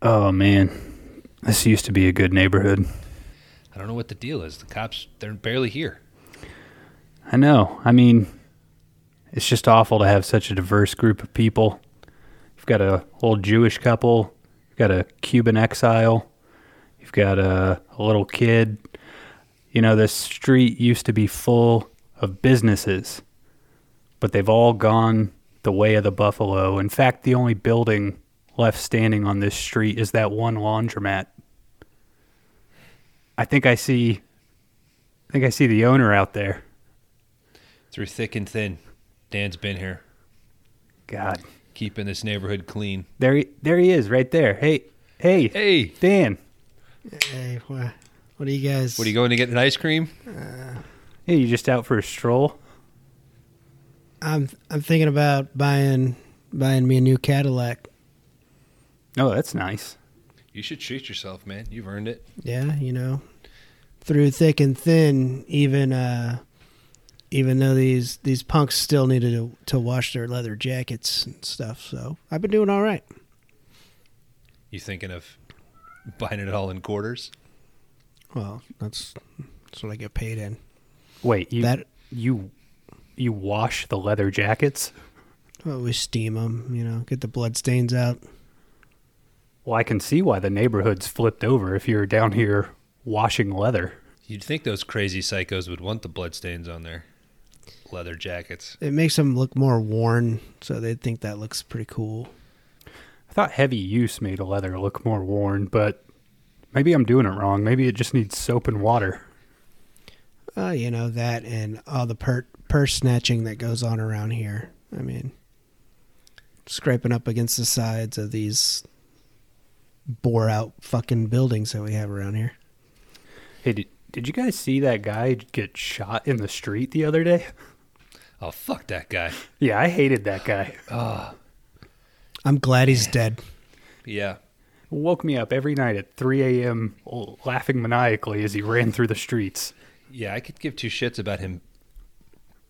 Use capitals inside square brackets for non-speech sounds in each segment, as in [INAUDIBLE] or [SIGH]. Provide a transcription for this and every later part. Oh man, this used to be a good neighborhood. I don't know what the deal is. The cops, they're barely here. I know. I mean, it's just awful to have such a diverse group of people. You've got a whole Jewish couple. You've got a Cuban exile. You've got a, a little kid. You know, this street used to be full of businesses, but they've all gone the way of the buffalo. In fact, the only building left standing on this street is that one laundromat. I think I see I think I see the owner out there. Through thick and thin, Dan's been here, God. keeping this neighborhood clean. There he, there he is right there. Hey, hey, Hey, Dan. Hey, what, what are you guys? what are you going to get an ice cream? Hey, you just out for a stroll? I'm I'm thinking about buying buying me a new Cadillac. Oh, that's nice. You should treat yourself, man. You've earned it. Yeah, you know, through thick and thin, even uh, even though these these punks still needed to to wash their leather jackets and stuff. So I've been doing all right. You thinking of buying it all in quarters? Well, that's that's what I get paid in. Wait, you That you you wash the leather jackets? well, we steam them, you know, get the blood stains out. Well, I can see why the neighborhood's flipped over if you're down here washing leather. You'd think those crazy psychos would want the bloodstains on their leather jackets. It makes them look more worn, so they think that looks pretty cool. I thought heavy use made a leather look more worn, but maybe I'm doing it wrong. Maybe it just needs soap and water. Uh, you know that, and all the per- purse snatching that goes on around here. I mean, scraping up against the sides of these bore out fucking buildings that we have around here. Hey, did, did you guys see that guy get shot in the street the other day? [LAUGHS] Oh, fuck that guy. Yeah, I hated that guy. I'm glad he's dead. Yeah. woke me up every night at 3 a.m. laughing maniacally as he ran through the streets. Yeah, I could give two shits about him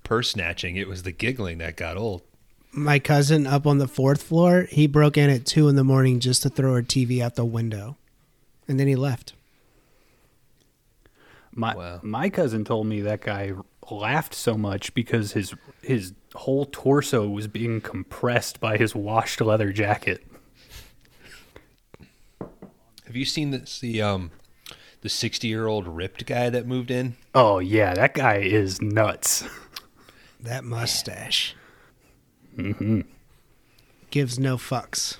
purse snatching. It was the giggling that got old. My cousin up on the fourth floor, he broke in at two in the morning just to throw her TV out the window, and then he left. My Wow. my cousin told me that guy laughed so much because his his whole torso was being compressed by his washed leather jacket. Have you seen this, the um the 60-year-old ripped guy that moved in? Oh yeah, that guy is nuts. That mustache. Mm-hmm. Gives no fucks.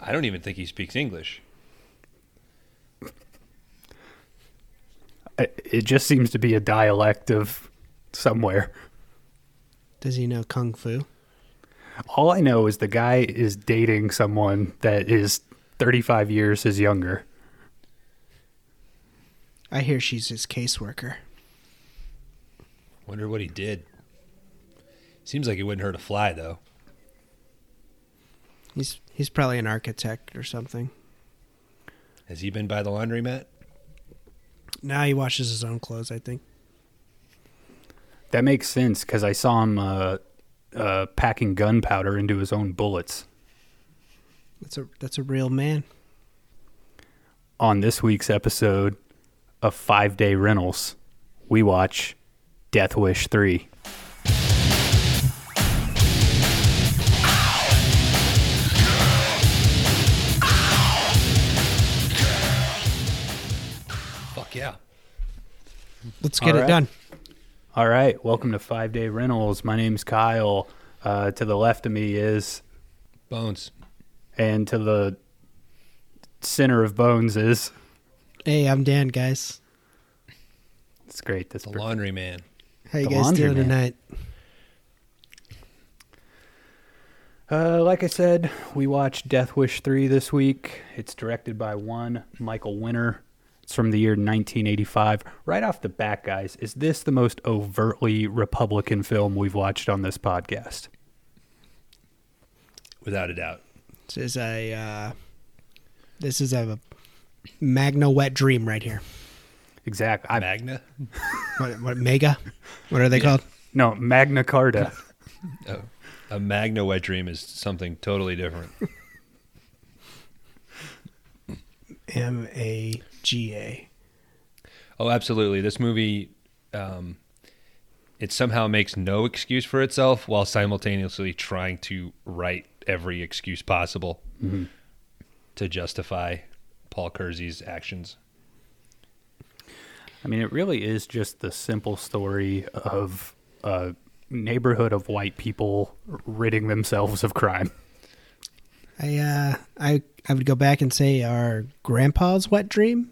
I don't even think he speaks English. I- It just seems to be a dialect of somewhere. Does he know kung fu? All I know is the guy is dating someone that is 35 years his younger. I hear she's his caseworker. Wonder what he did. Seems like he wouldn't hurt a fly though. He's he's probably an architect or something. Has he been by the laundromat? Now he washes his own clothes, I think. That makes sense because I saw him uh, uh, packing gunpowder into his own bullets That's a that's a real man. on this week's episode of Five Day Rentals. We watch Death Wish 3. Fuck yeah. Let's All get right. it done. All right, welcome to Five Day Rentals. My name's Kyle. Uh, to the left of me is, Bones. and to the center of Bones is. Hey, I'm Dan, guys. It's great. That's The per- laundryman. How you The guys doing laundromat. tonight? Uh, like I said, we watched Death Wish 3 this week. It's directed by one Michael Winner. It's from the year 1985. Right off the bat, guys, is this the most overtly Republican film we've watched on this podcast? Without a doubt. This is a uh, this is a magna wet dream right here. Exactly. I, Magna? What what mega? What are they called? no, Magna Carta. [LAUGHS] Oh. A magna wet dream is something totally different. M A G A. Oh, absolutely. This movie, um, it somehow makes no excuse for itself while simultaneously trying to write every excuse possible to justify Paul Kersey's actions. I mean, it really is just the simple story of a neighborhood of white people ridding themselves of crime. I uh I I would go back and say our grandpa's wet dream.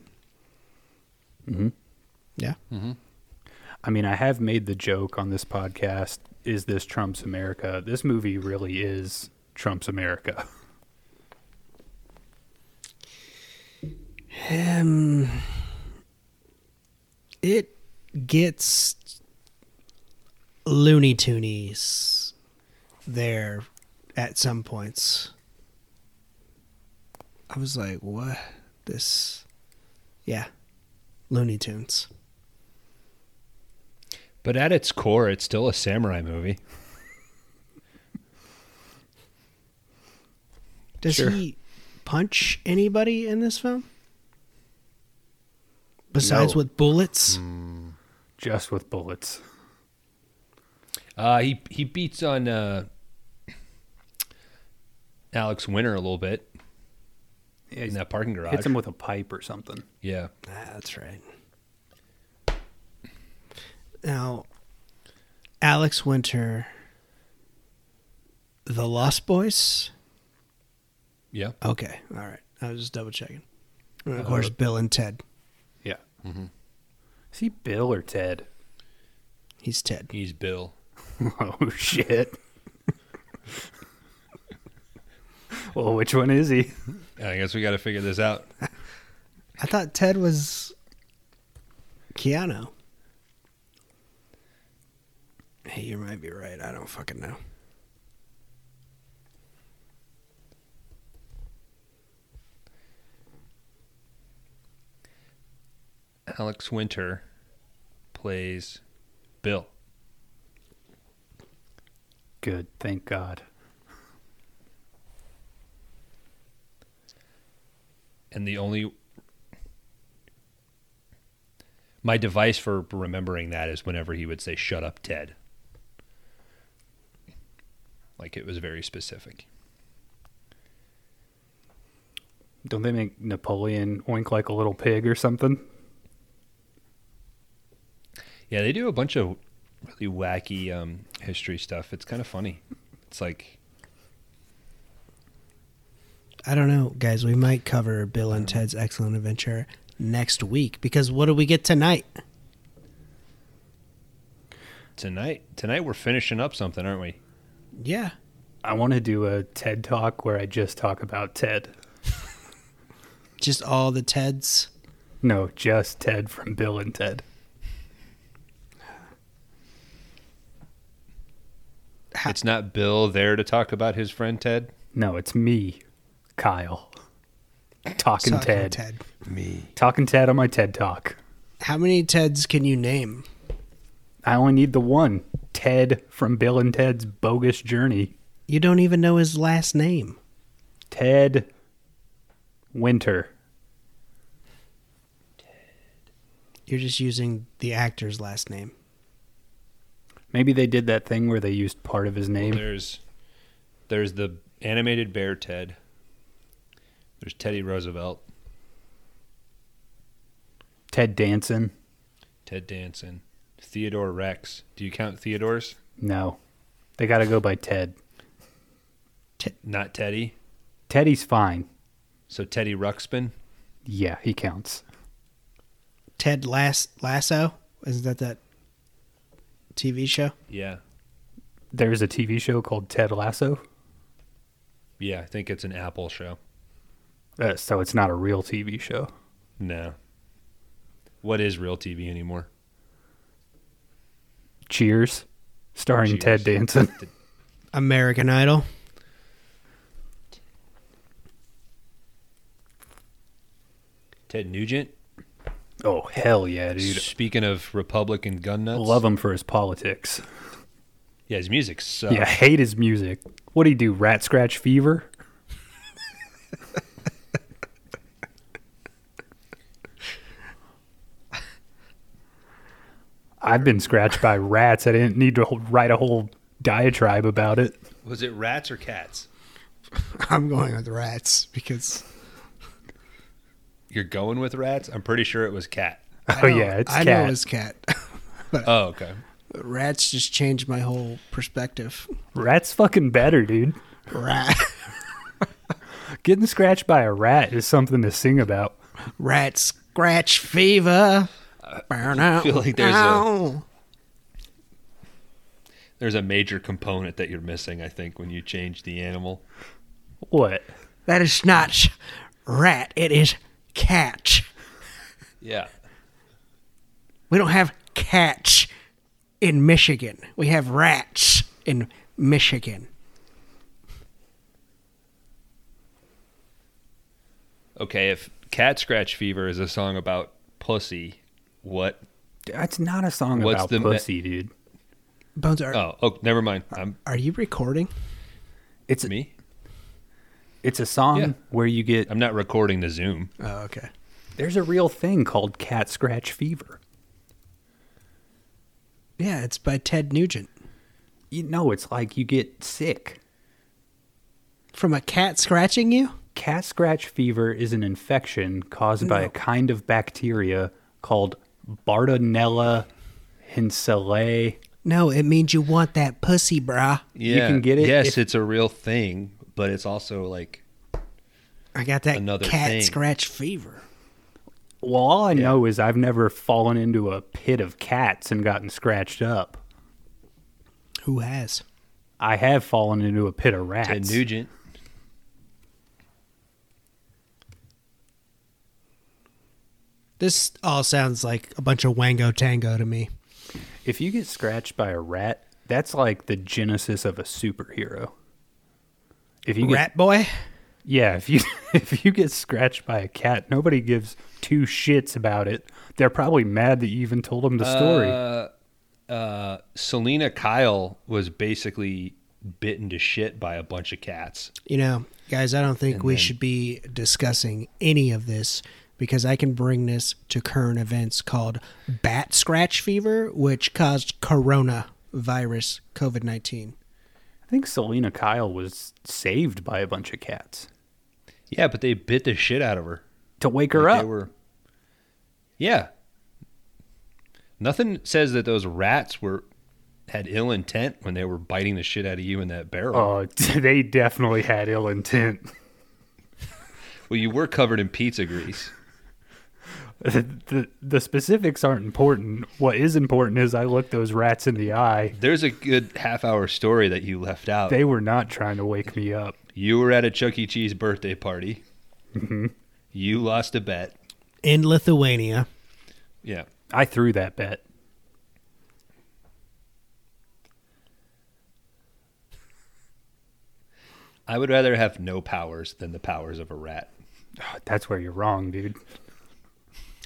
Mm-hmm. Yeah. I mean, I have made the joke on this podcast is this Trump's America? This movie really is Trump's America. [LAUGHS] Um, it gets Looney Toonies there at some points. I was like, what? This. Yeah. Looney Tunes. But at its core, it's still a samurai movie. Does Sure. he punch anybody in this film? Besides No. with bullets? Just with bullets. Uh, he he beats on uh, Alex Winter a little bit Yeah, in he that parking garage. hits him with a pipe or something. yeah, Ah, that's right. Now, Alex Winter, The Lost Boys. yeah. Okay, all right. I was just double checking. And of course, Bill and Ted. Yeah. Is he Bill or Ted? [LAUGHS] He's Ted. He's Bill. oh, shit. [LAUGHS] well, which one is he? I guess we got to figure this out. I thought Ted was Keanu. Hey, you might be right. I don't fucking know. Alex Winter plays Bill. Good. Thank God. and the only my device for remembering that is whenever he would say shut up ted like it was very specific Don't they make Napoleon oink like a little pig or something? yeah they do a bunch of really wacky um, history stuff it's kind of funny it's like I don't know, guys. We might cover Bill and Ted's Excellent Adventure next week because what do we get tonight? tonight tonight we're finishing up something aren't we Yeah. I want to do a TED talk where I just talk about Ted. Just all the Teds. No, just Ted from Bill and Ted. Ha- it's not bill there to talk about his friend ted No, it's me, Kyle. Talking, Talking Ted. Ted. me Talking Ted on my TED talk. How many Teds can you name? I only need the one Ted from Bill and Ted's bogus journey. You don't even know his last name. Ted Winter. You're just using the actor's last name. Maybe they did that thing where they used part of his name. there's there's the animated bear ted there's teddy roosevelt Ted Danson. Ted Danson, Theodore Rex. Do you count Theodore's? No. They got to go by Ted. Not Teddy. Teddy's fine. So Teddy Ruxpin. Yeah, he counts. Ted Lass- Lasso? Isn't that that TV show? Yeah, There's a TV show called Ted Lasso. yeah. I think it's an Apple show. Uh, so it's not a real TV show. No. What is real TV anymore? Cheers, starring Ted Cheers. Danson. [LAUGHS] American Idol. [LAUGHS] Ted Nugent. Oh hell yeah, dude! Speaking of Republican gun nuts, Love him for his politics. Yeah, his music sucks. Yeah, hate his music. What do he do? Rat scratch fever. I've been scratched by rats. I didn't need to hold- write a whole diatribe about it. Was it rats or cats? I'm going with rats because You're going with rats? I'm pretty sure it was cat. [LAUGHS] Oh I know- yeah, it's I cat. know it's cat. [LAUGHS] Oh, okay. rats just changed my whole perspective. Rats fucking better, dude. Rat, Getting scratched by a rat is something to sing about. [LAUGHS] rat scratch fever. Burn out. feel like there's a- Ow. There's a major component that you're missing, I think, when you change the animal. What? that is not sh- rat. It is catch. Yeah. We don't have cats in Michigan. We have rats in Michigan. Okay, if Cat Scratch Fever is a song about pussy, what? That's not a song What's about the me- pussy, dude. Bones, are, Oh, oh, never mind. I'm are you recording? It's me. it's a song Yeah. where you get I'm not recording the Zoom. Oh, okay. there's a real thing called cat scratch fever. Yeah, it's by Ted Nugent. You know, it's like you get sick. From a cat scratching you? Cat scratch fever is an infection caused by a kind of bacteria called Bartonella hinselae. No, it means you want that pussy, brah. Yeah. can get it Yes, if- it's a real thing, but it's also like I got that Another cat thing. scratch fever. Well, all I know is I've never fallen into a pit of cats and gotten scratched up. Who has? I have fallen into a pit of Ted rats. Nugent. This all sounds like a bunch of wango tango to me. If you get scratched by a rat, that's like the genesis of a superhero. If you get Rat boy? yeah, if you [LAUGHS] if you get scratched by a cat, nobody gives two shits about it. They're probably mad that you even told them the story. Uh, Selena Kyle was basically bitten to shit by a bunch of cats. You know, guys, I don't think we should be discussing any of this because I can bring this to current events called bat scratch fever, which caused coronavirus COVID 19. I think Selena Kyle was saved by a bunch of cats Yeah, but they bit the shit out of her. to wake her Like, up. They were. Yeah. Nothing says that those rats were had ill intent when they were biting the shit out of you in that barrel. Oh, [LAUGHS] they definitely had ill intent. [LAUGHS] Well, you were covered in pizza grease. the, the the specifics aren't important. What is important is I looked those rats in the eye. There's a good half hour story that you left out. They were not trying to wake me up. you were at a Chuck E. Cheese birthday party. Mm-hmm. You lost a bet. In Lithuania, Yeah. I threw that bet. [SIGHS] I would rather have no powers than the powers of a rat. That's where you're wrong, dude.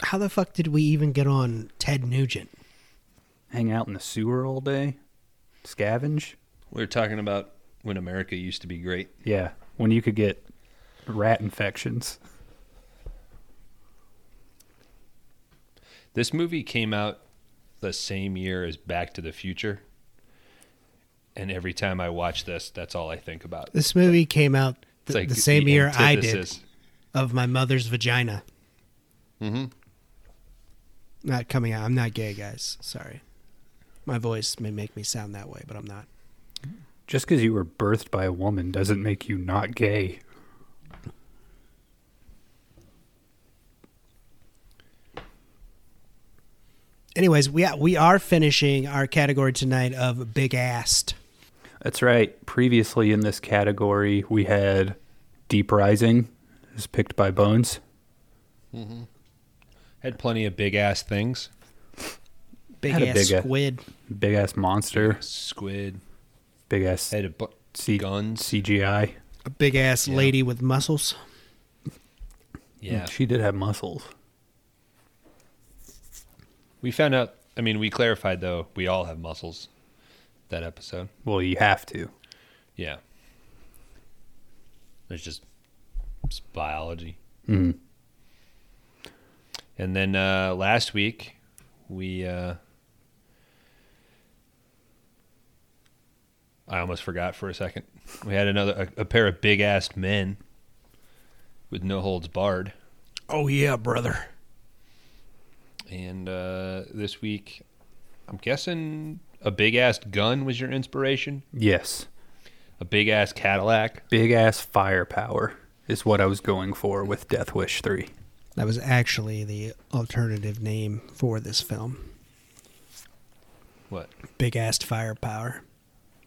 how the fuck did we even get on Ted Nugent? Hang out in the sewer all day, scavenge. We were talking about when America used to be great. Yeah, when you could get rat infections. This movie came out the same year as Back to the Future. And every time I watch this, that's all I think about. This movie came out It's th- the same year I did antithesis. of my mother's vagina. Mm-hmm. Not coming out. I'm not gay, guys. Sorry. My voice may make me sound that way, but I'm not. Just because you were birthed by a woman doesn't make you not gay. Anyways, we we are finishing our category tonight of big assed. That's right. Previously in this category, we had Deep Rising, is picked by Bones. Had plenty of big ass things. Big Had a ass big a- squid. Big ass monster, Squid. big ass Had a bu- C- guns. CGI. A big ass lady with muscles. Yeah. She did have muscles. We found out, I mean, we clarified though, we all have muscles that episode. Well, you have to. Yeah. There's just it's biology. And then uh, last week, we uh, I almost forgot for a second. We had another a, a pair of big assed men with no holds barred, Oh yeah, brother. and uh, this week, I'm guessing a big assed gun was your inspiration. Yes. A big ass Cadillac. Big ass firepower is what I was going for with Death Wish 3. That was actually the alternative name for this film. What? Big assed firepower.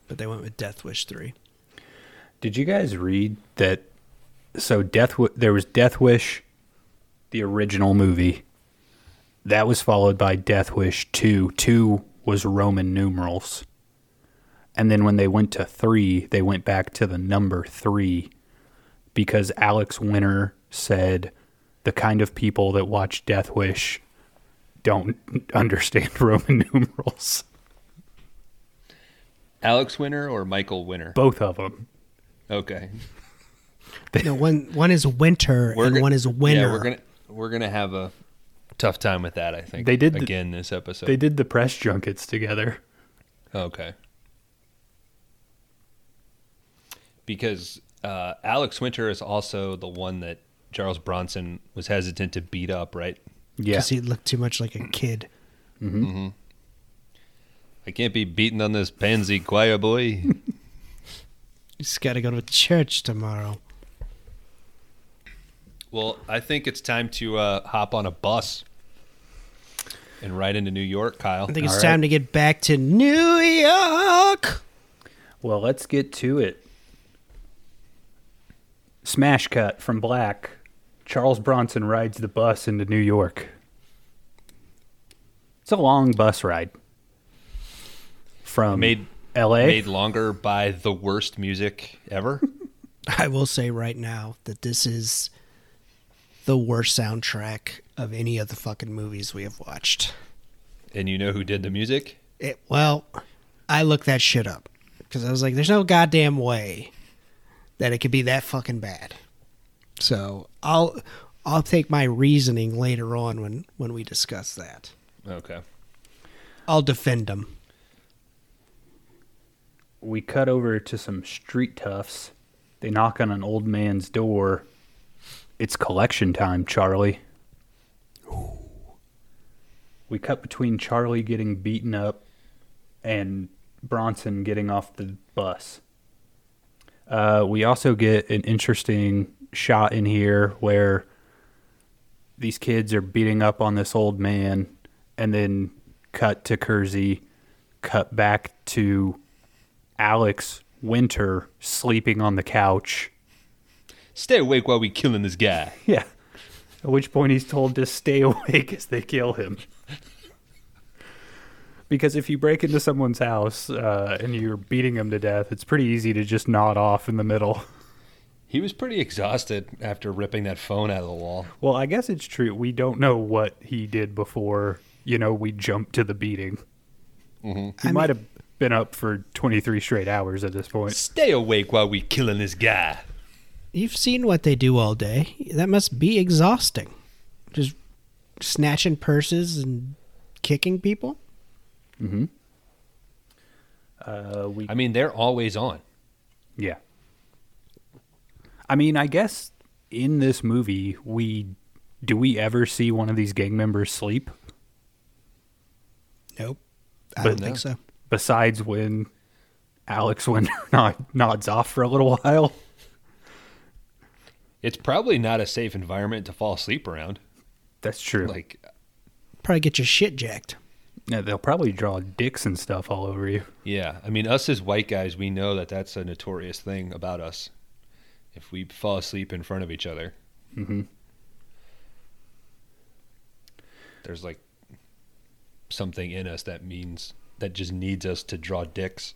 But they went with Death Wish 3. Did you guys read that? So Death Wi- there was Death Wish, the original movie. That was followed by Death Wish two. Two was Roman numerals, and then when they went to three, they went back to the number three, because Alex Winter said the kind of people that watch Death Wish don't [LAUGHS] understand [LAUGHS] Roman numerals. Alex Winner or Michael Winner? Both of them. Okay. No, one one is winter and go- one is winter. Yeah, we're gonna we're gonna have a tough time with that. I think They did the- again this episode. They did the press junkets together. Okay. Because uh, Alex Winter is also the one that Charles Bronson was hesitant to beat up, right? Yeah. Because he looked too much like a kid. I can't be beaten on this pansy choir boy. He's got to go to church tomorrow. well, I think it's time to uh, hop on a bus and ride into New York, Kyle. I think All it's right. time to get back to New York. Well, let's get to it. Smash cut from Black. Charles Bronson rides the bus into New York. It's a long bus ride from Made- L.A. Made longer by the worst music ever. [LAUGHS] I will say right now that this is the worst soundtrack of any of the fucking movies we have watched. and you know who did the music? It, well, I looked that shit up because I was like, there's no goddamn way that it could be that fucking bad. So I'll I'll take my reasoning later on when when we discuss that. Okay. I'll defend them. we cut over to some street toughs. They knock on an old man's door. It's collection time, Charlie. We cut between Charlie getting beaten up and Bronson getting off the bus. Uh, we also get an interesting shot in here where these kids are beating up on this old man, and then cut to Kersey, cut back to Alex Winter sleeping on the couch. Stay awake while we killing this guy. [LAUGHS] Yeah. At which point he's told to stay [LAUGHS] awake as they kill him. Because if you break into someone's house uh, and you're beating them to death, it's pretty easy to just nod off in the middle. [LAUGHS] He was pretty exhausted after ripping that phone out of the wall. Well, I guess it's true. We don't know what he did before, you know, we jumped to the beating. He I might have been up for 23 straight hours at this point. Stay awake while we killing this guy. You've seen what they do all day. That must be exhausting. Just snatching purses and kicking people. Uh, we I mean, they're always on. Yeah. I mean, I guess in this movie, we do we ever see one of these gang members sleep Nope. I But don't no. think so. besides when Alex [LAUGHS] Winter nod, nods off for a little while? It's probably not a safe environment to fall asleep around. That's true. Like, Probably get your shit jacked. yeah, they'll probably draw dicks and stuff all over you. yeah. I mean, us as white guys, we know that that's a notorious thing about us. If we fall asleep in front of each other, Mhm. there's like something in us that means that just needs us to draw dicks.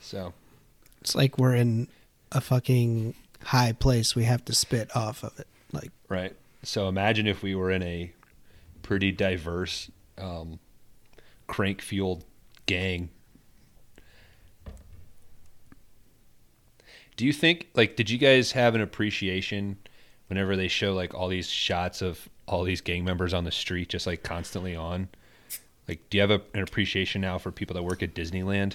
So, It's like we're in a fucking high place. We have to spit off of it. Like Right. So imagine if we were in a pretty diverse, um, crank fueled gang. Do you think, like, did you guys have an appreciation whenever they show, like, all these shots of all these gang members on the street, just, like, constantly on? Like, do you have a, an appreciation now for people that work at Disneyland?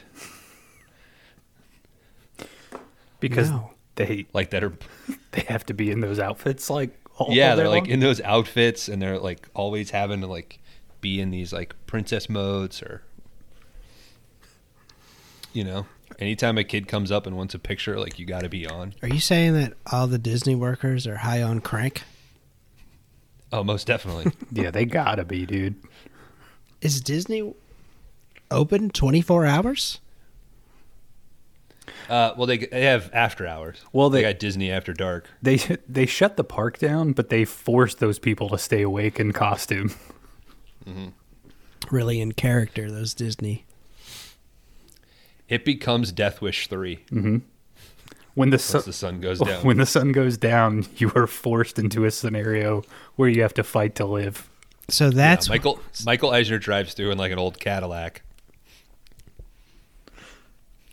because No. they like that are [LAUGHS] they have to be in those outfits like all all yeah day they're like long? in those outfits and they're like always having to like be in these like princess modes or you know anytime a kid comes up and wants a picture like you got to be on Are you saying that all the Disney workers are high on crank? oh most definitely yeah they gotta be dude Is Disney open 24 hours? [LAUGHS] uh, well they, they have after hours Well, they- got disney after dark they they shut the park down but they force those people to stay awake in costume Really in character, those Disney. it becomes death wish 3 when the once sun the [LAUGHS] sun goes down when the sun goes down you are forced into a scenario where you have to fight to live So Yeah, that's michael michael eisner drives through in like an old cadillac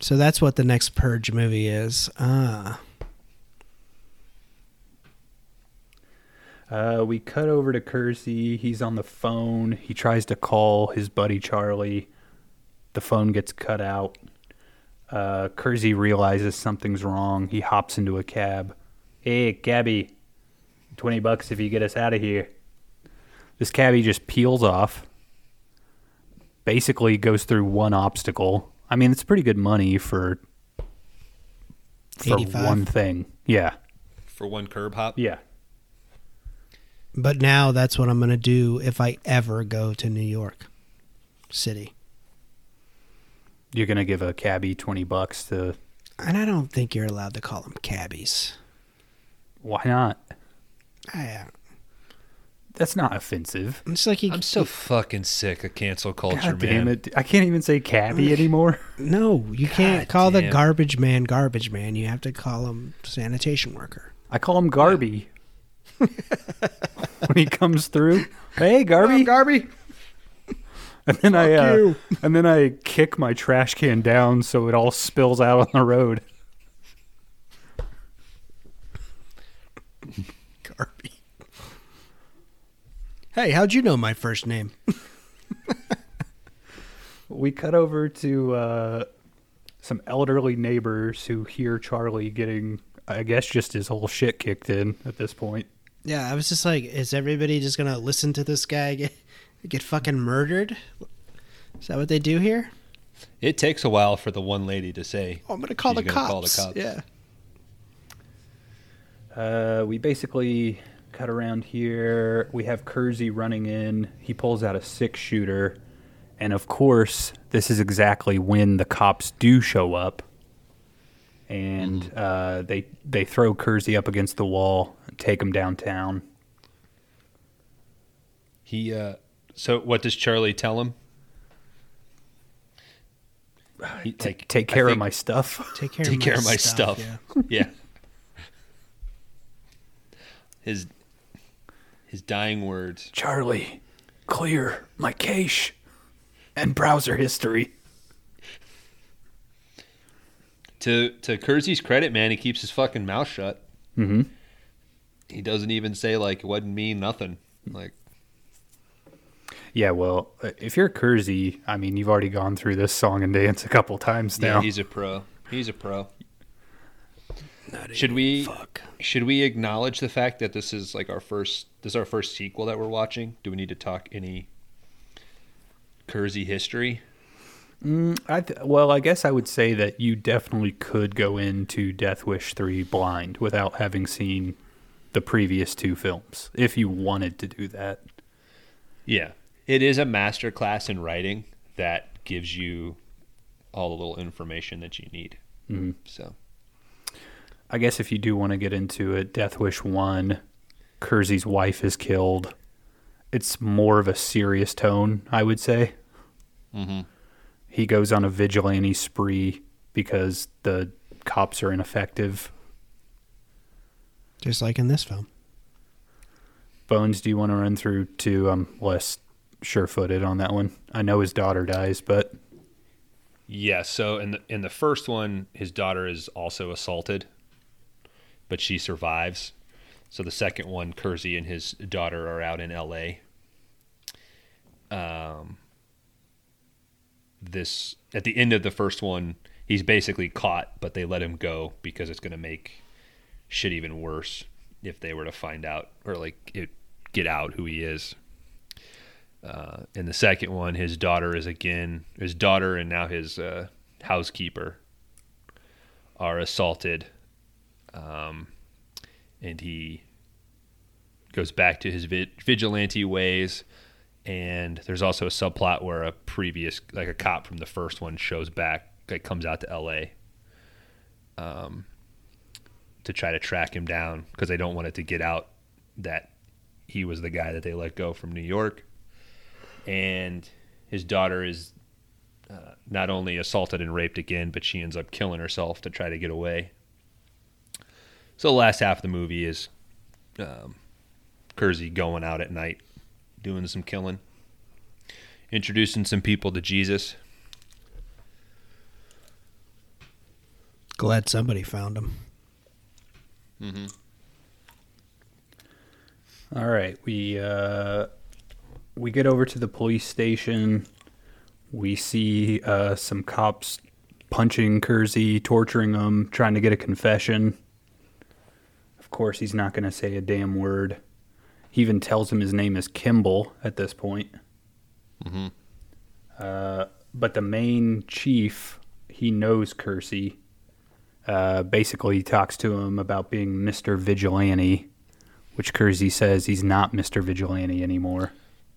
so that's what the next Purge movie is. Ah, Uh, we cut over to Kersey. He's on the phone. He tries to call his buddy Charlie. The phone gets cut out. Uh, Kersey realizes something's wrong. He hops into a cab. Hey, cabby, 20 bucks if you get us out of here. This cabbie just peels off, basically goes through one obstacle. I mean, it's pretty good money for, for 85. one thing. Yeah, for one curb hop yeah. but now that's what I'm going to do if I ever go to New York City. You're going to give a cabbie 20 bucks to And I don't think you're allowed to call them cabbies. Why not? I, uh, That's not offensive. it's like you, i'm so fucking sick of cancel culture God man damn it. I can't even say [LAUGHS] cabbie anymore. no, you can't God call the damn. garbage man garbage man. You have to call him sanitation worker. I call him Garby. [LAUGHS] when he comes through, hey Garby, Garby, and then I fuck uh, you. and then I kick my trash can down so it all spills out on the road. Garby. Hey, how'd you know my first name? [LAUGHS] We cut over to uh, some elderly neighbors who hear Charlie getting, I guess, just his whole shit kicked in at this point. Yeah, I was just like, is everybody just gonna listen to this guy get get fucking murdered? Is that what they do here? It takes a while for the one lady to say, Oh, I'm gonna call, He's the, gonna cops. call the cops. Yeah, Uh, we basically cut around here. We have Kersey running in. He pulls out a six shooter. And of course, this is exactly when the cops do show up. And Mm-hmm. uh, they they throw Kersey up against the wall and take him downtown. He uh so what does Charlie tell him? He, Ta- like, take I care of think- my stuff. [LAUGHS] take care. take of my care of my stuff. stuff. [LAUGHS] Yeah. his his dying words. Charlie, clear my cache and browser history. To to Kersey's credit, man, he keeps his fucking mouth shut. Mm-hmm. He doesn't even say like it wasn't me, nothing. Like Yeah, well, uh, if you're Kersey, I mean, you've already gone through this song and dance a couple times now. Yeah, he's a pro. He's a pro. Should we should we acknowledge the fact that this is like our first this is our first sequel that we're watching? Do we need to talk any Kersey history? Mm, I th- well, I guess I would say that you definitely could go into Death Wish 3 blind without having seen the previous two films if you wanted to do that. Yeah. It is a master class in writing that gives you all the little information that you need. Mhm. So I guess if you do want to get into it, Death Wish 1, Kersey's wife is killed. It's more of a serious tone, I would say. Mhm. He goes on a vigilante spree because the cops are ineffective. Just like in this film. Bones, do you want to run through to um less sure footed on that one? I know his daughter dies, but Yeah, so in the in the first one, his daughter is also assaulted, but she survives. So the second one, Kersey and his daughter are out in L.A. Um, this at the end of the first one, he's basically caught, but they let him go because it's going to make shit even worse if they were to find out or like it, get out who he is. Uh, in the second one, his daughter is again his daughter and now his uh, housekeeper are assaulted, um, and he goes back to his vi- vigilante ways. And there's also a subplot where a previous, like a cop from the first one, shows back, like comes out to L.A. Um, to try to track him down because they don't want it to get out that he was the guy that they let go from New York. And his daughter is uh, not only assaulted and raped again, but she ends up killing herself to try to get away. So the last half of the movie is um, Kersey going out at night, doing some killing, introducing some people to Jesus. Glad somebody found him. All right, we uh, we get over to the police station. We see uh, some cops punching Kersey, torturing him, trying to get a confession. Of course, he's not going to say a damn word. He even tells him his name is Kimball at this point. Mhm. Uh, but the main chief, he knows Kersey. Uh, basically, he talks to him about being Mr. Vigilante which Kersey says he's not Mr. Vigilante anymore.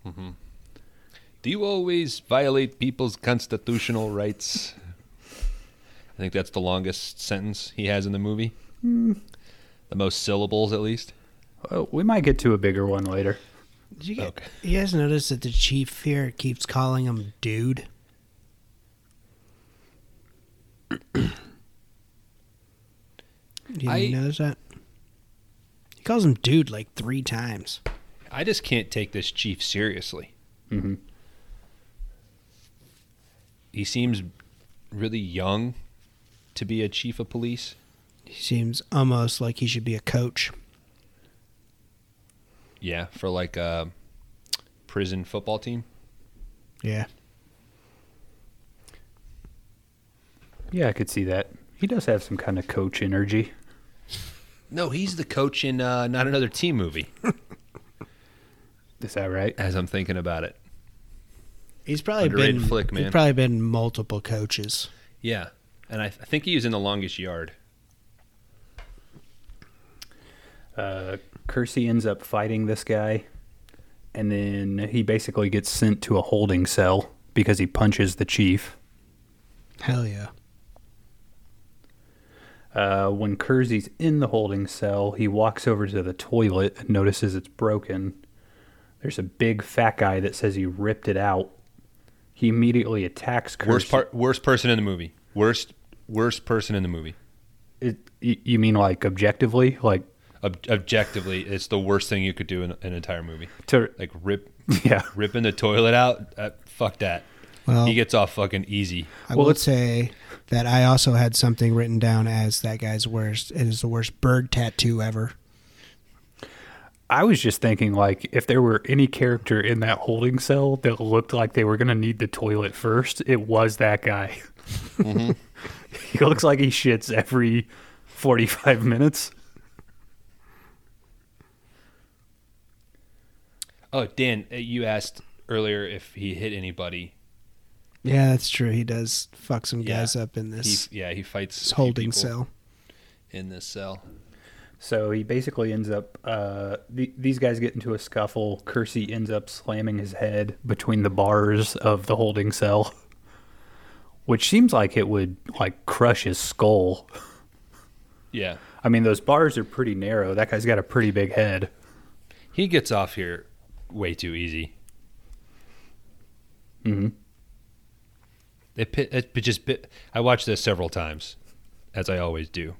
Do you always violate people's constitutional rights? I think that's the longest sentence he has in the movie. The most syllables, at least. Oh, we might get to a bigger one later. Did you, get, Okay. you guys notice that the chief here keeps calling him dude? Did I- you notice that? He calls him dude like three times. I just can't take this chief seriously. Mm-hmm. Mhm. He seems really young to be a chief of police. He seems almost like he should be a coach. Yeah, for like a prison football team. Yeah. Yeah, I could see that. He does have some kind of coach energy. No, he's the coach in uh, Not Another Team movie, Is that right? as I'm thinking about it. He's probably Underrated been flick, man. He's probably been multiple coaches. Yeah. And I, I think he was in The Longest Yard. Uh, Kersey ends up fighting this guy, and then he basically gets sent to a holding cell because he punches the chief. Hell yeah. Uh, when Kersey's in the holding cell, he walks over to the toilet and notices it's broken. There's a big fat guy that says he ripped it out. He immediately attacks Kersey. Worst part, worst person in the movie. Worst, worst person in the movie. It, y- you mean like objectively, like Ob- objectively, it's the worst thing you could do in an entire movie. to Like rip, [LAUGHS] yeah. ripping the toilet out. Uh, fuck that. Well, He gets off fucking easy. I Well, will it's- say that I also had something written down as that guy's worst. It is the worst bird tattoo ever. I was just thinking like if there were any character in that holding cell that looked like they were gonna need the toilet first, it was that guy. Mm-hmm. [LAUGHS] he looks like he shits every forty-five minutes. Oh, Dan, uh, you asked earlier if he hit anybody. Yeah, that's true. He does fuck some Yeah. guys up in He, this, yeah, he fights this a few holding people cell. in this cell. So he basically ends up. Uh, the, these guys get into a scuffle. Kersey ends up slamming his head between the bars of the holding cell, which seems like it would like crush his skull. Yeah, I mean, those bars are pretty narrow. That guy's got a pretty big head. he gets off here way too easy. Mm-hmm. It, pi- it, it just bit. I watched this several times, as I always do.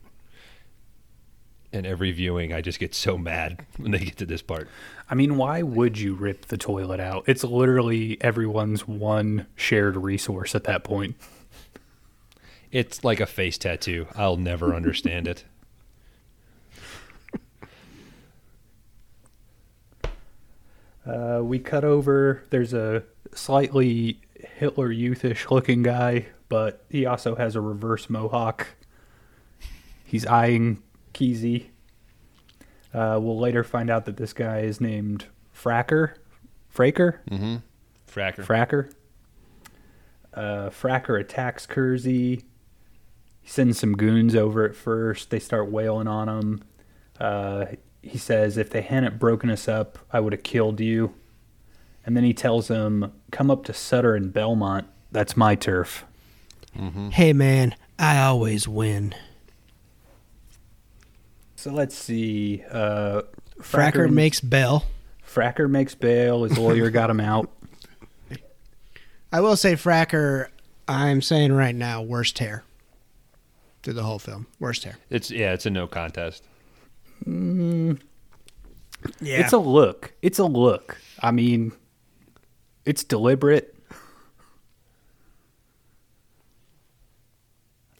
And every viewing, I just get so mad [LAUGHS] when they get to this part. I mean, why would you rip the toilet out? It's literally everyone's one shared resource at that point. It's like a face tattoo. I'll [LAUGHS] never understand it. Uh, we cut over. There's a slightly Hitler youthish looking guy but he also has a reverse mohawk. He's eyeing Kesey. Uh, we'll later find out that this guy is named Fracker. Fraker? Mm-hmm. Fracker. Fracker. Uh, Fracker attacks Kersey. He sends some goons over at first. They start wailing on him. Uh, he says, If they hadn't broken us up, I would have killed you. And then he tells them, Come up to Sutter and Belmont. That's my turf. Mm-hmm. Hey, man, I always win. So let's see. Uh, Fracker and- makes bail. Fracker makes bail. His lawyer got him out. I will say, Fracker, I'm saying right now, worst hair through the whole film. Worst hair. It's yeah, it's a no contest. Yeah. It's a look. It's a look. I mean, it's deliberate.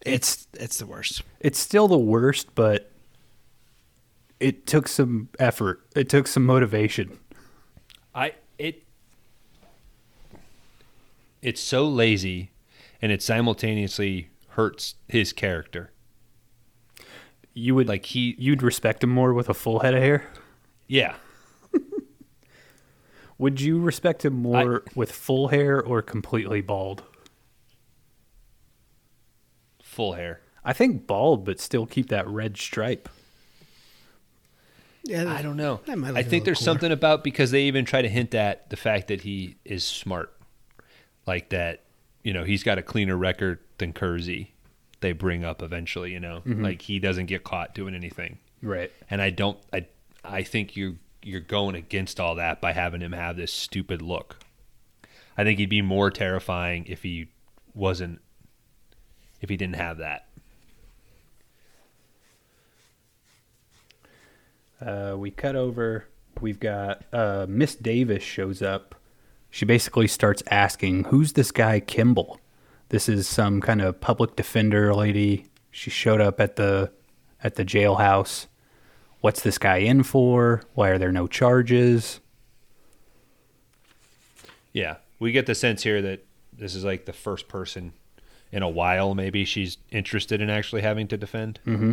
it's it's the worst. It's still the worst, but it took some effort. It took some motivation. I it it's so lazy and it simultaneously hurts his character. You would Like he you'd respect him more with a full head of hair. yeah. Would you respect him more with full hair or completely bald? Full hair. I think bald, but still keep that red stripe. Yeah, I don't know. That might look I a think little there's cooler. something about because they even try to hint at the fact that he is smart. Like that, you know, he's got a cleaner record than Kersey. They bring up eventually, you know. Like he doesn't get caught doing anything. Right. and I don't I I think you you're going against all that by having him have this stupid look. I think he'd be more terrifying if he wasn't if he didn't have that. Uh, we cut over. We've got uh, Miss Davis shows up. She basically starts asking, "Who's this guy Kimball? This is some kind of public defender lady. She showed up at the at the jailhouse. What's this guy in for? Why are there no charges? Yeah. We get the sense here that this is like the first person in a while maybe she's interested in actually having to defend. Mm-hmm.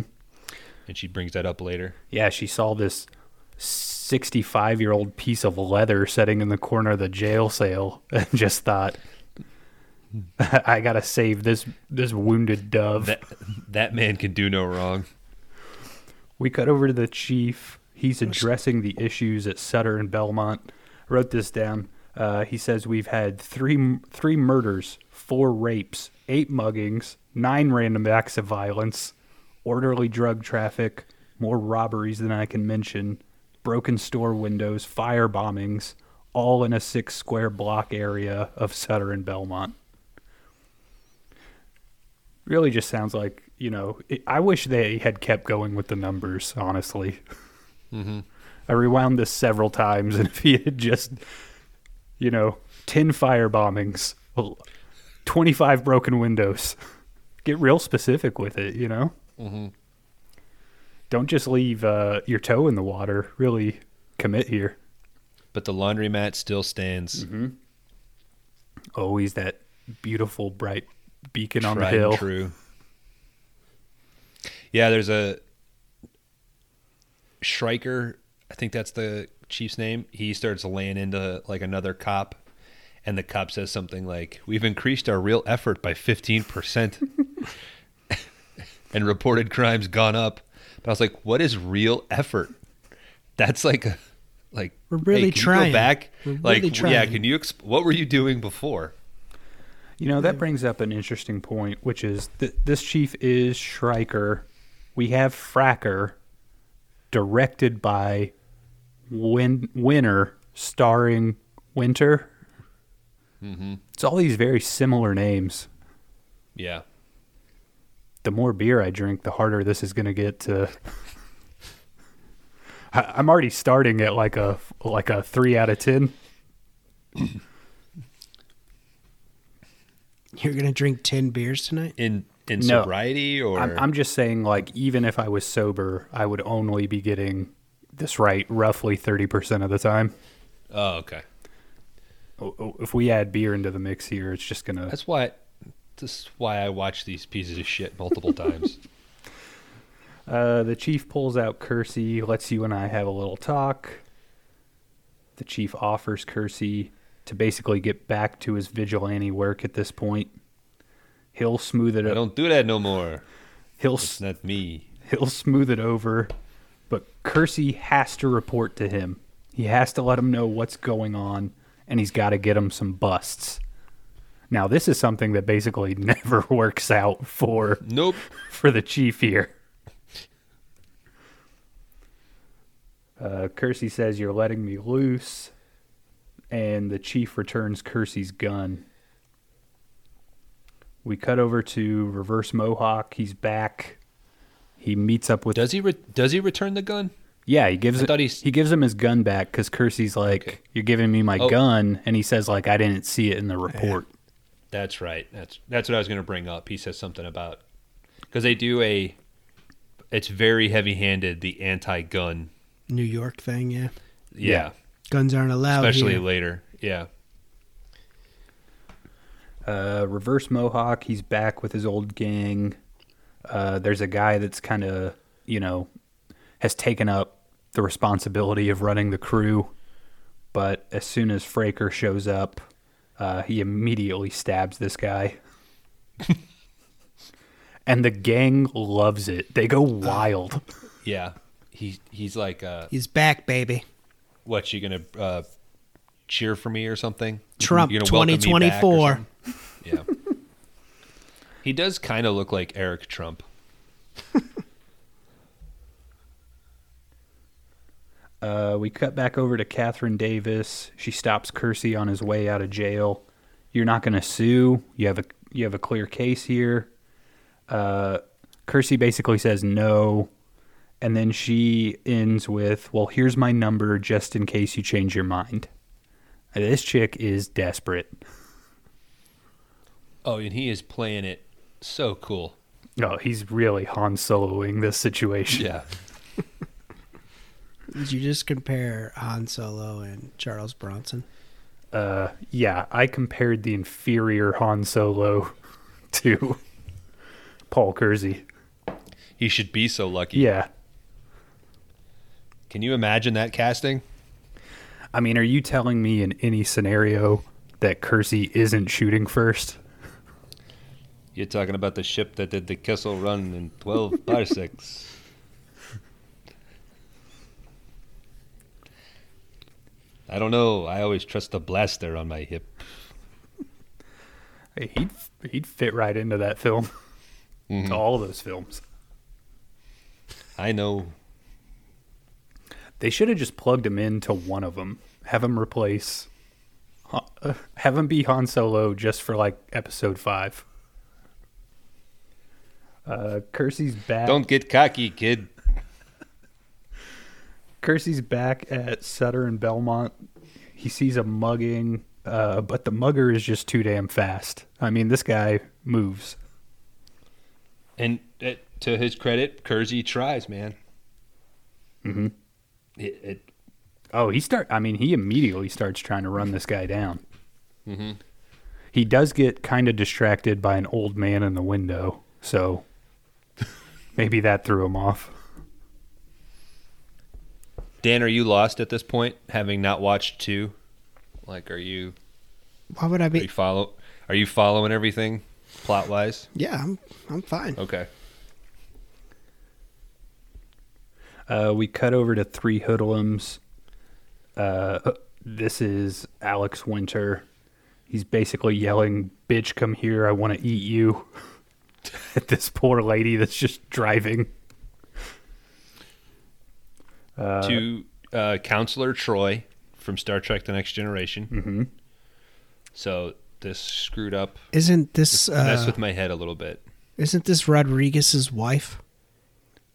And she brings that up later. Yeah, she saw this sixty-five-year-old piece of leather sitting in the corner of the jail cell, and just thought." [LAUGHS] I gotta save this this wounded dove. That that man can do no wrong. We cut over to the chief. He's addressing the issues at Sutter and Belmont. I wrote this down. Uh, he says we've had three three murders, four rapes, eight muggings, nine random acts of violence, orderly drug traffic, more robberies than I can mention, broken store windows, fire bombings, all in a six square block area of Sutter and Belmont really just sounds like you know it, i wish they had kept going with the numbers honestly Mm-hmm. [LAUGHS] i rewound this several times and [LAUGHS] if he had just you know 10 fire bombings 25 broken windows [LAUGHS] get real specific with it you know Mm-hmm. don't just leave uh, your toe in the water really commit here But the laundromat still stands always that beautiful bright beacon on the tried and hill True. Yeah, there's a Shriker. I think that's the chief's name. He starts laying into like another cop, and the cop says something like, "We've increased our real effort by fifteen percent, and reported crimes gone up." But I was like, "What is real effort?" That's like a like We're really can you trying. go back. We're like, really yeah, trying. can you? Exp- what were you doing before? You know, that brings up an interesting point, which is th- this chief is Shriker. We have Fracker, directed by Win- Winner, starring Winter. It's all these very similar names. Yeah, The more beer I drink, the harder this is going to get to. [LAUGHS] I- I'm already starting at like a like a three out of ten. You're gonna drink ten beers tonight. in in No. sobriety or I'm, I'm just saying, like, even if I was sober, I would only be getting this right roughly 30% of the time. oh okay. O- o- If we add beer into the mix here, it's just going to. That's why This is why I watch these pieces of shit [LAUGHS] multiple times. Uh, the chief pulls out Kersey, lets you and I have a little talk. The chief offers Kersey to basically get back to his vigilante work at this point. He'll smooth it. I o- don't do that no more. He'll It's s- not me. he'll smooth it over, but Kersey has to report to him. He has to let him know what's going on, and he's got to get him some busts. Now, this is something that basically [LAUGHS] never works out for Nope. [LAUGHS] for the chief here. Uh, Kersey says, You're letting me loose. And the chief returns Kersey's gun. We cut over to Reverse Mohawk. He's back. He meets up with. Does he re- does he return the gun? yeah, he gives I it, thought he's- he gives him his gun back because Kersey's like, Okay. "You're giving me my Oh. gun," and he says like, "I didn't see it in the report." That's right. That's that's what I was going to bring up. He says something about because they do a. It's very heavy-handed. The anti-gun. New York thing, yeah. Yeah, Guns aren't allowed. especially Oh, here. later. Yeah. Uh, Reverse Mohawk, he's back with his old gang. Uh, there's a guy that's kind of, you know, has taken up the responsibility of running the crew. But as soon as Fraker shows up, uh, he immediately stabs this guy. and the gang loves it. They go wild. Yeah. He he's like, uh, He's back, baby. what you gonna uh, cheer for me or something? Trump You gonna welcome me back or 2024. something? Yeah. he does kind of look like Eric Trump. Uh, we cut back over to Catherine Davis. She stops Kersey on his way out of jail. You're not going to sue. You have a you have a clear case here. Uh, Kersey basically says no, and then she ends with, "Well, here's my number just in case you change your mind." And This chick is desperate. Oh, and he is playing it so cool. No, Oh, he's really Han Soloing this situation. Yeah. Did you just compare Han Solo and Charles Bronson? uh, [LAUGHS] yeah, I compared the inferior Han Solo to Paul Kersey. He should be so lucky. Yeah. Can you imagine that casting? I mean, are you telling me in any scenario that Kersey isn't shooting first? You're talking about the ship that did the Kessel Run in [LAUGHS] 12 parsecs. I don't know. I always trust the blaster on my hip. Hey, He'd he'd fit right into that film, to all of those films. I know. They should have just plugged him into one of them. Have him replace, Ha- uh, have him be Han Solo just for like episode five. Uh, Kersey's back. Don't get cocky, kid. Kersey's back at Sutter and Belmont. He sees a mugging, uh, but the mugger is just too damn fast. I mean, this guy moves. And uh, to his credit, Kersey tries, man. Mhm. It, it, Oh, he start. I mean, he immediately starts trying to run this guy down. Mhm. He does get kind of distracted by an old man in the window, so maybe that threw him off. Dan, are you lost at this point, having not watched two? Like, are you Why would I are you be? follow? Are you following everything, plot wise? Yeah, I'm I'm fine. Okay. Uh, we cut over to three hoodlums. Uh, this is Alex Winter. He's basically yelling, "Bitch, come here! I want to eat you!" [LAUGHS] at this poor lady that's just driving. to uh, counselor Troy from Star Trek: The Next Generation. Mhm. So this screwed up, Isn't this messed uh, with my head a little bit. isn't this Rodriguez's wife?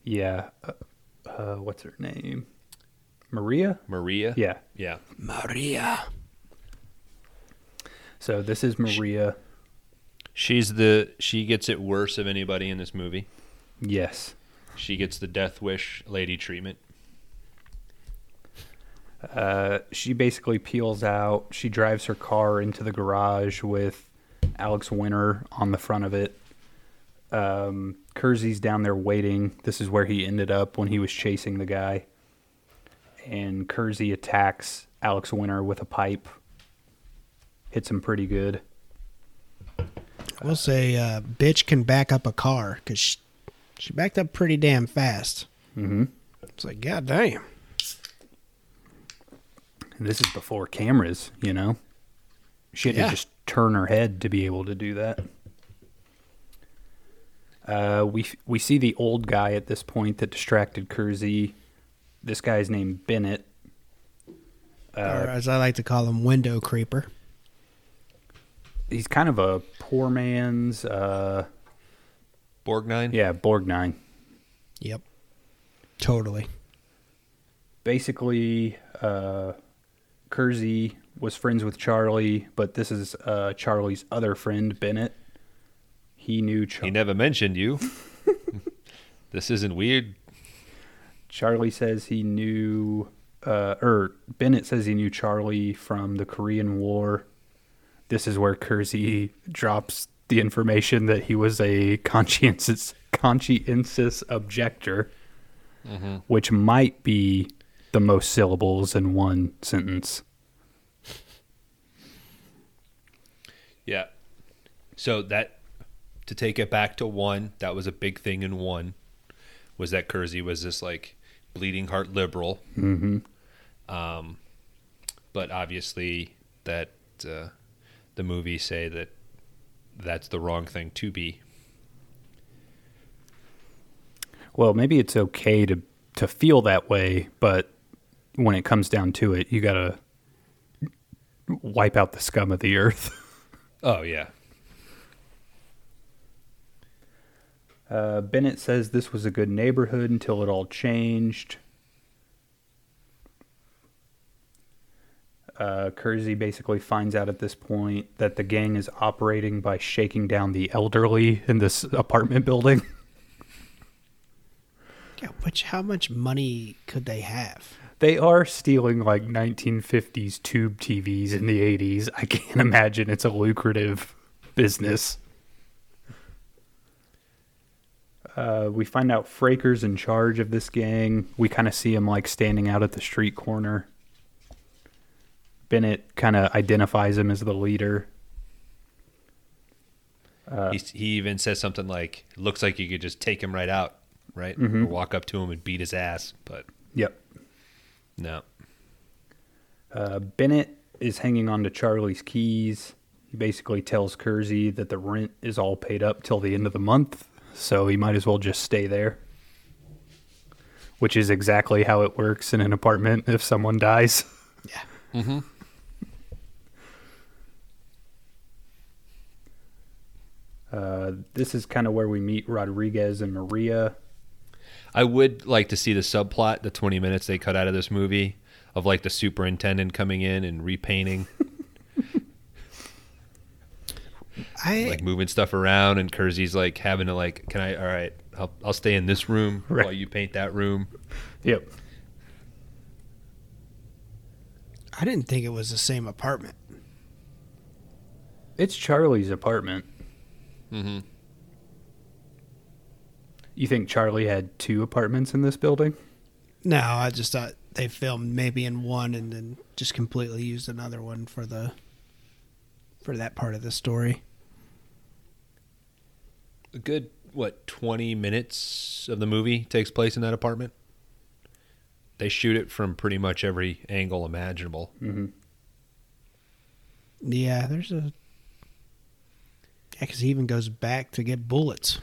Yeah. Uh, uh, what's her name? Maria. Maria. Yeah. Yeah. Maria. So this is Maria. She's the she gets it worse of anybody in this movie. Yes. She gets the death wish lady treatment. Uh, she basically peels out. She drives her car into the garage with Alex Winter on the front of it. Um, Kersey's down there waiting. This is where he ended up when he was chasing the guy. And Kersey attacks Alex Winter with a pipe, hits him pretty good. We'll say uh, bitch can back up a car because she, she backed up pretty damn fast. Mm-hmm. It's like, God damn. And this is before cameras, you know? She had Yeah. to just turn her head to be able to do that. Uh, we we see the old guy at this point that distracted Kersey. This guy's named Bennett. or as I like to call him, window creeper. He's kind of a poor man's, uh, Borgnine. yeah, Borgnine. Yep. Totally. basically uh, Kersey was friends with Charlie, but this is uh, Charlie's other friend Bennett. He knew Char- He never mentioned [LAUGHS] you. this isn't weird. Charlie says he knew, uh, or Bennett says he knew Charlie from the Korean War. This is where Kersey drops the information that he was a conscientious conscientious objector, which might be the most syllables in one sentence. Yeah. So that to take it back to one, that was a big thing in one, was that Kersey was this like bleeding heart liberal. Mm-hmm. Um, but obviously that uh, the movies say that that's the wrong thing to be. Well, maybe it's okay to to feel that way, but when it comes down to it, you gotta wipe out the scum of the earth. [LAUGHS] Oh yeah. Uh, Bennett says this was a good neighborhood until it all changed. Uh, Kersey basically finds out at this point that the gang is operating by shaking down the elderly in this apartment building. [LAUGHS] Yeah, which how much money could they have? They are stealing like 1950s tube TVs in the 80s. I can't imagine it's a lucrative business. Uh, we find out Fraker's in charge of this gang. We kind of see him like standing out at the street corner. Bennett kind of identifies him as the leader. he, he even says something like, "Looks like you could just take him right out, right? Or walk up to him and beat his ass." But Yep. no, Uh, Bennett is hanging on to Charlie's keys. He basically tells Kersey that the rent is all paid up till the end of the month, so he might as well just stay there. Which is exactly how it works in an apartment if someone dies. [LAUGHS] Yeah. Uh, this is kind of where we meet Rodriguez and Maria. I would like to see the subplot, the 20 minutes they cut out of this movie of like the superintendent coming in and [LAUGHS] repainting, I like moving stuff around, and Kersey's like having to like, "Can I? All right, I'll, I'll stay in this room Right. while you paint that room." Yep. I didn't think it was the same apartment. It's Charlie's apartment. Mhm. You think Charlie had two apartments in this building? No, I just thought they filmed maybe in one and then just completely used another one for the for that part of the story. A good what 20 minutes of the movie takes place in that apartment. They shoot it from pretty much every angle imaginable. Yeah, there's a yeah, 'cause he even goes back to get bullets.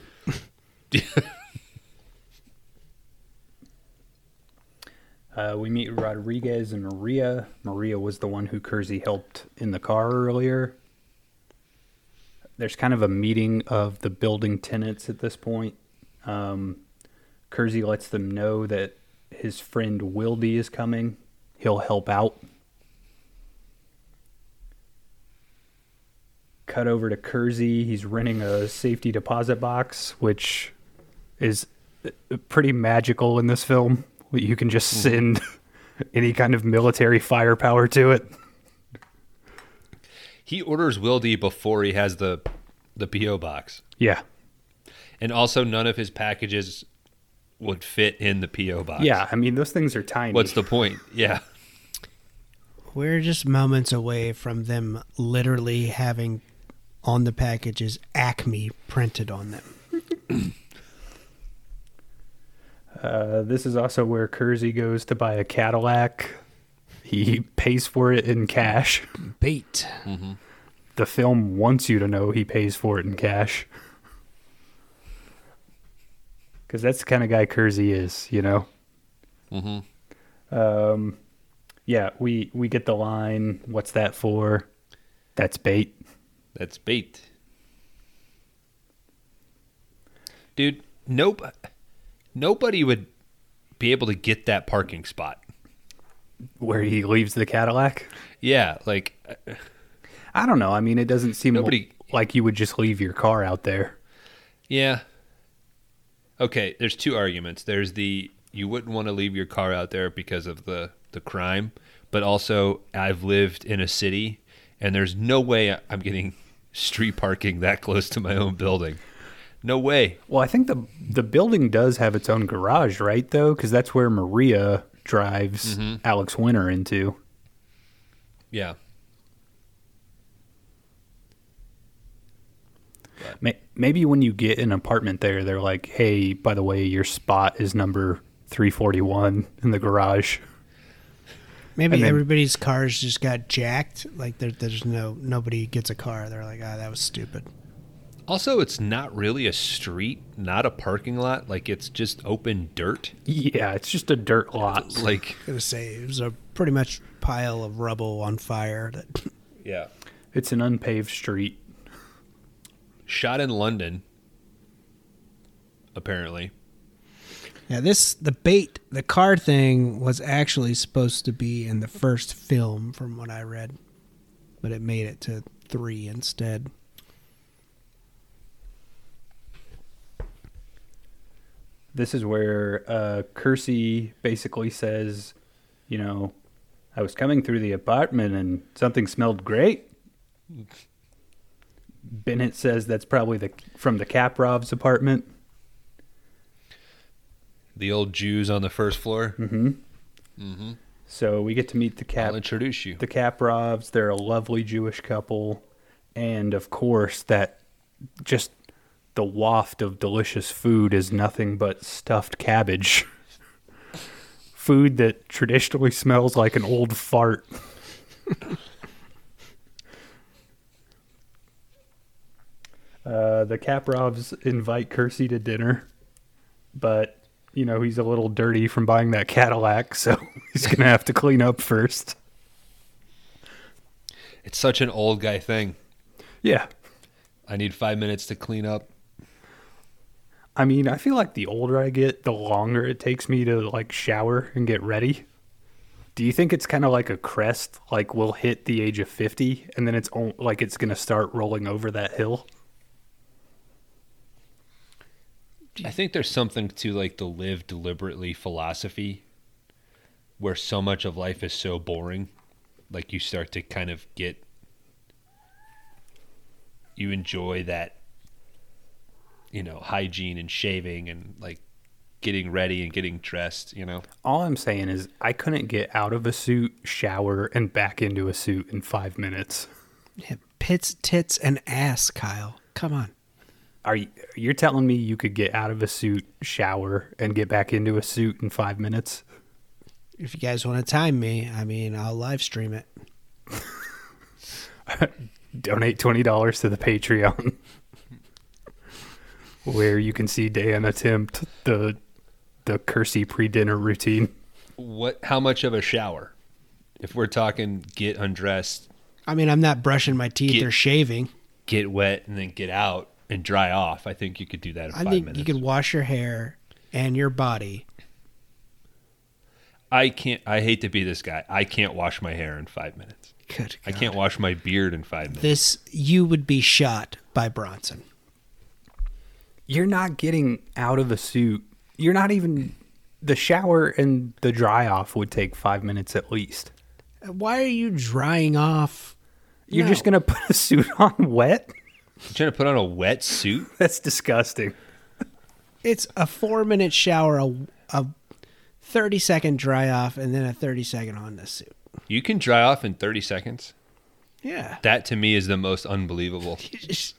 Uh, we meet Rodriguez and Maria. Maria was the one who Kersey helped in the car earlier. There's kind of a meeting of the building tenants at this point. Um, Kersey lets them know that his friend Wildy is coming. He'll help out. Cut over to Kersey. He's renting a safety deposit box, which is uh, pretty magical in this film. You can Mm-hmm. just send [LAUGHS] any kind of military firepower to it. He orders Wildy before he has the the PO box, Yeah. and also none of his packages would fit in the PO box. Yeah. I mean, those things are tiny. What's the point? Yeah. We're just moments away from them literally having on the packages Acme printed on them. Uh, this is also where Kersey goes to buy a Cadillac. He pays for it in cash. [LAUGHS] Bait. The film wants you to know he pays for it in cash. Because that's the kind of guy Kersey is, you know? Mm-hmm. Um, yeah, we, we get the line, what's that for? That's bait. That's bait. Dude, nope. Nobody would be able to get that parking spot. Where he leaves the Cadillac? Yeah, like uh, I don't know. I mean, it doesn't seem Nobody- like you would just leave your car out there. yeah. Okay, there's two arguments. There's the you wouldn't want to leave your car out there because of the the crime, but also I've lived in a city and there's no way I'm getting [LAUGHS] street parking that close to my own building. No way. Well, I think the the building does have its own garage, right? Though, because that's where Maria drives Mm-hmm. Alex Winter into. Yeah. May- Maybe when you get an apartment there, they're like, "Hey, by the way, your spot is number three forty one in the garage." [LAUGHS] Maybe And then- everybody's cars just got jacked. Like there, there's no nobody gets a car. They're like, ah, that was stupid. Also, it's not really a street, not a parking lot. Like it's just open dirt. Yeah, it's just a dirt lot. Like gonna say it was a pretty much pile of rubble on fire. That yeah, It's an unpaved street. shot in London. Apparently, yeah, this the bait the car thing was actually supposed to be in the first film, from what I read, but it made it to three instead. This is where uh, Kersey basically says, "You know, I was coming through the apartment and something smelled great." Bennett says that's probably the from the Kaprov's apartment. the old Jews on the first floor. Mm-hmm. So we get to meet the Cap I'll introduce you. the Kaprovs. They're a lovely Jewish couple, and of course that just the waft of delicious food is nothing but stuffed cabbage. [LAUGHS] food that traditionally smells like an old fart. [LAUGHS] Uh, the Kaprovs invite Kersey to dinner, but you know he's a little dirty from buying that Cadillac, [LAUGHS] so he's gonna have to clean up first. It's such an old guy thing. Yeah. I need five minutes to clean up. I mean, I feel like the older I get, the longer it takes me to like shower and get ready. Do you think it's kind of like a crest? Like we'll hit the age of 50 and then it's on, like it's going to start rolling over that hill? I think there's something to like the live deliberately philosophy, where so much of life is so boring, like you start to kind of get. You enjoy that. You know, hygiene and shaving and like getting ready and getting dressed. You know, All I'm saying is I couldn't get out of a suit, shower, and back into a suit in five minutes. Yeah, pits, tits, and ass, Kyle. Come on. Are you, you're telling me you could get out of a suit, shower, and get back into a suit in five minutes? If you guys want to time me, I mean, I'll live stream it. donate twenty dollars to the Patreon, [LAUGHS] where you can see Dan attempt the the cursy pre-dinner routine. what? How much of a shower? If we're talking get undressed, I mean, I'm not brushing my teeth Get- or shaving. get wet, and then get out and dry off, I think you could do that in I five think minutes. you could wash your hair and your body. I can't. I hate to be this guy. I can't wash my hair in five minutes. Good. I God. can't wash my beard in five minutes. This you would be shot by Bronson. You're not getting out of a suit. You're not even the shower and the dry off would take five minutes at least. Why are you drying off You're just gonna put a suit on wet? [LAUGHS] You trying to put on a wet suit? That's disgusting. It's a four minute shower, a, a 30 second dry off, and then a 30 second on this suit. You can dry off in 30 seconds. Yeah. That to me is the most unbelievable. You just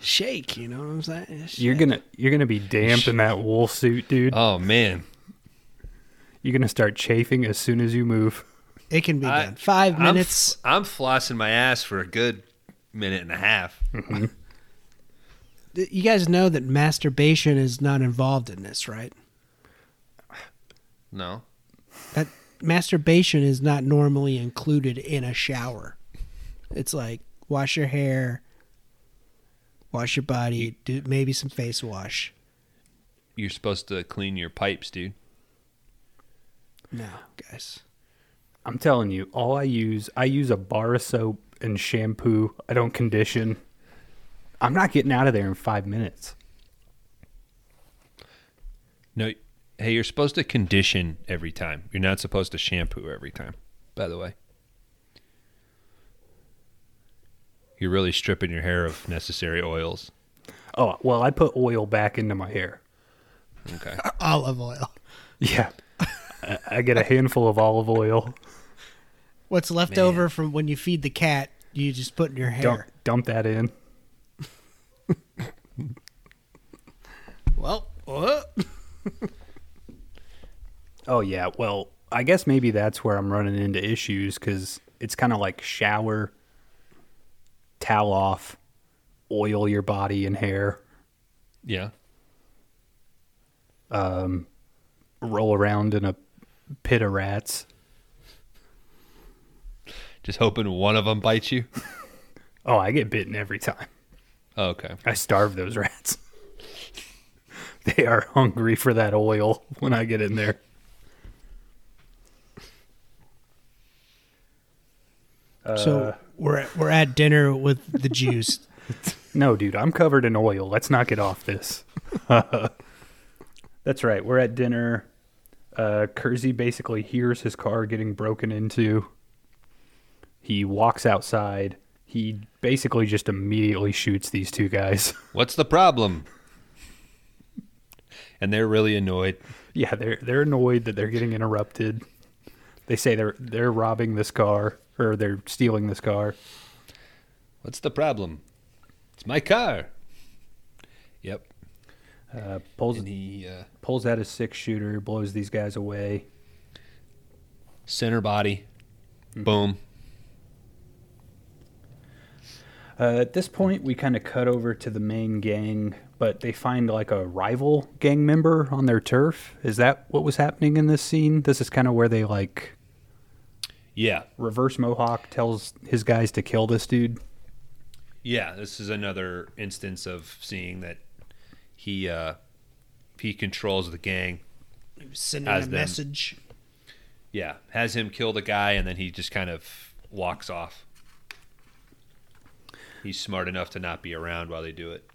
shake, you know what I'm saying? You're gonna you're gonna be damp in that wool suit, dude. Oh man, You're gonna start chafing as soon as you move. It can be I- done. Five I'm f- minutes. I'm flossing my ass for a good minute and a half. Hmm. you guys know that masturbation is not involved in this, right? No, That masturbation is not normally included in a shower. It's like wash your hair, wash your body, do maybe some face wash. you're supposed to clean your pipes, dude. No, guys. I'm telling you, all I use I use a bar of soap and shampoo. I don't condition. I'm not getting out of there in five minutes. No, hey, you're supposed to condition every time. You're not supposed to shampoo every time. By the way, you're really stripping your hair of necessary oils. Oh well, I put oil back into my hair. Okay. Olive oil. Yeah, I, I get a handful of olive oil. What's left over from when you feed the cat, you just put in your hair. Dump dump that in. Well, uh, Oh yeah. Well, I guess maybe that's where I'm running into issues because it's kind of like shower, towel off, oil your body and hair, Yeah. roll around in a pit of rats. Just hoping one of them bites you. Oh, I get bitten every time. Oh, okay. I starve those [LAUGHS] rats. they are hungry for that oil when I get in there. so we're at, we're at dinner with [LAUGHS] the Jews. No, dude, I'm covered in oil. Let's not get off this. [LAUGHS] That's right. We're at dinner. Uh, Kersey basically hears his car getting broken into. He walks outside. He basically just immediately shoots these two guys. [LAUGHS] What's the problem? And they're really annoyed. yeah, they're they're annoyed that they're getting interrupted. They say they're they're robbing this car or they're stealing this car. What's the problem? It's my car. Yep. Uh, pulls And he uh, pulls out his six shooter, blows these guys away. center body. Boom. Uh, at this point, we kind of cut over to the main gang, but they find like a rival gang member on their turf. Is that what was happening in this scene? This is kind of where they like Yeah. reverse Mohawk tells his guys to kill this dude. Yeah. This is another instance of seeing that he uh, he controls the gang. Sending As a them. message. Yeah. Has him kill the guy, and then he just kind of walks off. He's smart enough to not be around while they do it.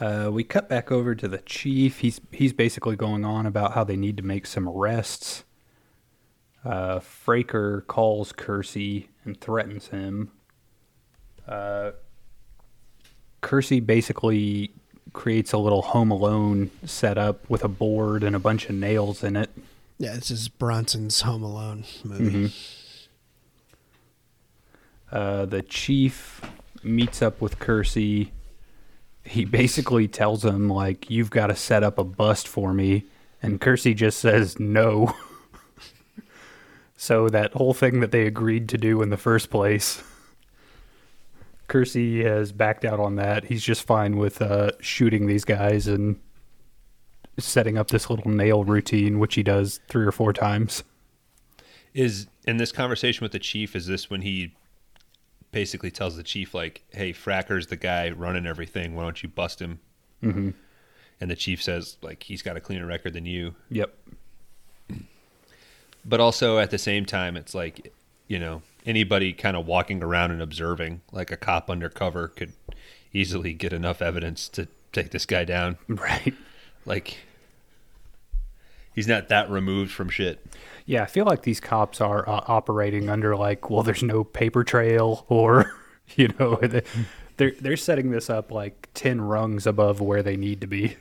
Uh, we cut back over to the chief. He's he's basically going on about how they need to make some arrests. Uh, Fraker calls Kersey and threatens him. Uh, Kersey basically creates a little home alone setup with a board and a bunch of nails in it. Yeah, this is Bronson's Home Alone movie. Mm-hmm. Uh, the chief meets up with Kersey. He basically tells him like, "You've got to set up a bust for me," and Kersey just says no. [LAUGHS] so that whole thing that they agreed to do in the first place, Kersey has backed out on that. He's just fine with uh, shooting these guys and setting up this little nail routine, which he does three or four times. is in this conversation with the chief is this when he basically tells the chief like hey fracker's the guy running everything why don't you bust him Mhm. and the chief says like he's got a cleaner record than you [LAUGHS] Yep. but also at the same time it's like you know anybody kind of walking around and observing like a cop undercover could easily get enough evidence to take this guy down Right. like he's not that removed from shit. Yeah, I feel like these cops are uh, operating under like, well, there's no paper trail, or [LAUGHS] you know, they- they're they're setting this up like ten rungs above where they need to be.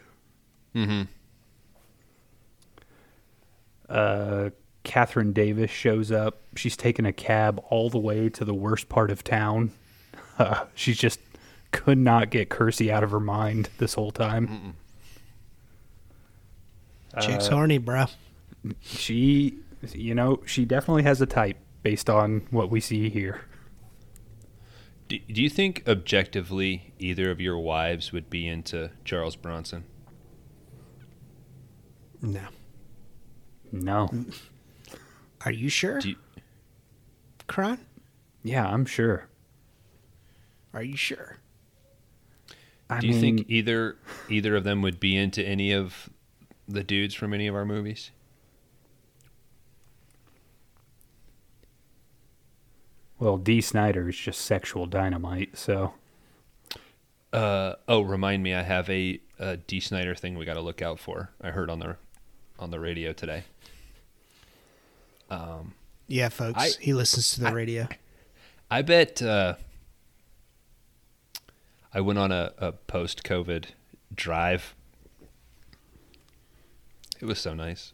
Mm-hmm. Uh, Catherine Davis shows up. She's taken a cab all the way to the worst part of town. [LAUGHS] Uh, she just could not get Kersey out of her mind this whole time. Chick's Uh, horny, bro. She, you know, she definitely has a type based on what we see here. Do, do you think objectively either of your wives would be into Charles Bronson? No. No. Are you sure, Do you, Kron? Yeah, I'm sure. Are you sure? I do you mean, think either either of them would be into any of the dudes from any of our movies? well, D. Snyder is just sexual dynamite, so Uh, oh, remind me, I have a, a D. Snyder thing we got to look out for. I heard on the on the radio today. Yeah, folks. I- he listens to the radio. I bet uh, I went on a, a post COVID drive. It was so nice.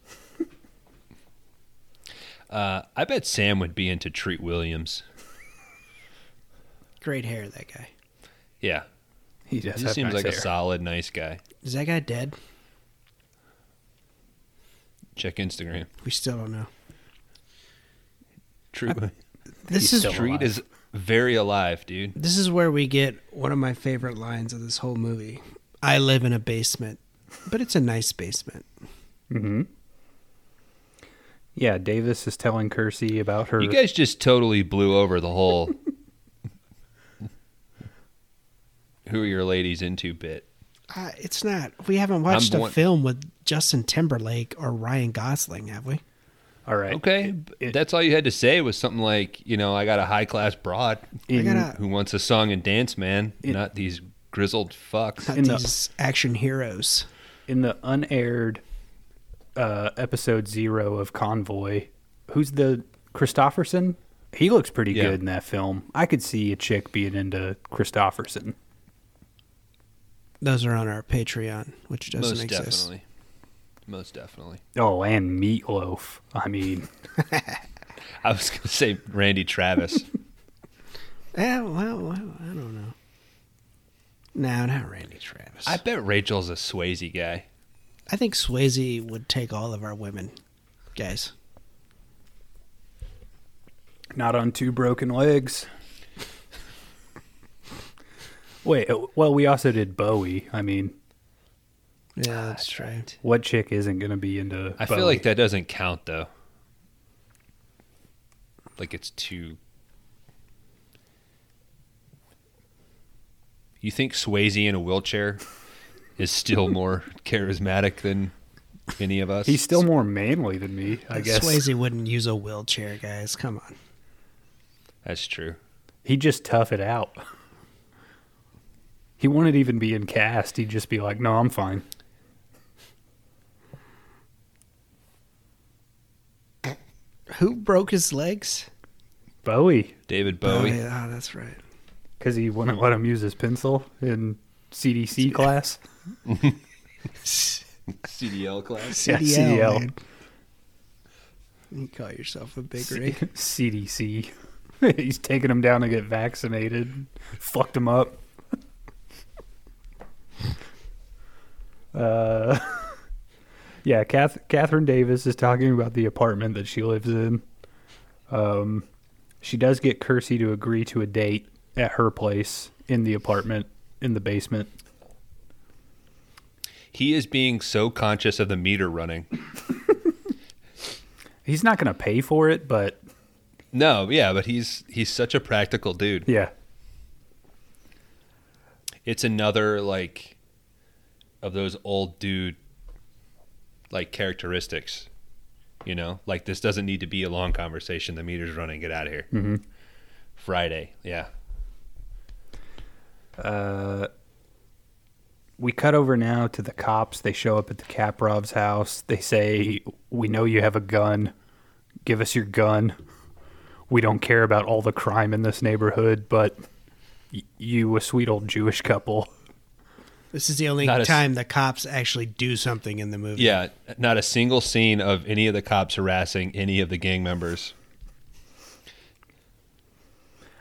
uh, I bet Sam would be into Treat Williams. Great hair, that guy. Yeah, he does he have seems nice like a hair. solid, nice guy. Is that guy dead? Check Instagram. We still don't know. [LAUGHS] Treat, This He's is still alive. Treat is very alive, dude. this is where we get one of my favorite lines of this whole movie. I live in a basement, but it's a nice basement. Yeah, Davis is telling Kersey about her. You guys just totally blew over the whole [LAUGHS] who are your ladies into bit. Uh, it's not. We haven't watched I'm a born- film with Justin Timberlake or Ryan Gosling, have we? All right. Okay, it- that's all you had to say was something like, you know, I got a high class broad In, gotta- who wants a song and dance man, not these grizzled fucks. Not In the- these action heroes. in the unaired uh, episode zero of Convoy, who's the Christofferson? He looks pretty Yeah. good in that film. I could see a chick being into Christofferson. Those are on our Patreon, which doesn't Most exist. definitely, most definitely. Oh, and Meatloaf. I mean, I was gonna say Randy Travis. [LAUGHS] Yeah, well, well, I don't know. No, not Randy Travis. I I, bet Rachel's a Swayze guy. I think Swayze would take all of our women, guys. not on two broken legs. Wait, uh, well, we also did Bowie. I mean, Ah, Yeah, that's true. what chick isn't going to be into? I Bowie? feel like that doesn't count though. Like it's too. You think Swayze in a wheelchair is still more charismatic than any of us? he's still more manly than me. I guess Swayze wouldn't use a wheelchair, guys. Come on. That's true. he'd just tough it out. He wouldn't even be in cast. He'd just be like, "No, I'm fine." Who broke his legs? Bowie, David Bowie. Oh, yeah, oh, that's right. because he wouldn't let him use his pencil in [LAUGHS] CDC class. CDL class. Yeah, CDL. man. You call yourself a eh? big rig. [LAUGHS] CDC. [LAUGHS] he's taking him down to get vaccinated. Fucked him up. [LAUGHS] Uh, [LAUGHS] yeah, Kath- Catherine Davis is talking about the apartment that she lives in. Um, she does get Kersey to agree to a date at her place in the apartment in the basement. He is being so conscious of the meter running. He's not going to pay for it, but No, yeah, but he's he's such a practical dude. yeah, it's another like of those old dude like characteristics you know like this doesn't need to be a long conversation the meter's running get out of here friday yeah we cut over now to the cops. They show up at the Kaprov's house. They say, "We know you have a gun. Give us your gun. We don't care about all the crime in this neighborhood, but y- you, a sweet old Jewish couple, This is the only Not a s- time the cops actually do something in the movie. Yeah, not a single scene of any of the cops harassing any of the gang members.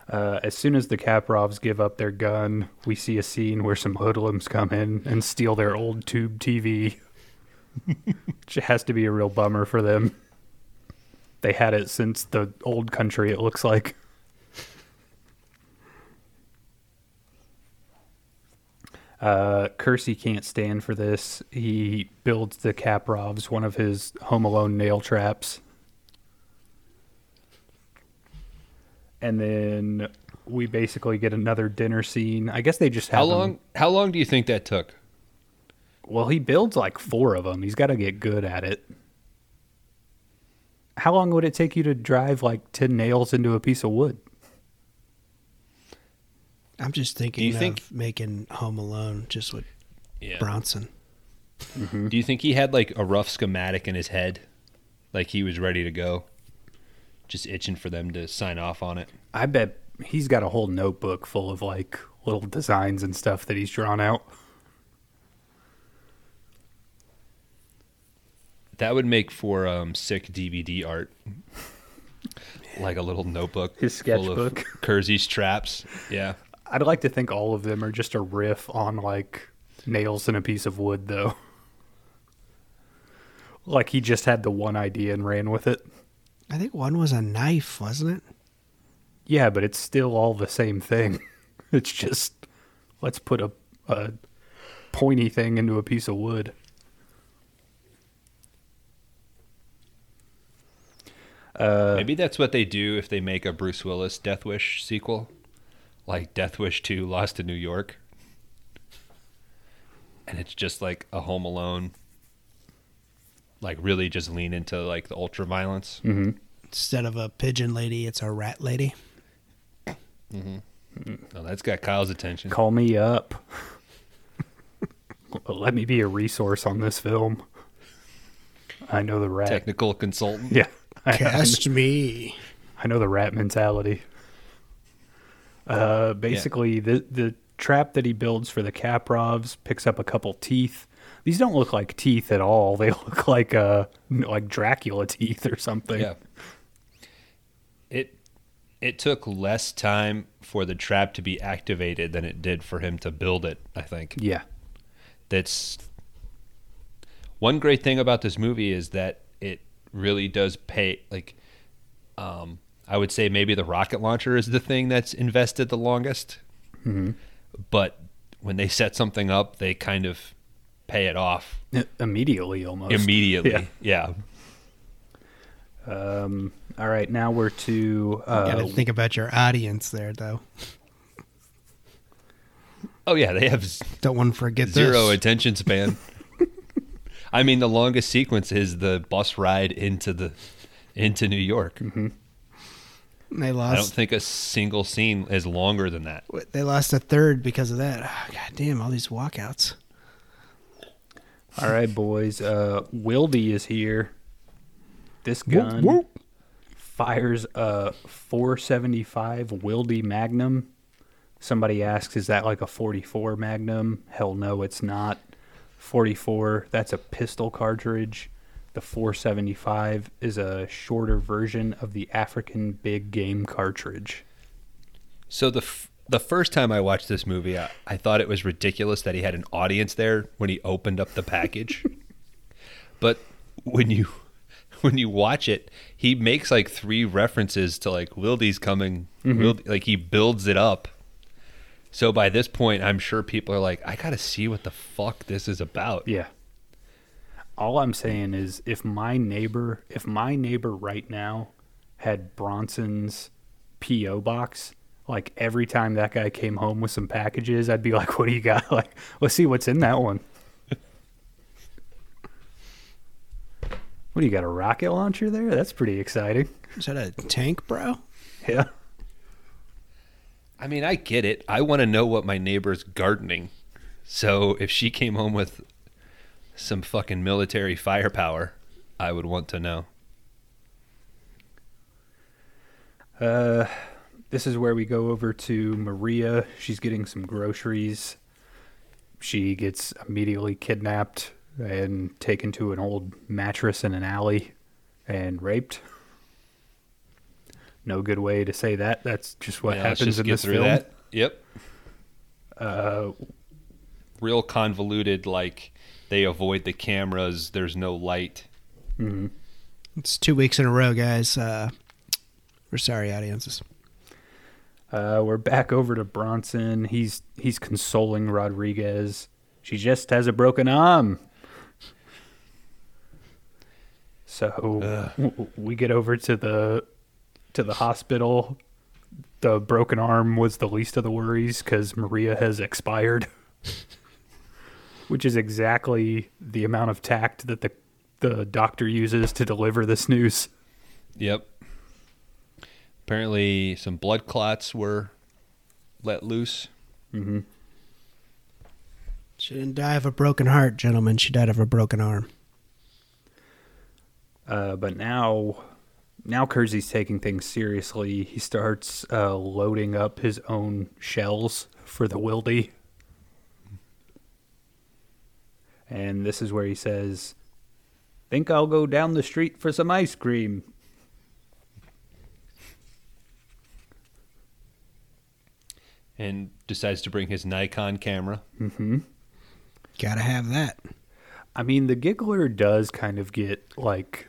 Uh, as soon as the Kaprovs give up their gun, we see a scene where some hoodlums come in and steal their old tube TV, which has to be a real bummer for them. They had it since the old country, it looks like. Uh, Kersey can't stand for this. He builds the Kaprovs one of his Home Alone nail traps. And then we basically get another dinner scene. I guess they just have How them- long? How long do you think that took? Well, he builds like four of them. He's got to get good at it. How long would it take you to drive like 10 nails into a piece of wood? I'm just Do thinking you of think- making Home Alone just with Yeah. Bronson. Do you think he had like a rough schematic in his head, like he was ready to go, just itching for them to sign off on it? I bet he's got a whole notebook full of like little designs and stuff that he's drawn out. That would make for um, sick DVD art, like a little notebook, His full of sketchbook. Kersey's traps. Yeah, I'd like to think all of them are just a riff on like nails in a piece of wood, though. Like he just had the one idea and ran with it. I think one was a knife, wasn't it? Yeah, but it's still all the same thing. [LAUGHS] It's just let's put a, a pointy thing into a piece of wood. Uh, maybe that's what they do if they make a Bruce Willis Death Wish sequel, like Death Wish Two: Lost in New York, and it's just like a Home Alone, like really just lean into like the ultra violence. Instead of a pigeon lady, it's a rat lady. [LAUGHS] Oh, that's got Kyle's attention. Mm-hmm. Call me up. [LAUGHS] Let me be a resource on this film. I know the rat. Technical consultant. yeah, I, Cast me. I know the rat mentality. Uh, basically, the the trap that he builds for the Kaprovs picks up a couple teeth. These don't look like teeth at all. They [LAUGHS] look like uh like Dracula teeth or something. Yeah. It it took less time for the trap to be activated than it did for him to build it, I think. Yeah. That's one great thing about this movie is that it really does pay like um I would say maybe the rocket launcher is the thing that's invested the longest. But when they set something up, they kind of pay it off Immediately, almost. immediately. Yeah. yeah. All right, now we're to. Uh, Gotta think about your audience there, though. Oh yeah, they have Don't want to forget zero this. attention span. I mean, the longest sequence is the bus ride into the into New York. I They don't lost. think a single scene is longer than that. They lost a third because of that. Ah, God damn! All these walkouts. all right, boys. Uh, Wildy is here. This gun fires a 475 Wildy Magnum. Somebody asks, "Is that like a 44 Magnum?" Hell no, it's not. 44. That's a pistol cartridge. The 475 is a shorter version of the African big game cartridge. So the f- the first time I watched this movie, I, I thought it was ridiculous that he had an audience there when he opened up the package. but when you when you watch it, he makes like three references to like Wildy's coming. Wild- like he builds it up. So by this point, I'm sure people are like, I gotta see what the fuck this is about. Yeah. All I'm saying is if my neighbor, if my neighbor right now had Bronson's PO box, like every time that guy came home with some packages, I'd be like, "What do you got? [LAUGHS] Like, let's see what's in that one." what do you got? A rocket launcher there? That's pretty exciting. [LAUGHS] Is that a tank, bro? Yeah. I mean, I get it. I want to know what my neighbor's gardening. So if she came home with some fucking military firepower, I would want to know. Uh, this is where we go over to Maria. She's getting some groceries. She gets immediately kidnapped and taken to an old mattress in an alley and raped. No good way to say that. That's just what Yeah, let's happens just in get this through film. that. Yep. Uh, Real convoluted, like they avoid the cameras. There's no light. mhm. It's two weeks in a row, guys. Uh, we're sorry, audiences. Uh, we're back over to Bronson. He's he's consoling Rodriguez. She just has a broken arm. So w- we get over to the to the hospital. The broken arm was the least of the worries because Maria has expired, [LAUGHS] which is exactly the amount of tact that the the doctor uses to deliver this news. Yep. Apparently, some blood clots were let loose. She didn't die of a broken heart, gentlemen. She died of a broken arm. Uh, but now, now Kersey's taking things seriously. He starts uh, loading up his own shells for the wildy. And this is where he says, Think I'll go down the street for some ice cream. and decides to bring his Nikon camera. Mm-hmm. Gotta have that. I mean, the giggler does kind of get like.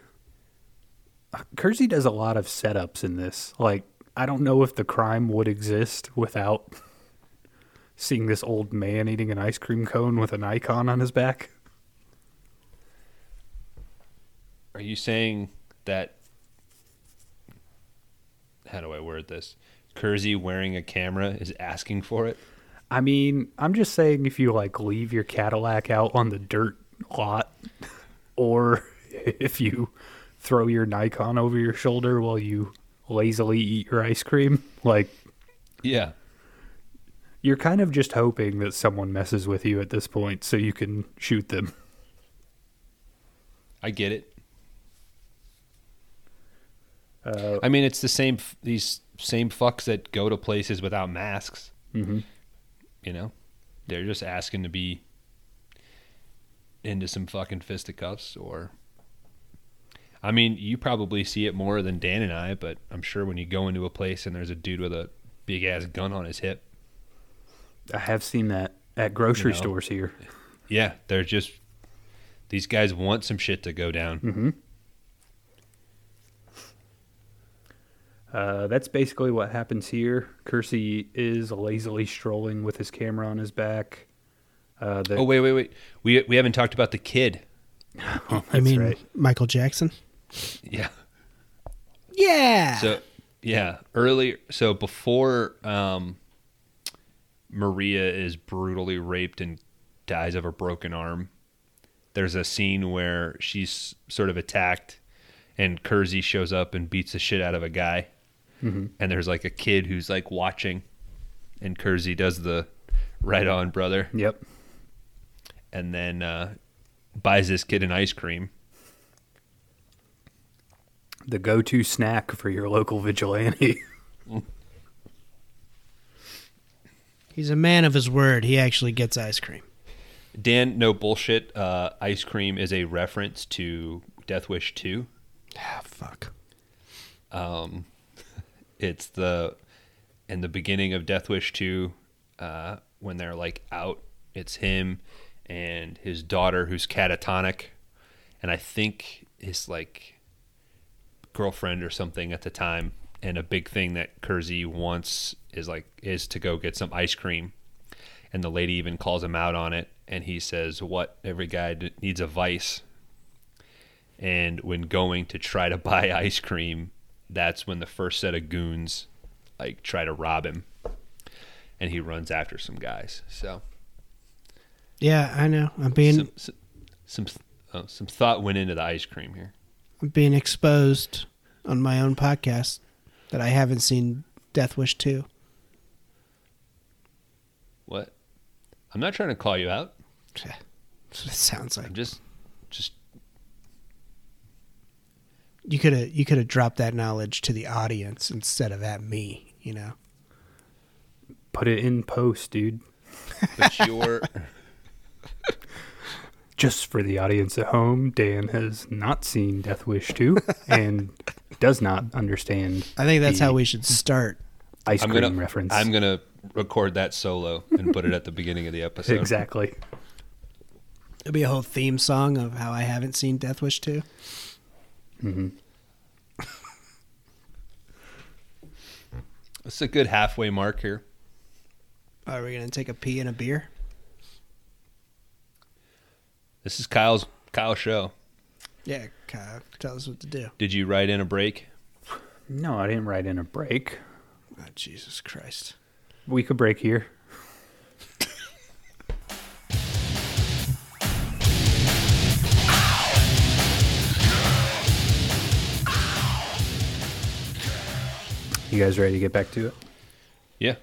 Kersey does a lot of setups in this. Like, I don't know if the crime would exist without seeing this old man eating an ice cream cone with an icon on his back. Are you saying that? How do I word this? Kersey wearing a camera is asking for it. I mean, I'm just saying if you like leave your Cadillac out on the dirt lot or [LAUGHS] if you throw your Nikon over your shoulder while you lazily eat your ice cream, like Yeah, you're kind of just hoping that someone messes with you at this point so you can shoot them. I get it. Uh, I mean, it's the same. f- These same fucks that go to places without masks. Mhm. You know, they're just asking to be into some fucking fisticuffs. Or, I mean, you probably see it more than Dan and I. But I'm sure when you go into a place and there's a dude with a big ass gun on his hip, I have seen that at grocery No. stores here. Yeah, they're just these guys want some shit to go down. Mm-hmm. Uh, that's basically what happens here. Kersey is lazily strolling with his camera on his back. Uh, the, Oh wait, wait, wait. We we haven't talked about the kid. [LAUGHS] I that's mean right. Michael Jackson? Yeah. Yeah. So yeah, earlier. So before um, Maria is brutally raped and dies of a broken arm, there's a scene where she's sort of attacked, and Kersey shows up and beats the shit out of a guy, and there's like a kid who's like watching, and Kersey does the right on brother. Yep. and then uh, buys this kid an ice cream. the go-to snack for your local vigilante. [LAUGHS] He's a man of his word. He actually gets ice cream. Dan, no bullshit. Uh, ice cream is a reference to Death Wish Two. Ah, fuck. It's the in the beginning of Death Wish Two uh, when they're like out. It's him and his daughter who's catatonic, and I think his like girlfriend or something at the time. And a big thing that Kersey wants is like is to go get some ice cream. and the lady even calls him out on it and he says what every guy d- needs a vice and when going to try to [LAUGHS] buy ice cream that's when the first set of goons like try to rob him and he runs after some guys so Yeah, I know. I'm being some some some, oh, some thought went into the ice cream here I'm being exposed on my own podcast that I haven't seen Death Wish 2. what I'm not trying to call you out. That's what it sounds like. I'm just, just You could have you could have dropped that knowledge to the audience instead of at me. You know. Put it in post, dude. but you're Just for the audience at home, Dan has not seen Death Wish [LAUGHS] 2 and does not understand I think that's The- how we should start. ice I'm cream gonna reference. I'm gonna record that solo and put it at the beginning of the episode. exactly. It'll be a whole theme song of how I haven't seen Death Wish two. It's a good halfway mark here. Are we gonna take a pee and a beer? This is Kyle's Kyle show. Yeah, Kyle, tell us what to do. Did you write in a break? No, I didn't write in a break. Oh, Jesus Christ. We could break here. You guys ready to get back to it? Yeah.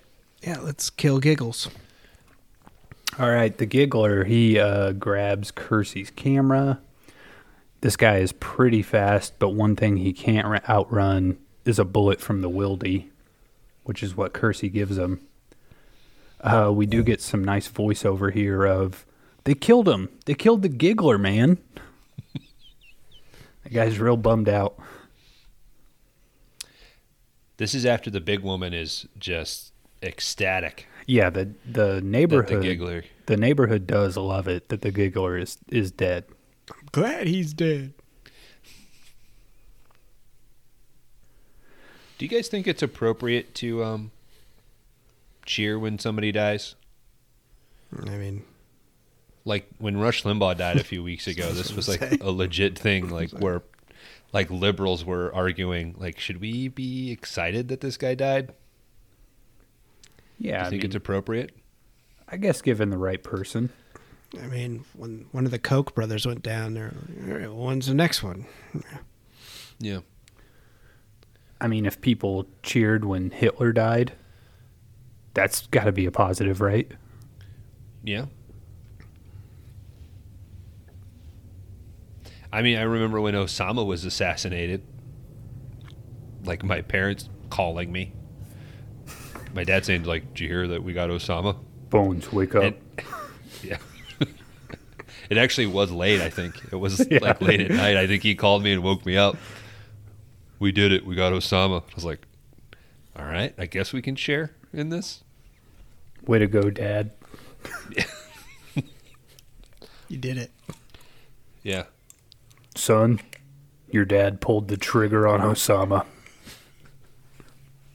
Yeah, let's kill giggles. All right, the giggler, he uh, grabs Kersey's camera. This guy is pretty fast, but one thing he can't ra- outrun is a bullet from the Wildy, which is what Kersey gives him. Uh, we do get some nice voiceover here of, they killed him. They killed the giggler, man. [LAUGHS] that guy's real bummed out. This is after the big woman is just ecstatic Yeah, the, the that the neighborhood giggler. the neighborhood does love it that the giggler is, is dead. Glad he's dead. Do you guys think it's appropriate to um cheer when somebody dies? I mean, Like when Rush Limbaugh died a few weeks ago, this was like a legit thing like where like liberals were arguing like should we be excited that this guy died? Do Yeah, you I, think mean, it's appropriate? I guess given the right person. I mean, when one of the Koch brothers went down, there, all right, well, when's the next one? Yeah. I mean, if people cheered when Hitler died, that's got to be a positive, right? Yeah. I mean, I remember when Osama was assassinated. Like my parents calling me. My dad saying, "Like, did you hear that we got Osama?" Bones, wake up. And- yeah. [LAUGHS] it actually was late. I think it was [LAUGHS] Yeah. like late at night. I think he called me and woke me up. We did it. We got Osama. I was like, "All right, I guess we can share in this." Way to go, Dad. You did it. Yeah. Son, your dad pulled the trigger on Osama.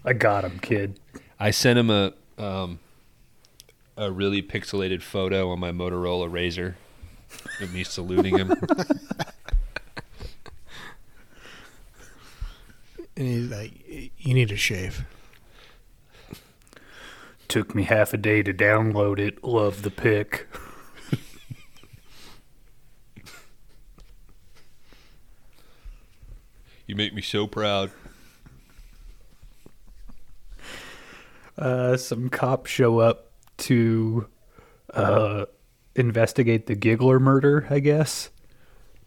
I got him, kid. I sent him a um, a really pixelated photo on my Motorola Razor of me [LAUGHS] saluting him. And he's like, you need a shave. Took me half a day to download it. Love the pic. you make me so proud. Uh, some cops show up to uh, investigate the Giggler murder, I guess.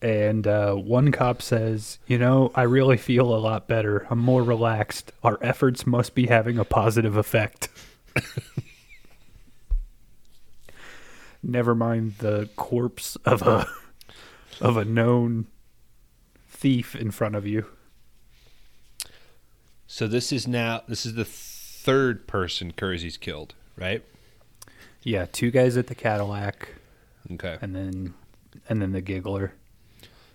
And uh, one cop says, You know, I really feel a lot better. I'm more relaxed. Our efforts must be having a positive effect. [LAUGHS] Never mind the corpse of a of a known thief in front of you. So this is now this is the third person Kersey's killed, right? Yeah, two guys at the Cadillac, Okay. and then and then the giggler.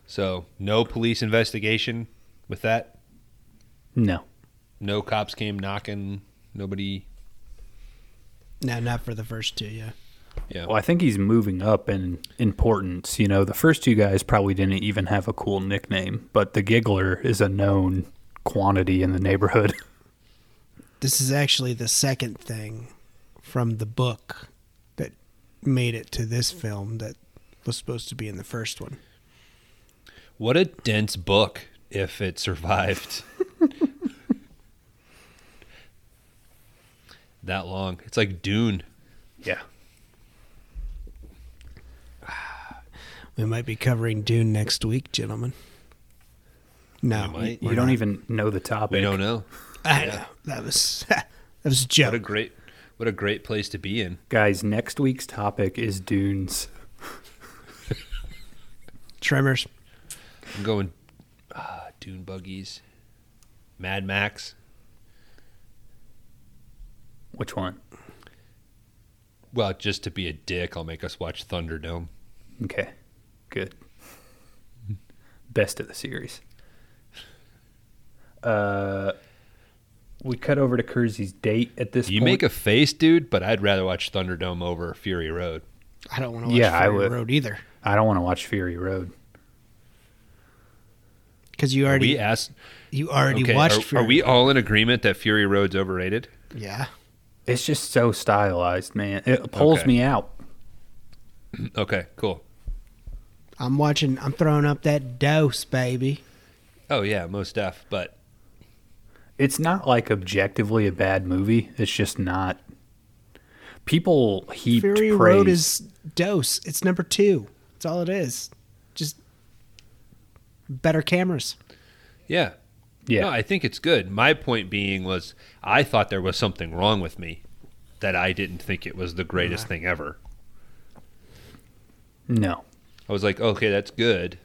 So no police investigation with that. No, No cops came knocking. Nobody. No, not for the first two, yeah. Yeah. Well, I think he's moving up in importance. You know, the first two guys probably didn't even have a cool nickname, but the Giggler is a known quantity in the neighborhood. [LAUGHS] This is actually the second thing from the book that made it to this film that was supposed to be in the first one. What a dense book if it survived [LAUGHS] that long. It's like Dune. Yeah. We might be covering Dune next week, gentlemen. No, We might. You we're don't not. even know the topic. We don't know. I know that was [LAUGHS] that was a What a joke. great, what a great place to be in. Guys, next week's topic is dunes. Tremors. I'm going uh, Dune buggies, Mad Max. Which one? Well, just to be a dick, I'll make us watch Thunderdome. Okay. Good. Best of the series. Uh we cut over to Kersey's date at this You point. make a face, dude, but I'd rather watch Thunderdome over Fury Road. I don't want to watch Yeah, I Fury would- Road either I don't want to watch Fury Road. because you Are already we asked. you already Okay, watched. are, Fury are we Road. all in agreement that Fury Road's overrated? Yeah, It's just so stylized, man. It pulls Okay. me out. Okay, cool. I'm watching. I'm throwing up that dose, baby. Oh yeah, most def. But It's not like objectively a bad movie. It's just not. People heaped Fury praise. Road is dose. It's number two. That's all it is. Just better cameras. yeah, yeah. No, I think it's good. My point being was I thought there was something wrong with me that I didn't think it was the greatest thing ever. no. I was like, okay, that's good,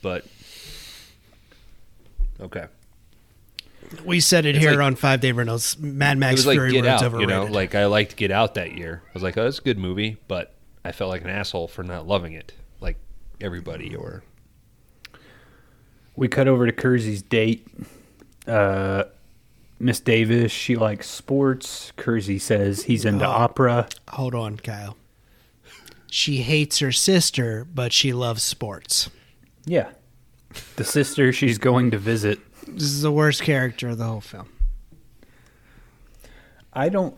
but okay. We said it It's here like- on Five Day Rentals. Mad It Max was like Fury Get Out, Road's overrated. you know. Like I liked Get Out that year. I was like, oh, that's a good movie, but I felt like an asshole for not loving it, like everybody. Or We cut over to Kersey's date. Uh, Miss Davis, she likes sports. Kersey says he's into Oh. opera. Hold on, Kyle. She hates her sister, but she loves sports. Yeah. The sister she's going to visit. This is the worst character of the whole film. I don't.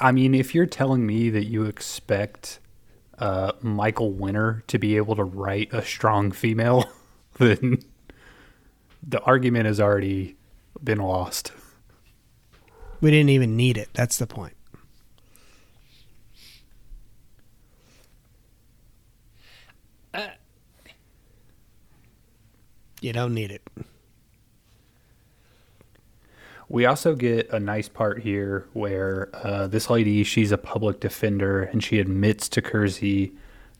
I mean, if you're telling me that you expect uh, Michael Winner to be able to write a strong female, [LAUGHS] then the argument has already been lost. We didn't even need it. That's the point. you don't need it. We also get a nice part here where uh, this lady, she's a public defender, and she admits to Kersey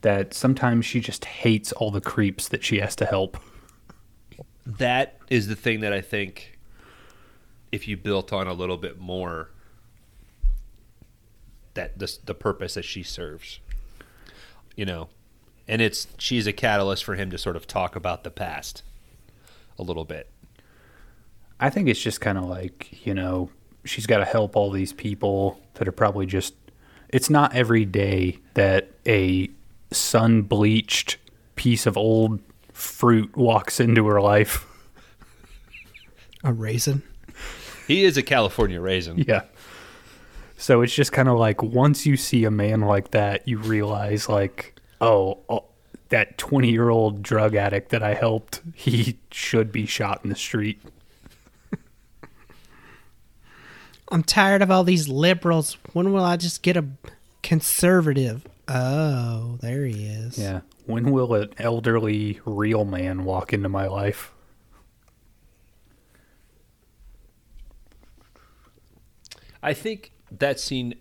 that sometimes she just hates all the creeps that she has to help. that is the thing that I think, if you built on a little bit more, that the the purpose that she serves, you know, and it's she's a catalyst for him to sort of talk about the past, a little bit. I think it's just kind of like, you know, she's got to help all these people that are probably just. It's not every day that a sun bleached piece of old fruit walks into her life. [LAUGHS] A raisin? He is a California raisin. Yeah. So it's just kind of like once you see a man like that, you realize like, oh, oh, that 20-year-old drug addict that I helped, he should be shot in the street. I'm tired of all these liberals. When will I just get a conservative? Oh, there he is. Yeah. When will an elderly real man walk into my life? I think that scene,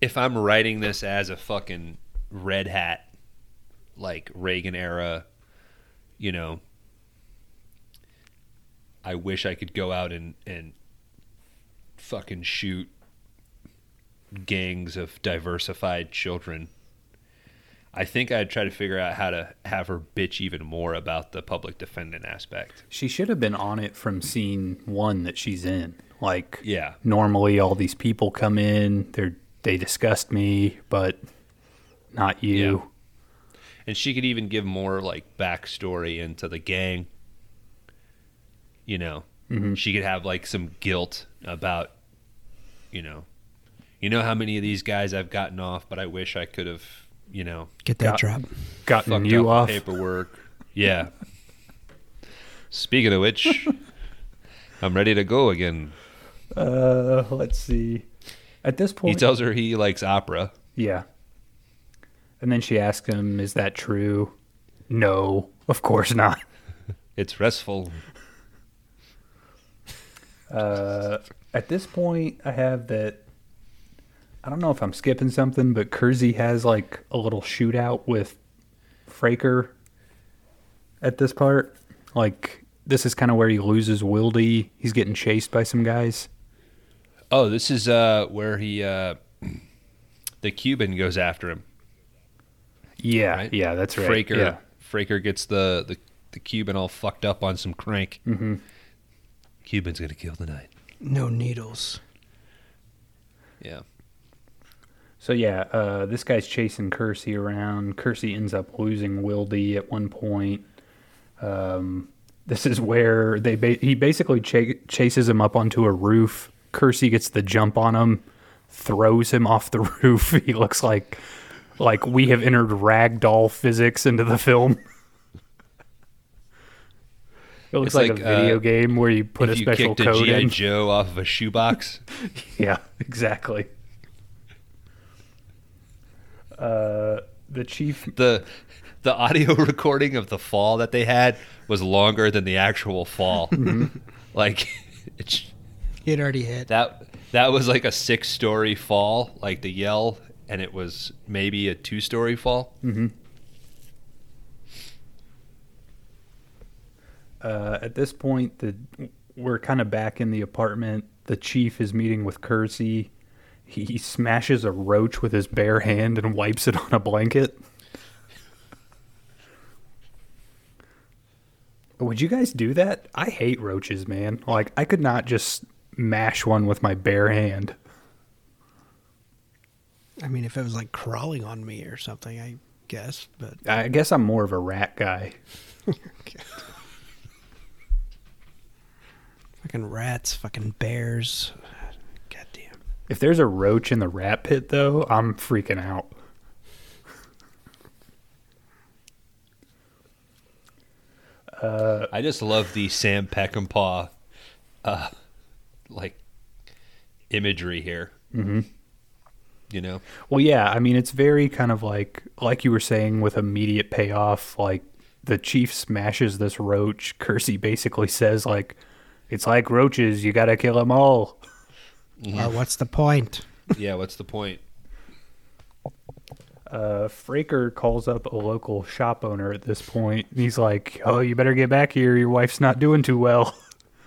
if I'm writing this as a fucking red hat, like Reagan era, you know, I wish I could go out and, and fucking shoot gangs of diversified children. I think I'd try to figure out how to have her bitch even more about the public defendant aspect. She should have been on it from scene 1 that she's in. Like Yeah. normally all these people come in, they're they disgust me, but not you. Yeah. and she could even give more like backstory into the gang. You know, Mm-hmm. she could have like some guilt about, you know, you know how many of these guys I've gotten off, but I wish I could have, you know, Get that Got- drop. Gotten fucked you up off. the paperwork. Yeah. Speaking [LAUGHS] of which, I'm ready to go again. Uh, let's see. At this He point, tells her he likes opera. yeah. And then she asks him, "Is that true?" No, of course not. It's restful. Uh, at this point, I have that. I don't know if I'm skipping something, but Kersey has like a little shootout with Fraker at this part. Like, this is kind of where he loses Wildy. He's getting chased by some guys. Oh, this is uh, where he, uh, [CLEARS THROAT] the Cuban goes after him. Yeah, Right? yeah, that's right. Fraker, Yeah. Fraker gets the, the the Cuban all fucked up on some crank. Mhm. Cuban's gonna kill tonight. No needles. Yeah. So yeah, uh, this guy's chasing Kersey around. Kersey ends up losing Wildy at one point. Um, this is where they ba- he basically cha- chases him up onto a roof. Kersey gets the jump on him, throws him off the [LAUGHS] roof. he looks like like we have entered ragdoll physics into the film. [LAUGHS] It looks It's like, like, a video uh, game where you put a if you special kicked a code GI in. Joe off of a shoebox, [LAUGHS] Yeah, [LAUGHS] exactly. Uh, the chief. the the audio [LAUGHS] recording of the fall that they had was longer than the [LAUGHS] actual fall. Mm-hmm. [LAUGHS] like it's He had already hit. that that was like a six story fall, like the yell, and it was maybe a two story fall. Uh, at this point, the we're kind of back in the apartment. The chief is meeting with Kersey. He, he smashes a roach with his bare hand and wipes it on a blanket. Would you guys do that? I hate roaches, man. Like I could not just mash one with my bare hand. I mean, if it was like crawling on me or something, I guess. But I guess I'm more of a rat guy. fucking rats, fucking bears. Goddamn. If there's a roach in the rat pit, though, I'm freaking out. I just love the Sam Peckinpah, uh, like imagery here. Mm-hmm. You know, Well, yeah, I mean, it's very kind of like, like you were saying, with immediate payoff. Like the chief smashes this roach. [LAUGHS] Kersey basically says, like, it's like roaches. You gotta kill them all. Mm-hmm. Or what's the point? yeah. What's the point? Uh, Fraker calls up a local shop owner at this point, and he's like, "Oh, you better get back here. Your wife's not doing too well.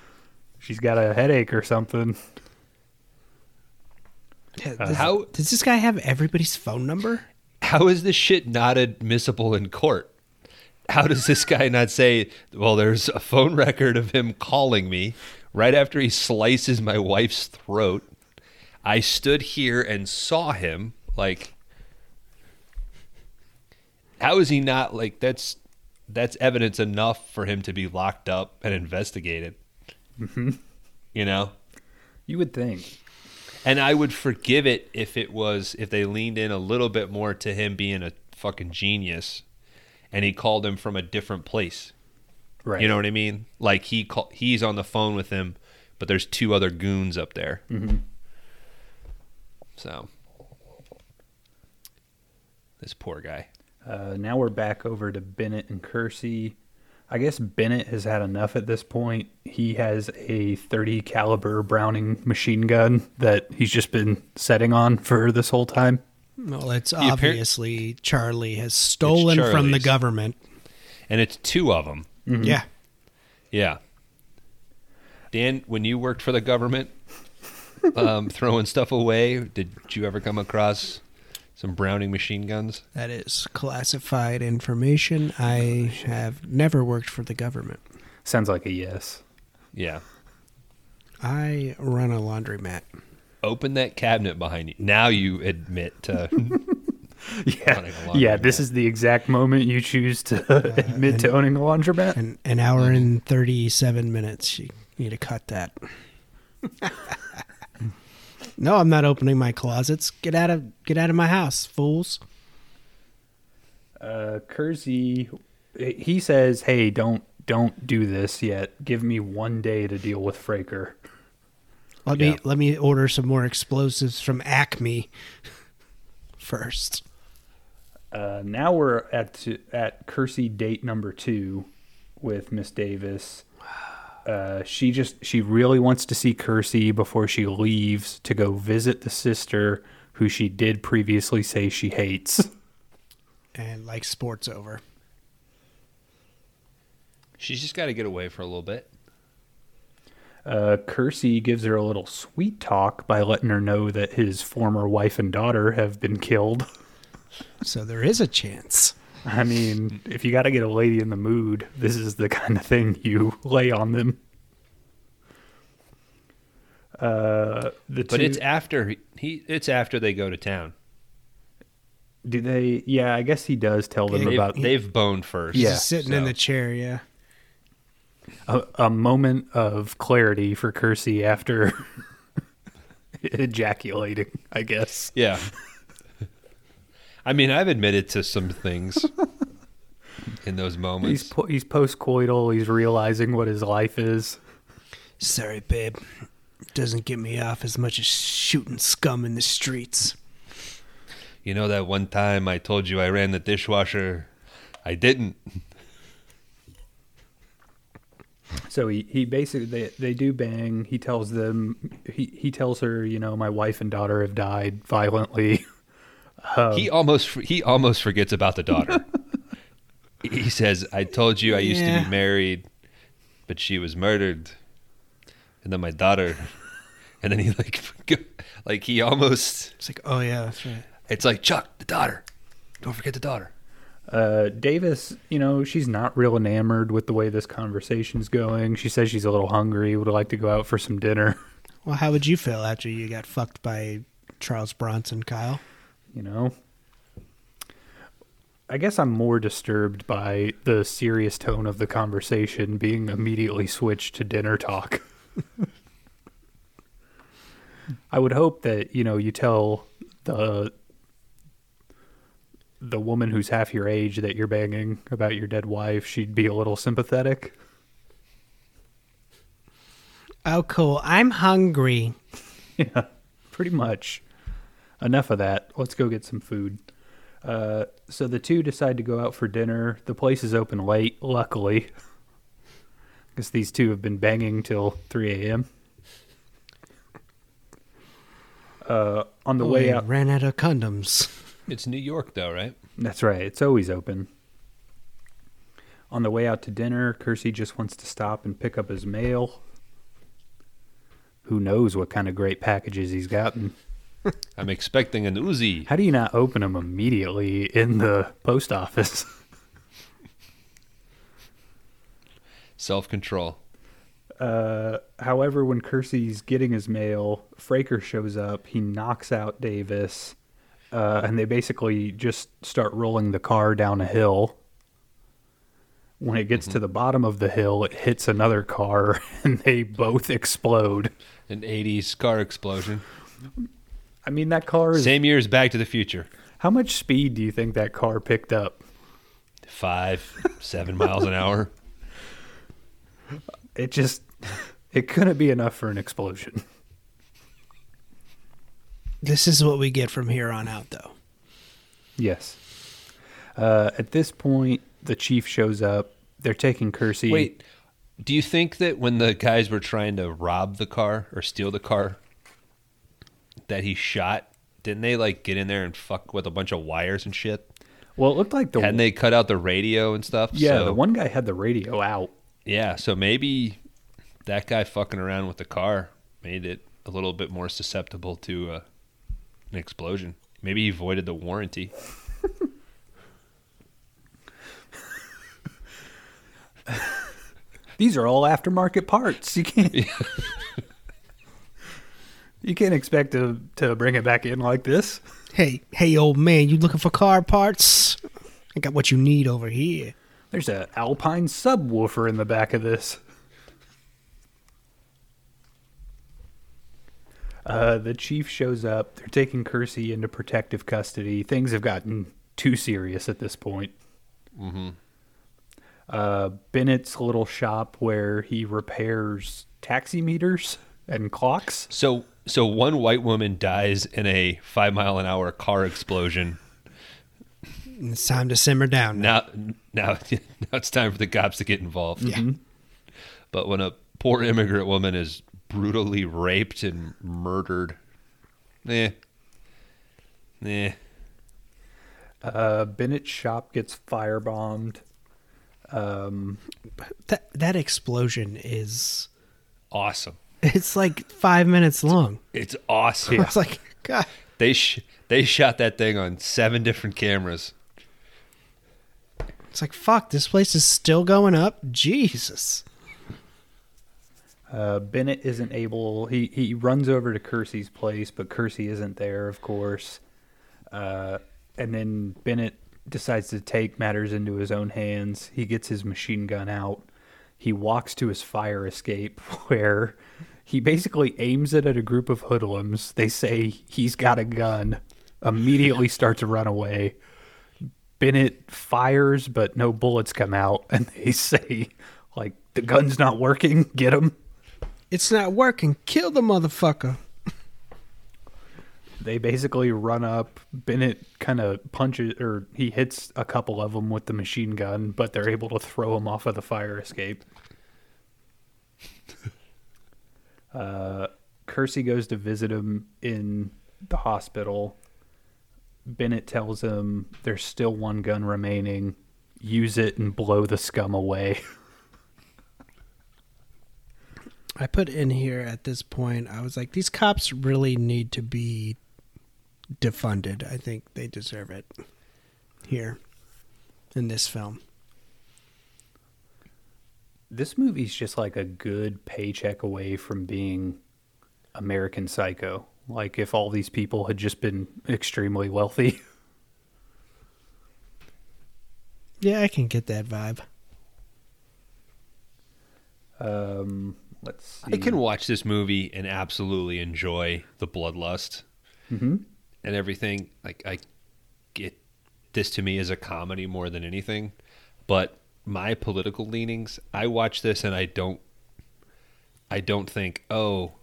[LAUGHS] She's got a headache or something." Yeah, does, Uh, How- does this guy have everybody's phone number? How is this shit not admissible in court? How does this guy not say, well, there's a phone record of him calling me right after he slices my wife's throat? I stood here and saw him. Like, how is he not like that's that's evidence enough for him to be locked up and investigated? You know, You would think. and I would forgive it if it was if they leaned in a little bit more to him being a fucking genius and he called him from a different place. Right. You know what I mean? Like he call, he's on the phone with him, but there's two other goons up there. So this poor guy. Uh, now we're back over to Bennett and Kersey. I guess Bennett has had enough at this point. He has a 30 caliber Browning machine gun that he's just been setting on for this whole time. Well, it's appar- obviously Charlie has stolen from the Charlie's. Mm-hmm. government. And it's two of them. Yeah. Yeah. Dan, when you worked for the government, [LAUGHS] um, throwing stuff away, did you ever come across some Browning machine guns? That is classified information. I have never worked for the government. Sounds like a [LAUGHS] yes. Yeah. I run a laundromat. Open that cabinet behind you. Now you [LAUGHS] admit to. Yeah. Running a laundromat. Yeah, this is the exact moment you choose to [LAUGHS] admit to owning a laundromat. An, an Mm-hmm. hour and 37 minutes. You need to [LAUGHS] cut that. no, I'm not opening my closets. Get out of get out of my house, fools. Uh, Kersey, he says, "Hey, don't don't do this yet. Give me one day to deal with Fraker." Let Yeah. me let me [LAUGHS] order some more explosives from Acme first. Uh, now we're at to, at Kersey date number two with Miss Davis. Uh, she just she really wants to see Kersey before she leaves to go visit the sister who she did previously say she hates. and like sports over. She's just got to get away for a little bit. Uh, Kersey gives her a little sweet talk by letting her know that his former wife and daughter have been killed. So there is a chance. I mean, if you got to get a lady in the mood, this is the kind of thing you [LAUGHS] lay on them. Uh, the But two, it's after he- he. It's after they go to town. do they? Yeah, I guess he does tell them They've, about they've boned first. He's Yeah. just sitting in so- the chair, yeah. a, a moment of clarity for Kersey after [LAUGHS] ejaculating. I guess. Yeah. [LAUGHS] I mean, I've admitted to some things [LAUGHS] in those He's moments. po- he's postcoital. He's realizing what his life is. Sorry, babe. Doesn't get me off as much as shooting scum in the streets. You know that one time I told you I ran the dishwasher? I didn't. So he, he basically they, they do bang. He tells them he, he tells her, you know, my wife and daughter have died violently. [LAUGHS] he almost he almost forgets about the daughter. he says, "I told you I used to Yeah. be married, but she was murdered, and then my daughter." [LAUGHS] And then he like [LAUGHS] like he almost It's like, oh yeah, that's right. it's like Chuck the daughter. Don't forget the daughter. Uh, Davis, you know, she's not real enamored with the way this conversation's going. She says she's a little hungry, would like to go out for some dinner. [LAUGHS] Well, how would you feel after you got fucked by Charles Bronson, Kyle? You know, I guess I'm more disturbed by the serious tone of the conversation being immediately switched to dinner talk. [LAUGHS] I would hope that you know you tell the the woman who's half your age that you're banging about your dead wife, she'd be a little sympathetic. Oh, cool. I'm hungry. [LAUGHS] yeah, pretty much. Enough of that. Let's go get some food. Uh, so the two decide to go out for dinner. The place is open late, luckily. [LAUGHS] Because these two have been banging till 3 a.m. Uh, on the Oh, way we out, ran out of condoms. It's New York though, right? that's right. It's always open. On the way out to dinner, Kersey just wants to stop and pick up his mail. Who knows what kind of great packages he's gotten? I'm expecting an Uzi. How do you not open them immediately in the post office? [LAUGHS] Self control. Uh, however, when Kersey's getting his mail, Fraker shows up. He knocks out Davis, uh, and they basically just start rolling the car down a hill. When it gets to the bottom of the hill, it hits another car, [LAUGHS] and they both explode. An 80s car explosion. I mean, that car is. Same year as Back to the Future. How much speed do you think that car picked up? Five, seven miles an hour. it just [LAUGHS] it couldn't be enough for an explosion. This is what we get from here on out, though. Yes. Uh, at this point, the chief shows up. They're taking Kersey. Wait, do you think that when the guys were trying to rob the car or steal the car that he shot, didn't they like get in there and fuck with a bunch of wires and shit? Well, it looked like the Hadn't they cut out the radio and stuff? yeah So- the one guy had the radio out. Yeah, so maybe that guy fucking around with the car made it a little bit more susceptible to uh, an explosion. Maybe he voided the warranty. These are all aftermarket parts. You can't [LAUGHS] you can't expect to to bring it back in like this. Hey, hey, old man, you looking for car parts? I got what you need over here. There's a Alpine subwoofer in the back of this. Uh, the chief shows up. They're taking Kersey into protective custody. Things have gotten too serious at this point. Mm-hmm. Uh, Bennett's little shop where he repairs taxi meters and clocks. So so one white woman dies in a five mile an hour car explosion. It's time to simmer down. Now. Now, now, [LAUGHS] now it's time for the cops to get involved. Yeah. But when a poor immigrant woman is brutally raped and murdered, eh, eh, Uh, Bennett's shop gets firebombed. Um, That that explosion is awesome. it's like five minutes long. [LAUGHS] It's awesome. I was like, God, They sh- they shot that thing on seven different cameras. it's like fuck. This place is still going up. Jesus. uh, Bennett isn't able. He he runs over to Kersey's place, but Kersey isn't there, of course. Uh, and then Bennett decides to take matters into his own hands. He gets his machine gun out. He walks to his fire escape, [LAUGHS] where he basically aims it at a group of hoodlums. They say he's got a gun. Immediately starts to run away. Bennett fires, but no bullets come out, [LAUGHS] and they say, like, the gun's not working. Get him. It's not working. Kill the motherfucker. they basically run up. Bennett kind of punches or he hits a couple of them with the machine gun, but they're able to throw him off of the fire escape. uh, Kersey goes to visit him in the hospital. Bennett tells him there's still one gun remaining. Use it and blow the scum away. [LAUGHS] I put in here at this point, I was like, these cops really need to be defunded. I think they deserve it here in this film. this movie's just like a good paycheck away from being American Psycho. Like if all these people had just been extremely wealthy. [LAUGHS] Yeah, I can get that vibe. Um, let's see. I can watch this movie and absolutely enjoy the bloodlust Mhm. and everything. Like I get this to me as a comedy more than anything, but my political leanings, I watch this and I don't I don't think, "Oh,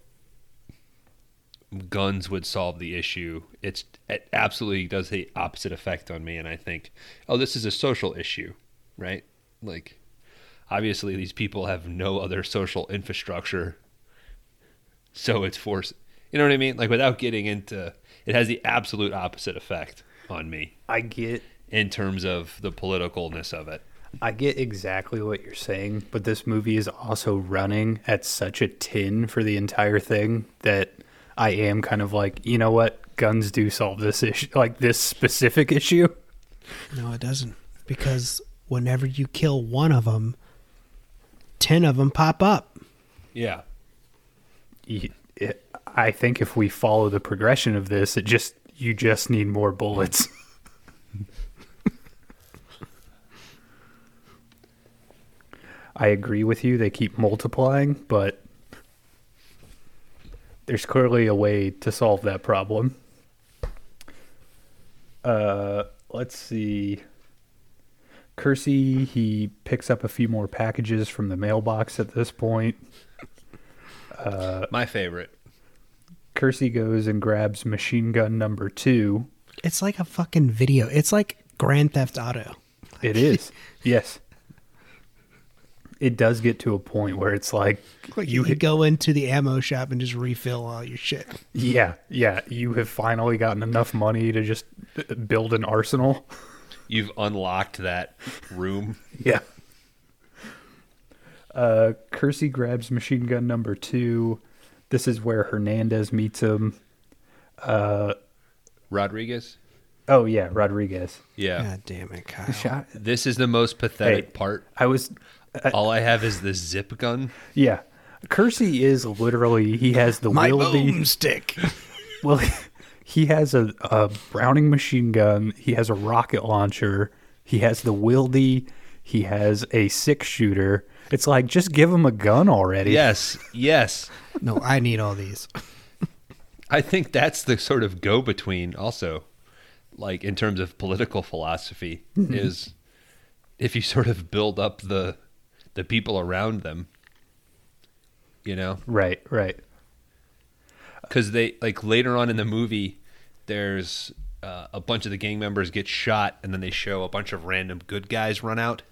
guns would solve the issue." It's it absolutely does the opposite effect on me and I think, "Oh, this is a social issue." Right? Like obviously these people have no other social infrastructure so it's forced you know what i mean like without getting into it has the absolute opposite effect on me I get in terms of the politicalness of it I get exactly what you're saying, but this movie is also running at such a tin for the entire thing that I am kind of like, you know what? Guns do solve this issue, like this specific [LAUGHS] issue. No, it doesn't. Because whenever you kill one of them, 10 of them pop up. yeah y- it- I think if we follow the progression of this, it just you just need more bullets. [LAUGHS] I agree with you. They keep multiplying, but there's clearly a way to solve that problem. Uh, let's see. Kersey, he picks up a few more packages from the mailbox at this point. Uh, my favorite Kersey goes and grabs machine gun number two. It's like a fucking video. It's like Grand Theft Auto. It is. yes. It does get to a point where it's like, You could go into the ammo shop and just refill all your shit. yeah, yeah, you have finally gotten enough money to just uh, build an arsenal. [LAUGHS] you've unlocked that room Yeah. Uh, Kersey grabs machine gun number two. This is where Hernandez meets him. rodriguez Oh, yeah, Rodriguez. yeah God damn it, Kyle. Shot. this is the most pathetic Hey. part I was all i have is this zip gun Yeah. Kersey is literally he has the My will the boomstick. [LAUGHS] well [LAUGHS] he has a, a Browning machine gun, he has a rocket launcher, he has the wildy, he has a six shooter. It's like just give him a gun already. yes yes no, I need all these. I think that's the sort of go between also like in terms of political philosophy is if you sort of build up the the people around them you know Right, right. cuz they like later on in the movie there's uh, a bunch of the gang members get shot, and then they show a bunch of random good guys run out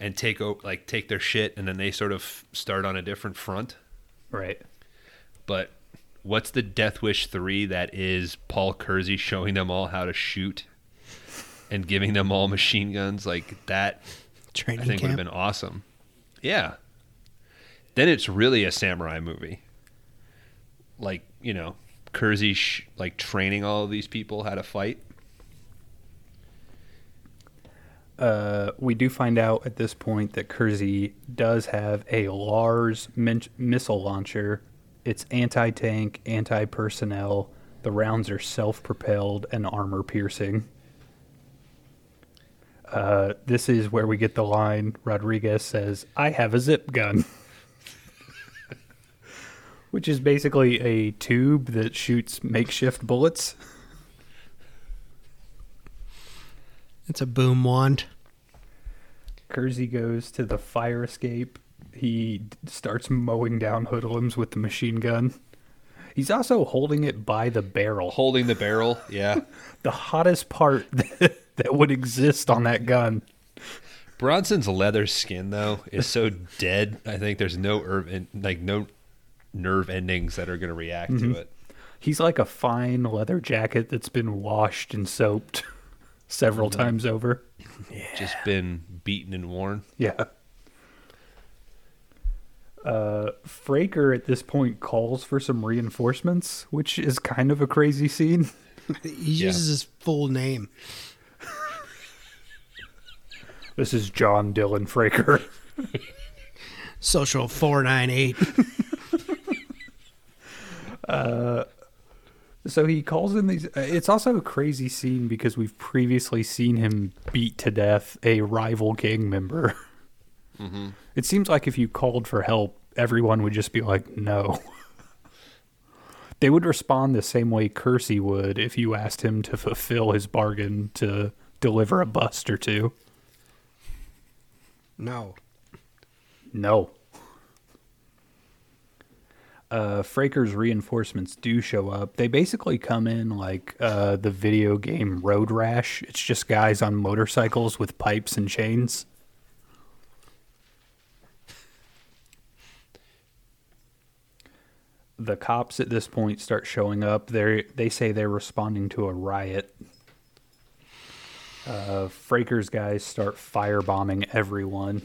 and take o- like take their shit, and then they sort of start on a different front. Right. But what's the Death Wish three that is Paul Kersey showing them all how to shoot and giving them all machine guns like that? I Training think would have camp. been awesome. Yeah. Then it's really a samurai movie. Like, you know, Kersey sh- like training all of these people how to fight. Uh, we do find out at this point that Kersey does have a Lars min- missile launcher. It's anti tank, anti personnel. The rounds are self propelled and armor piercing. Uh, this is where we get the line Rodriguez says, I have a zip gun. [LAUGHS] Which is basically a tube that shoots makeshift bullets. It's a boom wand. Kersey goes to the fire escape. He d- starts mowing down hoodlums with the machine gun. He's also holding it by the barrel. Holding the [LAUGHS] barrel. Yeah. The hottest part [LAUGHS] that, that would exist on that gun. Bronson's leather skin though is so dead. I think there's no erv- en- like no nerve endings that are going to react Mm-hmm. to it. He's like a fine leather jacket that's been washed and soaped [LAUGHS] several times over. Just been beaten and worn. Yeah. Uh, Fraker at this point calls for some reinforcements, which is kind of a crazy scene. [LAUGHS] He uses his full name. This is John Dylan Fraker. [LAUGHS] Social 498. So he calls in these. uh, It's also a crazy scene because we've previously seen him beat to death a rival gang member. It seems like if you called for help, everyone would just be like, no. they would respond the same way Kersey would if you asked him to fulfill his bargain to deliver a bust or two. no. No. Uh, Fraker's reinforcements do show up. They basically come in like uh, the video game Road Rash. It's just guys on motorcycles with pipes and chains. The cops at this point start showing up. They they say they're responding to a riot. Uh, Fraker's guys start firebombing everyone.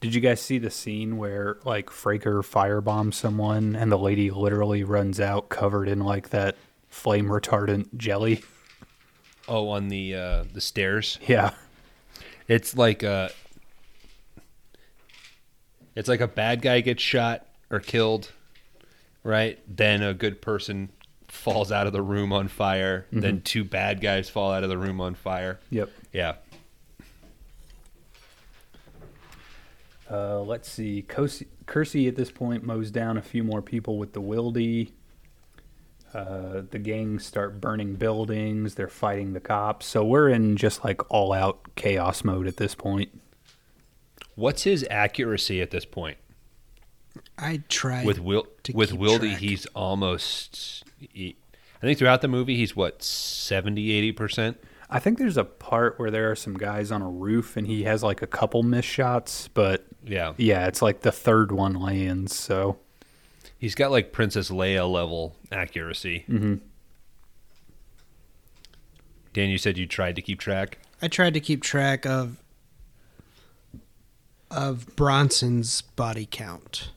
Did you guys see the scene where like Fraker firebombs someone and the lady literally runs out covered in like that flame retardant jelly? [LAUGHS] Oh, on the uh, the stairs. Yeah. It's like a it's like a bad guy gets shot or killed, right? Then a good person falls out of the room on fire. Then two bad guys fall out of the room on fire. Yep. Yeah. Uh, let's see. Cos- Kersey at this point mows down a few more people with the wildy. Uh, the gangs start burning buildings. They're fighting the cops. So we're in just like all out chaos mode at this point. What's his accuracy at this point? I tried. With Wil- to with keep Wildy, track. he's almost he- I think throughout the movie he's what 70 80%. I think there's a part where there are some guys on a roof and he has like a couple missed shots, but Yeah. Yeah, it's like the third one lands, so He's got like Princess Leia level accuracy. Mm-hmm. Dan, you said you tried to keep track. I tried to keep track of of Bronson's body count.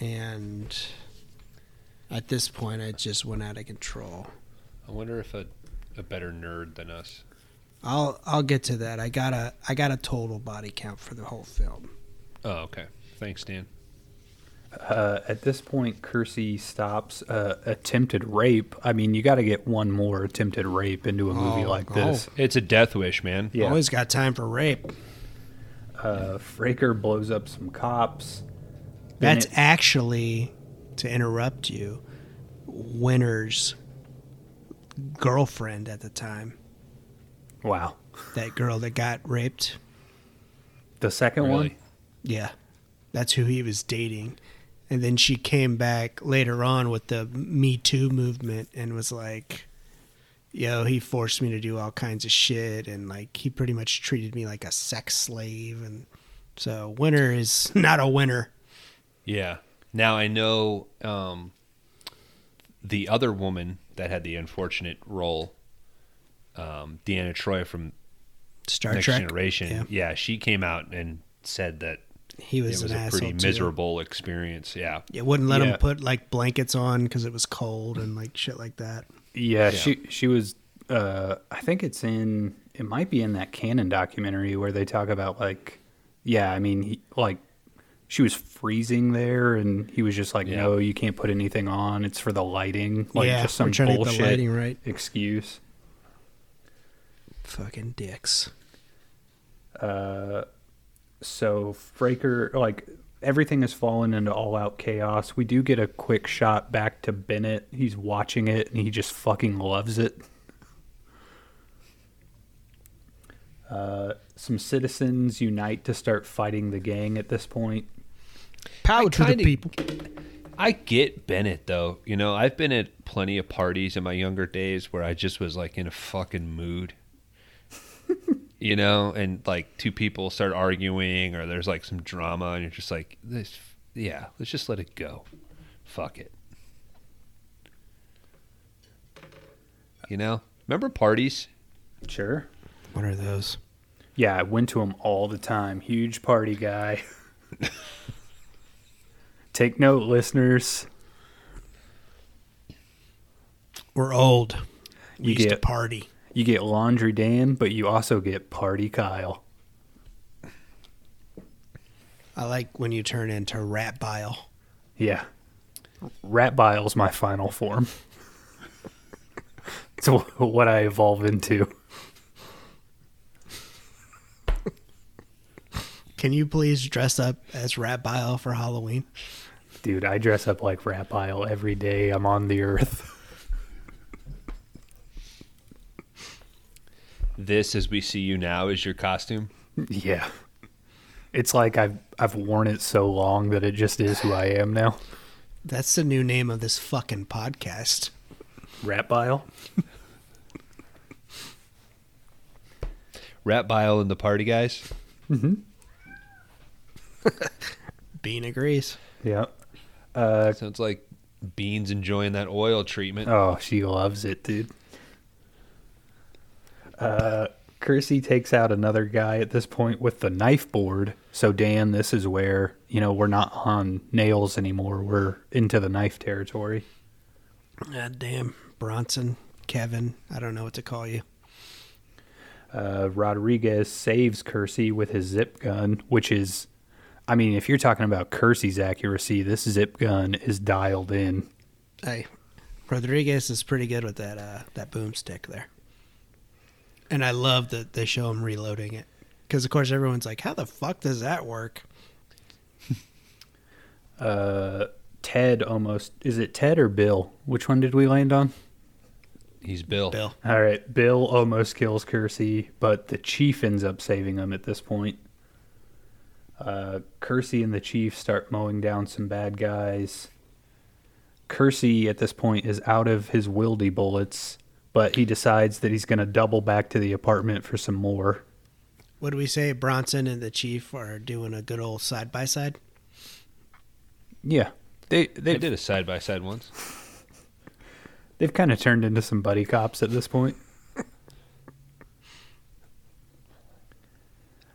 And at this point I just went out of control. I wonder if a, a better nerd than us. I'll I'll get to that. I got a I got a total body count for the whole film. Oh, okay. Thanks, Dan. uh, at this point, Kersey stops uh, attempted rape. I mean, you got to get one more attempted rape into a movie Oh, like oh. this. It's a death wish, man. Yeah, Always got time for rape. uh, Fraker blows up some cops. Then That's it- actually to interrupt you. Winner's girlfriend at the time, wow. that girl that got raped. The second Really? one, Yeah. That's who he was dating. and then she came back later on with the Me Too movement and was like, "Yo, he forced me to do all kinds of shit, and like he pretty much treated me like a sex slave." And so, winner is [LAUGHS] not a winner. Yeah. Now I know um, the other woman that had the unfortunate role, um, Deanna Troy from Star Next Trek. Generation. Yeah. Yeah. she came out and said that He was, it was an a asshole pretty too. miserable experience. Yeah. It wouldn't let Yeah. him put like blankets on because it was cold and like shit like that. Yeah, she she was. Uh, I think it's in. It might be in that canon documentary where they talk about like, yeah, I mean, he, like she was freezing there, and he was just like, Yeah. no, you can't put anything on. It's for the lighting, like yeah, just some we're trying bullshit to get the lighting right. excuse. Fucking dicks. So Fraker, like everything has fallen into all out chaos. We do get a quick shot back to Bennett. He's watching it, and he just fucking loves it. Uh, some citizens unite to start fighting the gang at this point. Power to the kinda- people. I get Bennett though. You know, I've been at plenty of parties in my younger days where I just was like in a fucking mood. [LAUGHS] you know, and like two people start arguing or there's like some drama and you're just like this yeah, let's just let it go. Fuck it. You know? Remember parties? Sure. What are those? Yeah, I went to him all the time. Huge party guy. Take note, listeners. We're old. We You used to get- party. You get Laundry Dan, but you also get Party Kyle. I like when you turn into rat bile. Yeah. Rat bile's my final form. [LAUGHS] it's wh- what I evolve into. Can you please dress up as rat bile for Halloween? Dude, I dress up like Rat bile every day I'm on the earth. [LAUGHS] This as we see you now is your costume. yeah. It's like I've I've worn it so long that it just is who I am now. That's the new name of this fucking podcast. Rat bile? Rat Bile and the Party Guys. Bean agrees. Yeah. Sounds like Beans enjoying that oil treatment. Oh, she loves it, dude. Uh, Kersey takes out another guy at this point with the knife board. So, Dan, this is where, you know, we're not on nails anymore. We're into the knife territory. God damn. Bronson, Kevin, I don't know what to call you. Uh, Rodriguez saves Kersey with his zip gun, which is, I mean, if you're talking about Kersey's accuracy, this zip gun is dialed in. Hey, Rodriguez is pretty good with that uh, that boomstick there. And I love that they show him reloading it. Because, of course, everyone's like, how the fuck does that work? Uh, Ted almost, is it Ted or Bill? Which one did we land on? He's Bill. Bill. All right, Bill almost kills Kersey, but the chief ends up saving him at this point. Uh, Kersey and the chief start mowing down some bad guys. Kersey at this point is out of his wildy bullets, but he decides that he's going to double back to the apartment for some more. What do we say? Bronson and the chief are doing a good old side by side. Yeah, they They they did a side by side once. They've kind of turned into some buddy cops at this point.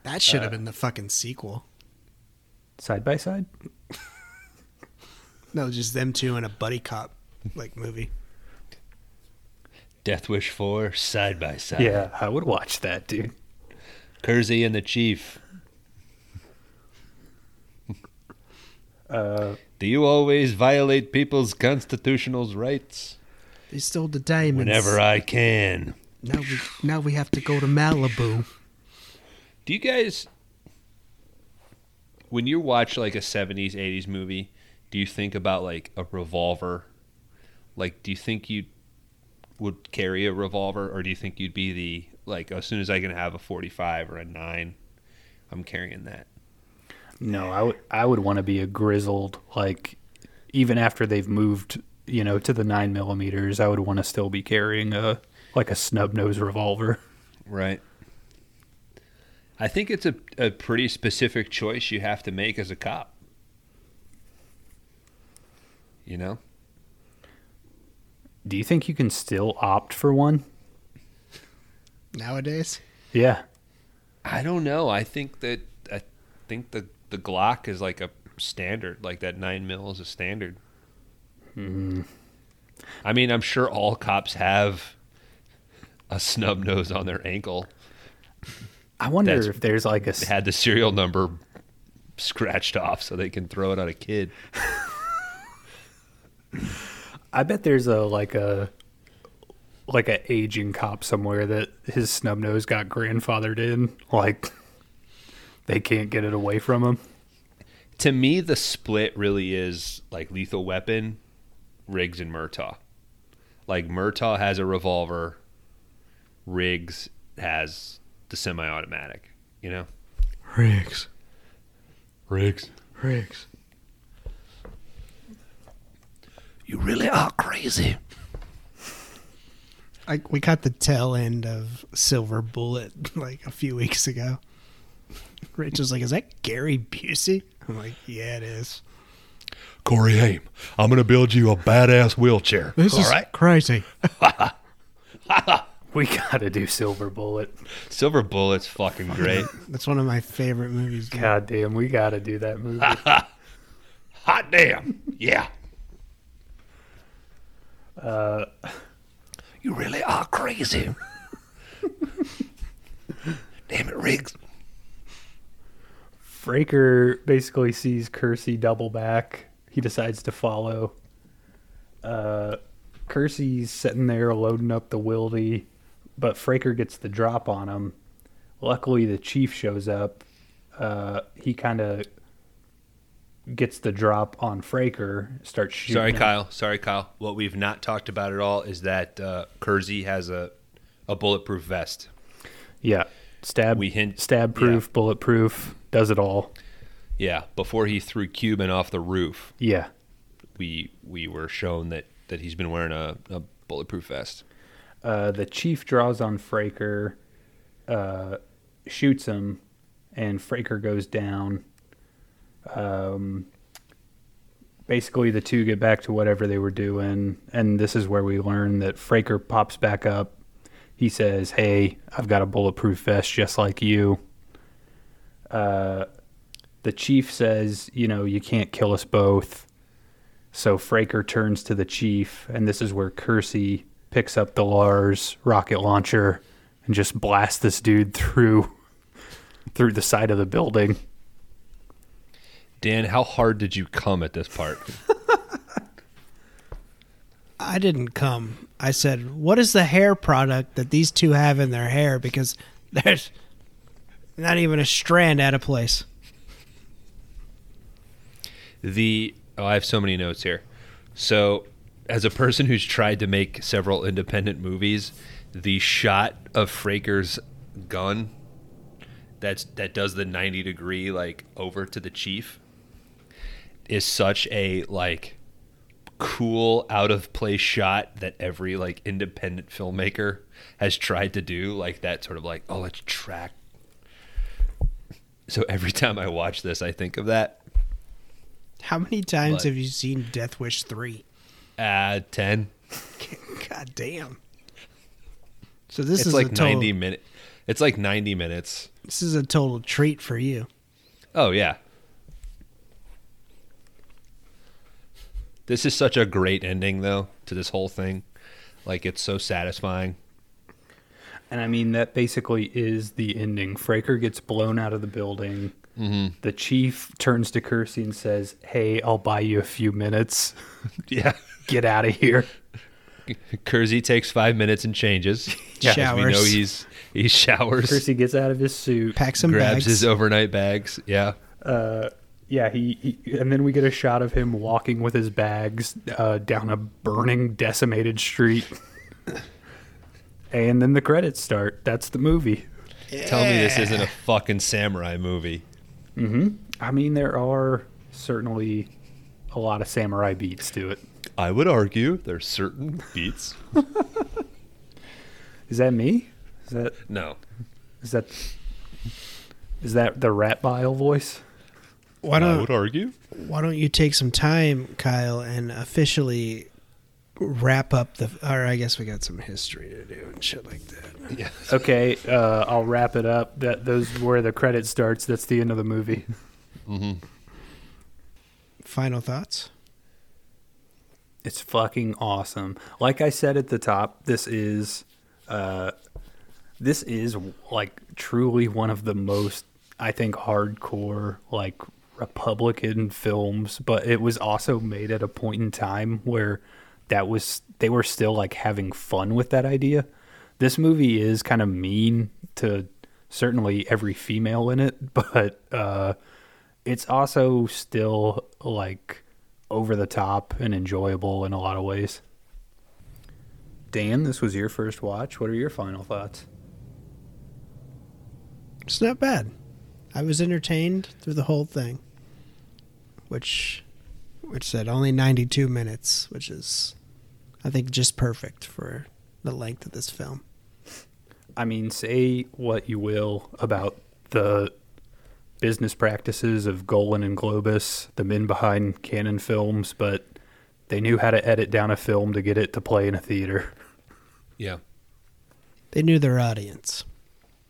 That should have been the fucking sequel. Side by side. No, just them two in a buddy cop like movie. Death Wish 4, side by side. Yeah, I would watch that, dude. Kersey and the Chief. Do you always violate people's constitutional rights? They stole the diamonds. Whenever I can. now we now we have to go to Malibu. Do you guys, when you watch like a 70s, 80s movie, do you think about like a revolver? Like, do you think you would carry a revolver or do you think you'd be the, like, as soon as I can have a 45 or a 9, I'm carrying that? No, I would I would want to be a grizzled like even after they've moved, you know, to the nine millimeters, I would want to still be carrying a like a snub nose revolver. Right. I think it's a, a pretty specific choice you have to make as a cop. You know? Do you think you can still opt for one? Nowadays, Yeah. I don't know. I think that I think the the Glock is like a standard, like that nine mil is a standard. I mean, I'm sure all cops have a snub nose on their ankle. I wonder That's- if there's like a s- They had the serial number scratched off so they can throw it on a kid. I bet there's a like a like a aging cop somewhere that his snub nose got grandfathered in. Like they can't get it away from him. To me, the split really is like Lethal Weapon, Riggs and Murtaugh. Like Murtaugh has a revolver, Riggs has the semi-automatic. You know. Riggs. Riggs. Riggs. You really are crazy. I, we caught the tail end of Silver Bullet [LAUGHS] like a few weeks ago. [LAUGHS] Rachel's like, "Is that Gary Busey?" I'm like, "Yeah, it is." Corey Haim, I'm going to build you a badass wheelchair. This is crazy. We gotta do Silver Bullet. Silver Bullet's fucking great. [LAUGHS] That's one of my favorite movies. dude. God damn, we gotta do that movie. Hot damn. Yeah. Uh, you really are crazy. [LAUGHS] damn it, Riggs. Fraker basically sees Kersey double back. He decides to follow. Uh, Kersey's sitting there loading up the wildy, but Fraker gets the drop on him. Luckily, the chief shows up. Uh, he kind of gets the drop on Fraker, starts shooting. Sorry, him. Kyle. Sorry, Kyle. What we've not talked about at all is that uh, Kersey has a, a bulletproof vest. Yeah, stab. We hint- stab proof, bulletproof, does it all. Yeah. Before he threw Cuban off the roof, Yeah. we we were shown that, that he's been wearing a, a bulletproof vest. uh, the chief draws on Fraker, uh, shoots him, and Fraker goes down. Um, basically, the two get back to whatever they were doing, and this is where we learn that Fraker pops back up. He says, "Hey, I've got a bulletproof vest just like you." Uh, the chief says, "You know, you can't kill us both." So Fraker turns to the chief, and this is where Kersey picks up the Lars rocket launcher and just blasts this dude through [LAUGHS] through the side of the building. Dan, how hard did you come at this part? I didn't come. I said, "What is the hair product that these two have in their hair?" Because [LAUGHS] there's not even a strand out of place. the oh, I have so many notes here. So, as a person who's tried to make several independent movies, the shot of Fraker's gun that's that does the 90 degree like over to the chief is such a like cool out of place shot that every like independent filmmaker has tried to do like that sort of like oh let's track so every [LAUGHS] time i watch this i think of that How many times But- have you seen Death Wish three? [LAUGHS] uh 10 God damn. So this it's is like a total, 90 minute it's like 90 minutes This is a total treat for you. oh yeah this is such a great ending though to this whole thing like it's so satisfying And I mean that basically is the ending. Fraker gets blown out of the building. Mm-hmm. The chief turns to Kersey and says, "Hey, I'll buy you a few minutes. [LAUGHS] yeah Get out of here." [LAUGHS] kersey takes five minutes and [LAUGHS] changes As we know Showers. he's he showers Kersey gets out of his suit. Pack some grabs bags. his overnight bags yeah Yeah, he, he and then we get a shot of him walking with his bags uh, down a burning, decimated street. and then the credits start. That's the movie. tell me this isn't a fucking samurai movie I mean, there are certainly a lot of samurai beats to it. I would argue there's certain beats. Is that me? Is that No, is that is that the rat bile voice? Why I don't would argue. Why don't you take some time, Kyle, and officially wrap up the? Or I guess we got some history to do and shit like that. Okay, uh, I'll wrap it up. That those where the credit starts. That's the end of the movie. Final thoughts. It's fucking awesome. Like I said at the top, this is uh, this is like truly one of the most I think hardcore like Republican films, but it was also made at a point in time where that was they were still like having fun with that idea. This movie is kind of mean to certainly every female in it, [LAUGHS] but uh it's also still like over the top and enjoyable in a lot of ways. Dan, this was your first watch. What are your final thoughts? It's not bad. I was entertained through the whole thing, which, which said only ninety-two minutes, which is, I think, just perfect for the length of this film. I mean, say what you will about the business practices of Golan and Globus, the men behind Canon Films, but they knew how to edit down a film to get it to play in a theater. yeah. They knew their audience.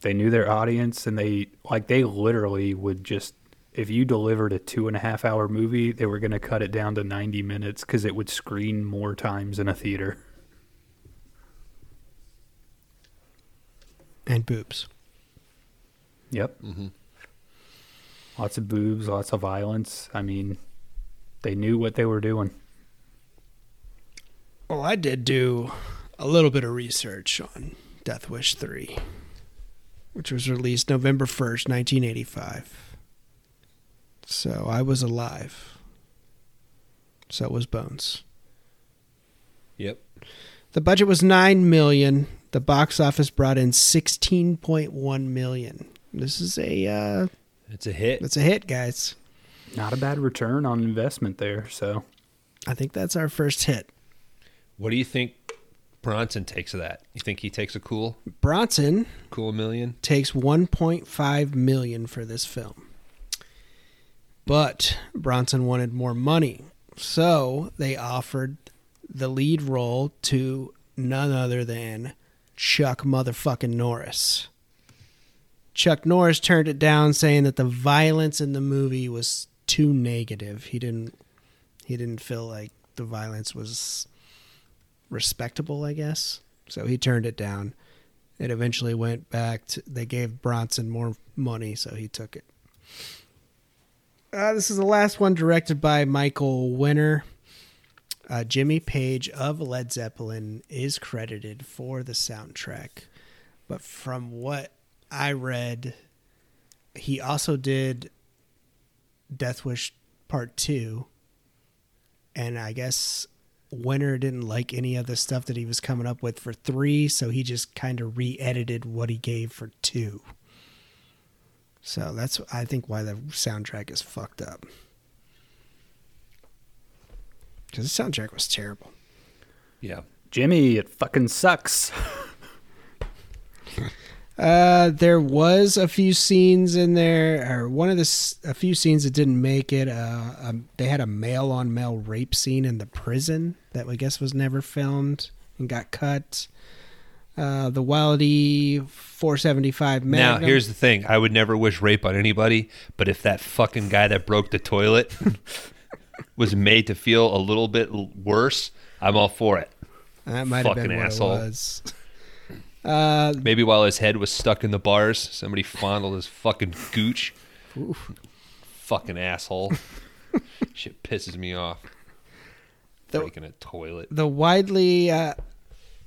They knew their audience, and they like they literally would just if you delivered a two and a half hour movie, they were going to cut it down to ninety minutes because it would screen more times in a theater. and boobs. Yep. Lots of boobs, lots of violence. I mean, they knew what they were doing. Well, I did do a little bit of research on Death Wish 3, which was released November 1st, 1985. So I was alive. So was Bones. Yep. The budget was 9 million. The box office brought in 16.1 million. This is a uh It's a hit. that's a hit, guys. Not a bad return on investment there. So I think that's our first hit. What do you think Bronson takes of that? You think he takes a cool, Bronson cool million? takes 1.5 million for this film. But Bronson wanted more money, so they offered the lead role to none other than Chuck motherfucking Norris. Chuck Norris turned it down saying that the violence in the movie was too negative. He didn't he didn't feel like the violence was respectable, I guess. So he turned it down. It eventually went back. To, they gave Bronson more money, so he took it. Uh, this is the last one directed by Michael Winner. Uh, Jimmy Page of Led Zeppelin is credited for the soundtrack, but from what I read, he also did Death Wish Part 2. And I guess Winter didn't like any of the stuff that he was coming up with for three, so he just kind of re edited what he gave for two. So that's, I think, why the soundtrack is fucked up. Because the soundtrack was terrible. Yeah. Jimmy, it fucking sucks. Uh, there was a few scenes in there, or one of the s- a few scenes that didn't make it. Uh, um, they had a male on male rape scene in the prison that I guess was never filmed and got cut. Uh, the E Wildy 475 Magnum. Now, here's the thing. I would never wish rape on anybody, but if that fucking guy that broke the toilet [LAUGHS] was made to feel a little bit l- worse, I'm all for it. that might have been fucking what asshole. it was. [LAUGHS] Uh, Maybe while his head was stuck in the bars, somebody fondled his fucking gooch. Fucking asshole. [LAUGHS] Shit pisses me off. The- Breaking a toilet. the widely uh,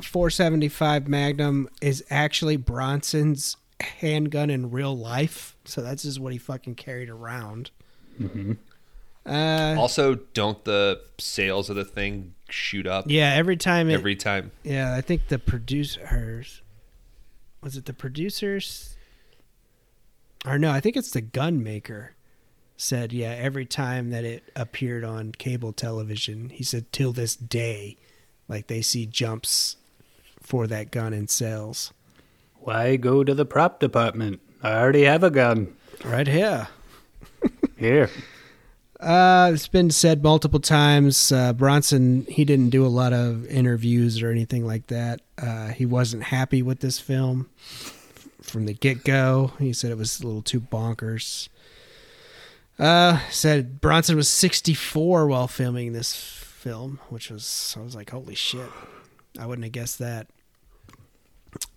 475 Magnum is actually Bronson's handgun in real life. So that's just what he fucking carried around. Uh, Also, don't the sales of the thing shoot up yeah, every time it. every time? yeah, I think the producers. Was it the producers? Or no, I think it's the gun maker said, yeah, every time that it appeared on cable television, he said, till this day, like they see jumps for that gun in sales. Why go to the prop department? I already have a gun. Right here. Here. Uh, it's been said multiple times. Uh, Bronson, he didn't do a lot of interviews or anything like that. Uh, he wasn't happy with this film from the get go. He said it was a little too bonkers. Uh, said Bronson was 64 while filming this film, which was, I was like, holy shit. I wouldn't have guessed that.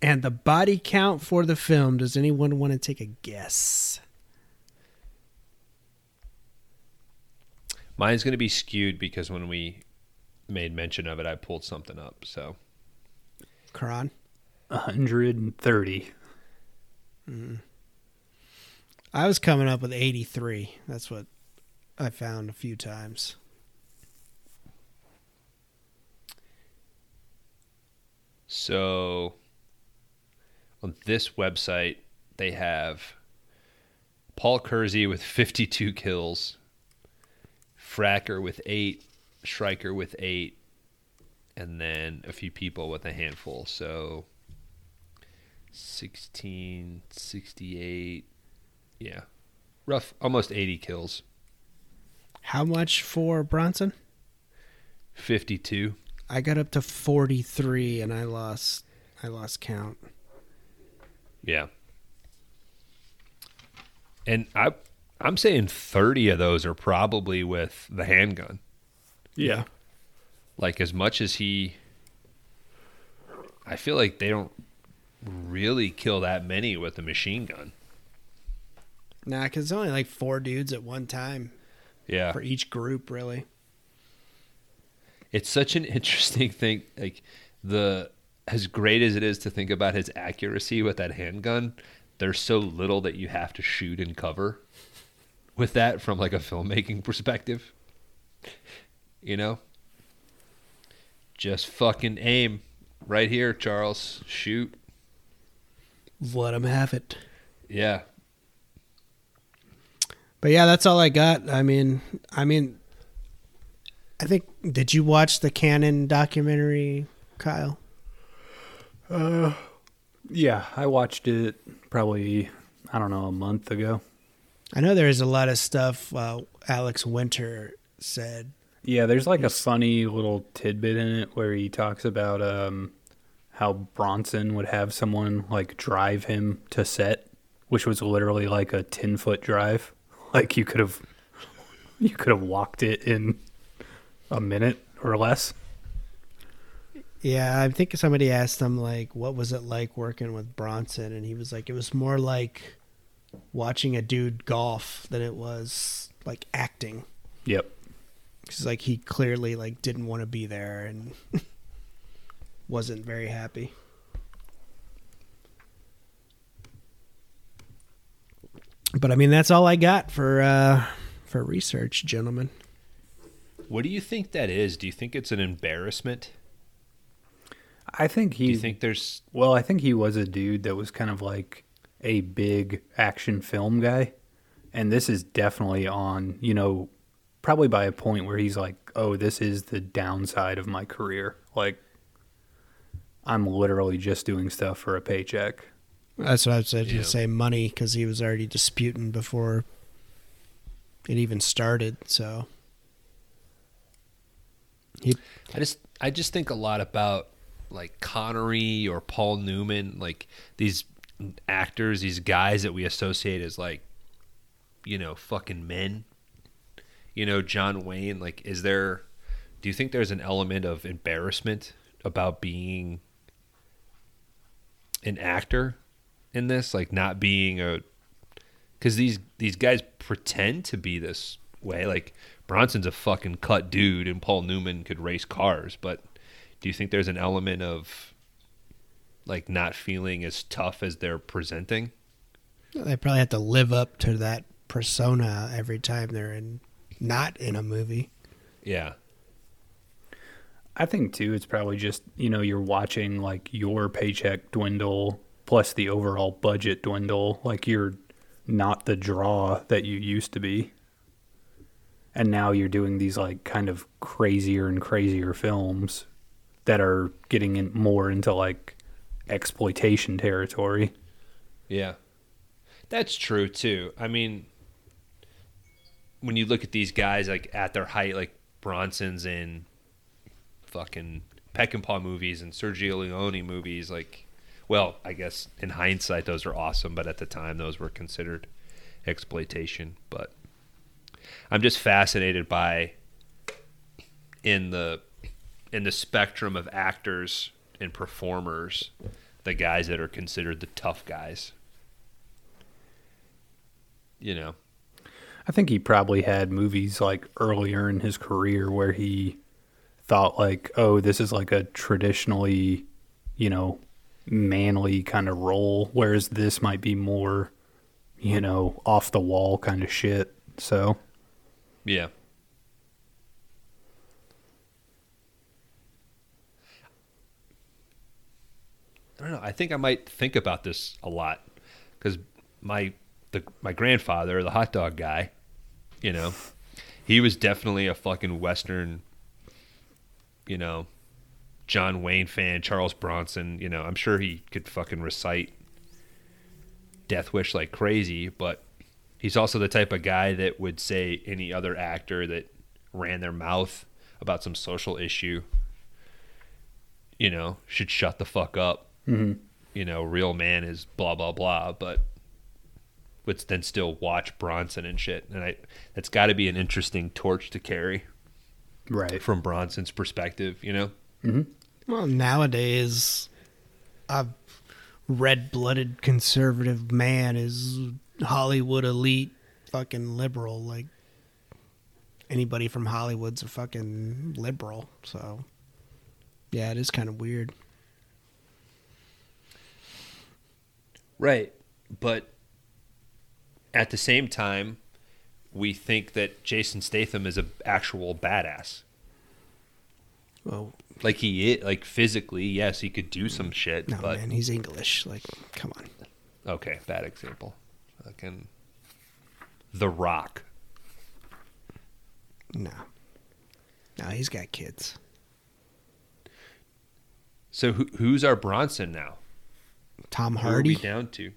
And the body count for the film, does anyone want to take a guess? Mine's going to be skewed because when we made mention of it, I pulled something up. So Karan? 130. I was coming up with 83. That's what I found a few times. So on this website, they have Paul Kersey with 52 kills, Fracker with eight, Stryker with eight, and then a few people with a handful. So 16, 68, yeah, rough, almost 80 kills, How much for Bronson? 52. I got up to 43 and I lost I lost count. Yeah. And I I'm saying 30 of those are probably with the handgun. Yeah. Like as much as he I feel like they don't really kill that many with the machine gun. Nah, cuz it's only like four dudes at one time Yeah. for each group really. It's such an [LAUGHS] interesting thing like the as great as it is to think about his accuracy with that handgun, there's so little that you have to shoot and cover with that from like a filmmaking [LAUGHS] perspective. You know? Just fucking aim right here, Charles. Shoot. Let them have it. Yeah. But yeah, that's all I got. I mean, I mean I think did you watch the Canon documentary, Kyle? Yeah, I watched it probably, I don't know, a month ago. I know there is a lot of stuff uh, Alex Winter said Yeah, there's like a funny little tidbit in it where he talks about um, how Bronson would have someone like drive him to set, which was literally like a ten foot drive. [LAUGHS] Like you could have, you could have walked it in a minute or less. Yeah, I think somebody asked him like, "What was it like working with Bronson?" And he was like, "It was more like watching a dude golf than it was like acting." Yep. Because like he clearly like didn't want to be there and [LAUGHS] wasn't very happy. But I mean, that's all I got for uh, for research, gentlemen. What do you think that is? Do you think it's an embarrassment? I think he. Do you think there's Well, I think he was a dude that was kind of like a big action film guy. And this is definitely on, you know, probably by a point where he's like, oh, this is the downside of my career. Like, I'm literally just doing stuff for a paycheck. That's what I was going Yeah. to say money because he was already disputing before it even started. So I just I just think a lot about like Connery or Paul Newman, like these actors, these guys that we associate as like you know, fucking men. You know, John Wayne, like is there do you think there's an element of embarrassment about being an actor in this, like not being a cuz these these guys pretend to be this way like Bronson's a fucking cut dude and Paul Newman could race cars, but do you think there's an element of like not feeling as tough as they're presenting? they probably have to live up to that persona every time they're in not in a movie. Yeah. I think, too, it's probably just, you know, you're watching like your paycheck dwindle plus the overall budget dwindle. Like, you're not the draw that you used to be. and now you're doing these like kind of crazier and crazier films that are getting in more into like exploitation territory. Yeah. That's true too. I mean when you look at these guys like at their height, like Bronson's in fucking Peckinpah movies and Sergio Leone movies, like well, I guess in hindsight those are awesome, but at the time those were considered exploitation. But I'm just fascinated by in the in the spectrum of actors and performers, the guys that are considered the tough guys. You know, I think he probably had movies like earlier in his career where he thought like, oh, this is like a traditionally, you know, manly kind of role, whereas this might be more, you know, off the wall kind of shit. So yeah. I don't know. I think I might think about this a lot because my the my grandfather, the hot dog guy, you know, he was definitely a fucking Western, you know, John Wayne fan, Charles Bronson. You know, I'm sure he could fucking recite Death Wish like crazy, but he's also the type of guy that would say any other actor that ran their mouth about some social issue, you know, should shut the fuck up. You know, real man is blah blah blah, but would then still watch Bronson and shit. And I that's got to be an interesting torch to carry right. from Bronson's perspective, you know. Well, nowadays, a red blooded conservative man is Hollywood elite fucking liberal. Like, anybody from Hollywood's a fucking liberal. So, yeah, it is kind of weird. Right. But at the same time, we think that Jason Statham is an actual badass. Well, Like he is, like physically, yes, he could do some shit, Mm. no, but man, he's English. Like, come on. okay, bad example. Fucking The Rock. No. No, he's got kids. So who, who's our Bronson now? Tom Who are we Hardy. down to?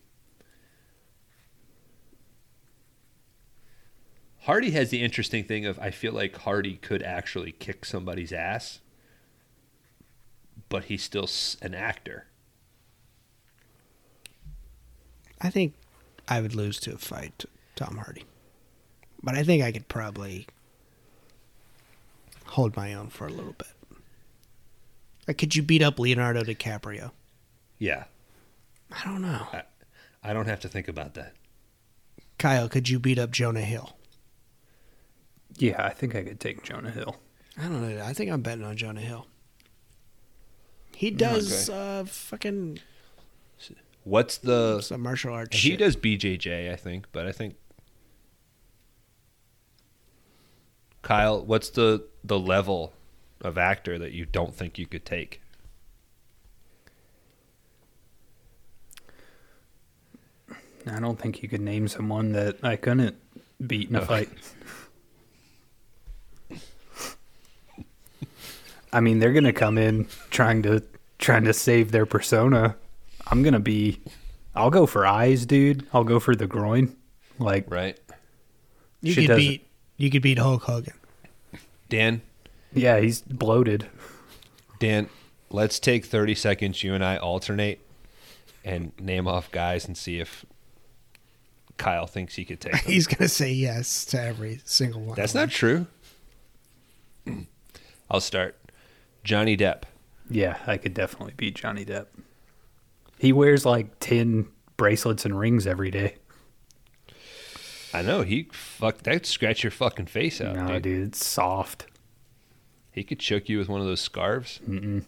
Hardy has the interesting thing of I feel like Hardy could actually kick somebody's ass, but he's still s- an actor. I think I would lose to a fight to Tom Hardy. But I think I could probably hold my own for a little bit. Like, could you beat up Leonardo DiCaprio? Yeah, I don't know. I don't have to think about that. Kyle, could you beat up Jonah Hill? Yeah, I think I could take Jonah Hill. I don't know. I think I'm betting on Jonah Hill. He does uh, fucking What's the some martial arts he shit. does BJJ? I think, but I think Kyle, what's the the level of actor that you don't think you could take? I don't think you could name someone that I couldn't beat in a fight. I mean, they're gonna come in trying to trying to save their persona. I'm gonna be. I'll go for eyes, dude. I'll go for the groin. Like, Right, You she could doesn't- beat you could beat Hulk Hogan. Dan. yeah, he's bloated. Dan, let's take 30 seconds. You and I alternate and name off guys and see if Kyle thinks he could [LAUGHS] take them. He's gonna say yes to every single one. That's of them. not true. I'll start. Johnny Depp. Yeah, I could definitely beat Johnny Depp. He wears like ten bracelets and rings every day. I know he fuck that scratch your fucking face out, no, dude. dude, it's soft. He could choke you with one of those scarves. Mm-mm.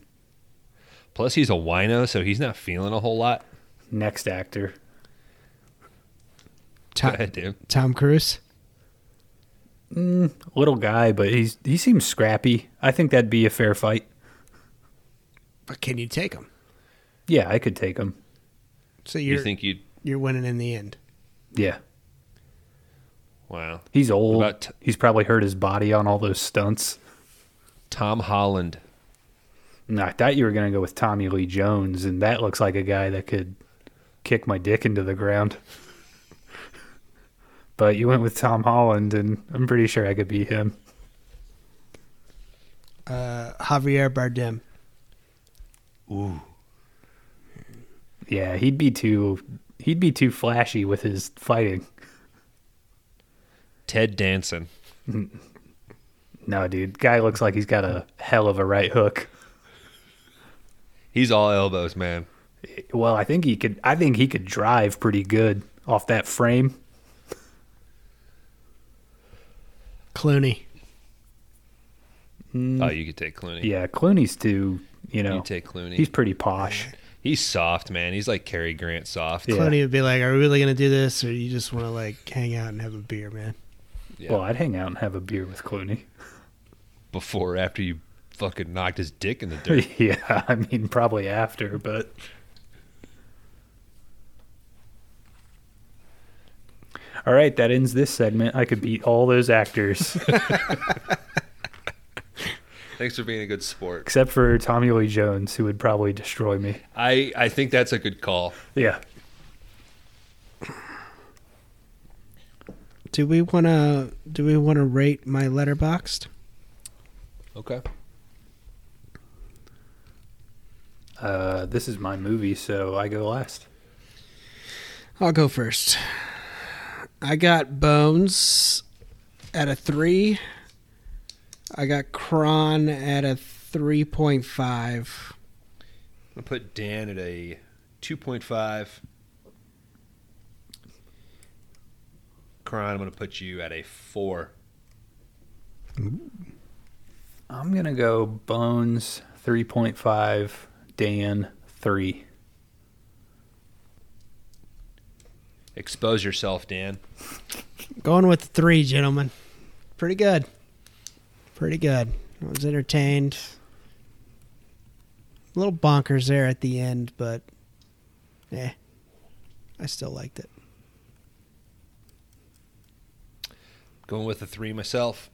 Plus, he's a wino, so he's not feeling a whole lot. Next actor. Go Tom, ahead, Dan. Tom Cruise. little guy, but he's he seems scrappy. I think that'd be a fair fight. But can you take him? Yeah, I could take him. So You you're think you'd you're winning in the end. Yeah, Wow. He's old. about t- He's probably hurt his body on all those stunts. Tom Holland. No, I thought you were going to go with Tommy Lee Jones, and that looks like a guy that could kick my dick into the ground. [LAUGHS] but you went with Tom Holland, and I'm pretty sure I could beat him. Uh, Javier Bardem. Yeah, he'd be too he'd be too flashy with his fighting. Ted Danson. No, dude, guy looks like he's got a hell of a right hook. He's all elbows, man. Well, I think he could. I think he could drive pretty good off that frame. Clooney. Oh, you could take Clooney. Mm. Yeah, Clooney's too. You know, You take Clooney. he's He's, pretty posh. soft, man. He's like Cary Grant soft. Yeah. Clooney would be like, "Are we really gonna do this, or you just want to like hang out and have a beer, man?" Yeah. Well, I'd hang out and have a beer with Clooney. Before, or after you fucking knocked his dick in the [LAUGHS] dirt. yeah, I mean, probably after, but all right, that ends this segment. I could beat all those [LAUGHS] actors Thanks for being a good sport. except for Tommy Lee Jones, who would probably destroy me. I, I think that's a good call. Yeah, Do we wanna do we wanna rate my letterboxed? Okay. uh, this is my movie, so I go last. I'll go first. I got Bones at a three. I got Kron at a three point five. I'm going to put Dan at a 2.5. Kron, I'm going to put you at a 4. I'm gonna go Bones three point five, Dan three. Expose yourself, Dan. Going with three, gentlemen. Pretty good. Pretty good. I was entertained. A little bonkers there at the end, but eh, I still liked it. Going with a 3 myself.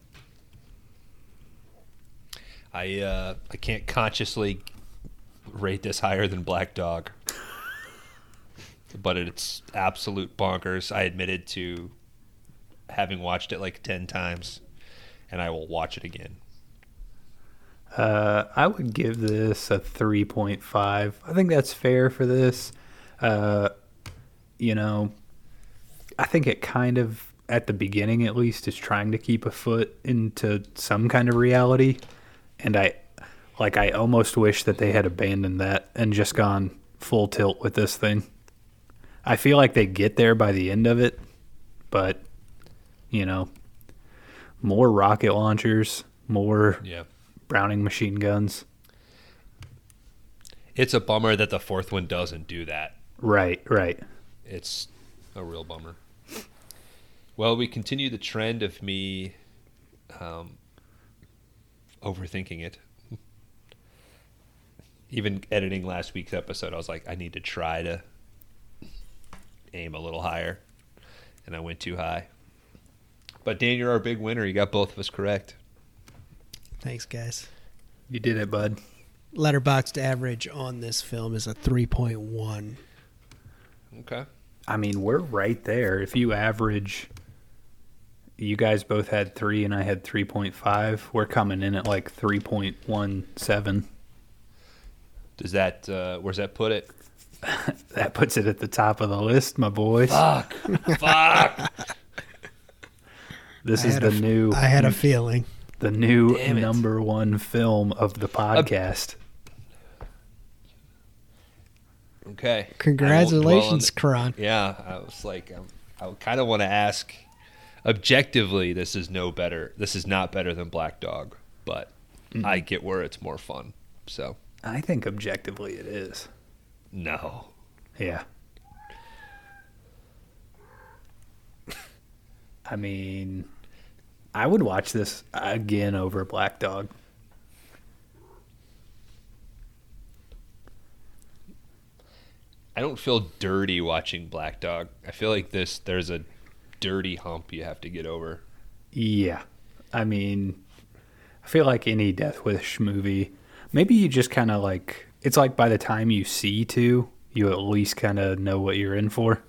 I uh, I can't consciously rate this higher than Black Dog. but it's absolute bonkers. I admitted to having watched it like 10 times and I will watch it again. Uh, I would give this a 3.5. I think that's fair for this. Uh, you know, I think it kind of, at the beginning at least, is trying to keep a foot into some kind of reality. And I, like, I almost wish that they had abandoned that and just gone full tilt with this thing. I feel like they get there by the end of it, but, you know, more rocket launchers, more Yeah. Browning machine guns. It's a bummer that the fourth one doesn't do that. Right, right. It's a real bummer. Well, we continue the trend of me um, overthinking it. [LAUGHS] Even editing last week's episode, I was like, I need to try to aim a little higher. And I went too high. But Dan, you're our big winner. You got both of us correct. Thanks, guys. You did it, bud. Letterboxed average on this film is a 3.1. Okay. I mean, we're right there. If you average, you guys both had three, and I had 3.5. We're coming in at like 3.17. Does that, uh, where's that put it? That puts it at the top of the list, my boys. Fuck. [LAUGHS] Fuck. This I is had the a f- new I had a feeling. the new Damn it. number one film of the podcast. Okay. I won't dwell on Congratulations, th- Kron. Yeah, I was like, um, I kind of want to ask. Objectively, this is no better. This is not better than Black Dog, but I get where it's more fun. So I think objectively it is. no, Yeah. I mean, I would watch this again over Black Dog. I don't feel dirty watching Black Dog. I feel like this. There's a dirty hump you have to get over. Yeah. I mean, I feel like any Death Wish movie, maybe you just kind of like, it's like by the time you see two, you at least kind of know what you're in for.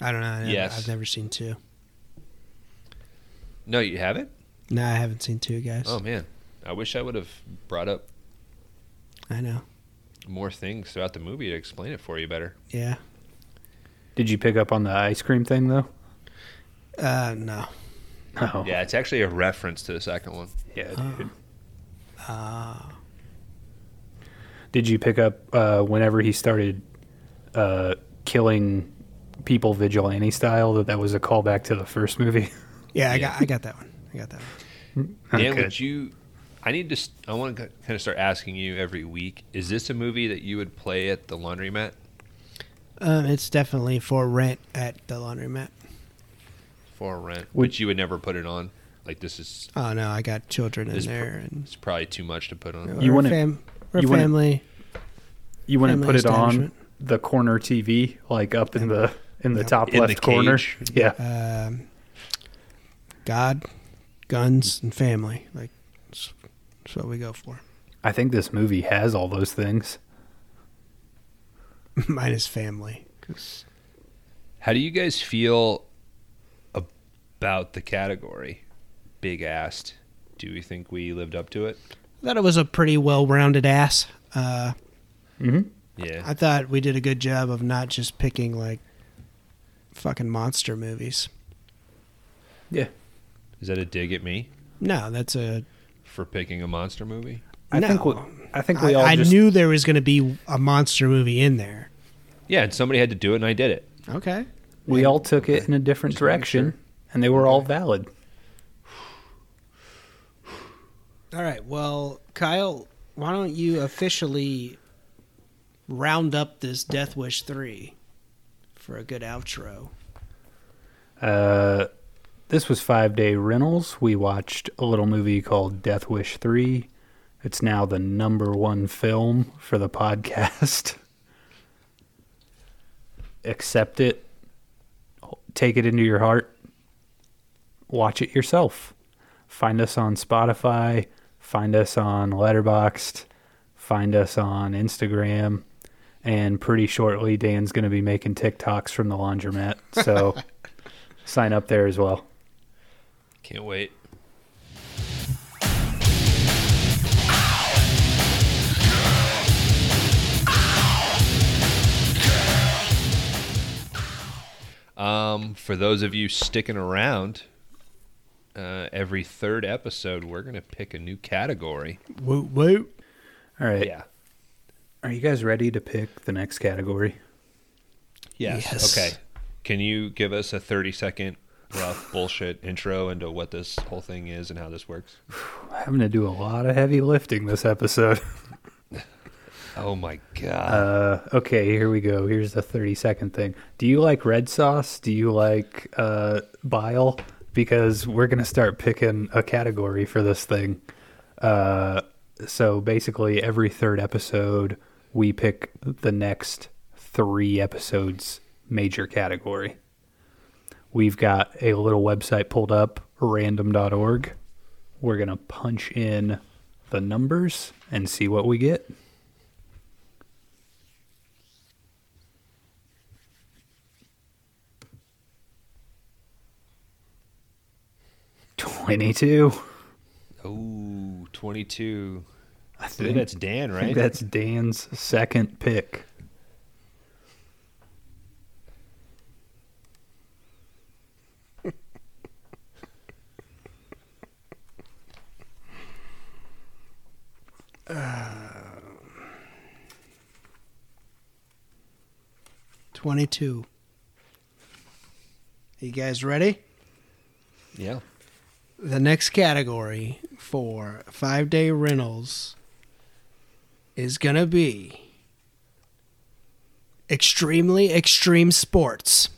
I don't know. I- Yes. I've never seen two. No, you haven't. No, I haven't seen two guys. Oh man, I wish I would have brought up I know. more things throughout the movie to explain it for you better. Yeah. Did you pick up on the ice cream thing, though? [LAUGHS] Uh, no. Oh, Yeah, it's actually a reference to the second one. yeah Oh. dude. Uh, Did you pick up uh, whenever he started uh, killing people vigilante style that that was a callback to the first [LAUGHS] movie? yeah, I got I got that one. I got that one. Dan, Okay. would you? I need to. s- I want to kind of start asking you every week. Is this a movie that you would play at the laundromat? Um, it's definitely for rent at the laundromat. for rent, Would- but you would never put it on. Like this is Oh no, I got children in Is pr- there, and it's probably too much to put on. we're You a wouldn't- fam- we're a you wouldn't- family. You wouldn't Family put it on establishment. the corner TV, like up in the in the Yep. top In the left corner. cage. Yeah. Um, God, guns, and family. Like that's, that's what we go for. [LAUGHS] I think this movie has all those things. Mine is family. 'cause- How do you guys feel about the category? Big assed. Do we think we lived up to it? I thought it was a pretty well-rounded ass. Uh, Mm-hmm. Yeah. I thought we did a good job of not just picking like fucking monster movies. Yeah. Is that a dig at me No, that's a for picking a monster movie? I think we, No. I think I, we all I just, knew there was going to be a monster movie in there. Yeah, and somebody had to do it, and I did it. Okay. we all took it in a different Just making direction sure. and they were all valid. All right. Well, Kyle, why don't you officially round up this Death Wish 3 for a good outro? Uh, this was five day rentals. We watched a little movie called Death Wish 3. It's now the number one film for the podcast. [LAUGHS] Accept it, take it into your heart, watch it yourself. Find us on Spotify, find us on Letterboxd, find us on Instagram. And pretty shortly, Dan's going to be making TikToks from the laundromat. So sign up there as well. Can't wait. Um, for those of you sticking around, uh, every third episode we're gonna pick a new category. Woot woot. All right. Yeah. Are you guys ready to pick the next category? Yes. Yes. Okay. Can you give us a thirty second rough bullshit intro into what this whole thing is and how this works? I'm having to do a lot of heavy lifting this episode. [LAUGHS] Oh my god. Uh, okay, here we go. Here's the 30 second thing. Do you like red sauce? Do you like uh, bile? Because we're going to start picking a category for this thing. Uh, so basically, every third episode, we pick the next three episodes' major category. We've got a little website pulled up, random.org. We're going to punch in the numbers and see what we get. Twenty-two. oh, 22. I I think that's Dan, I right? think that's Dan's second pick. Twenty two. You guys ready? yeah. The next category for five day rentals is gonna be extremely extreme sports.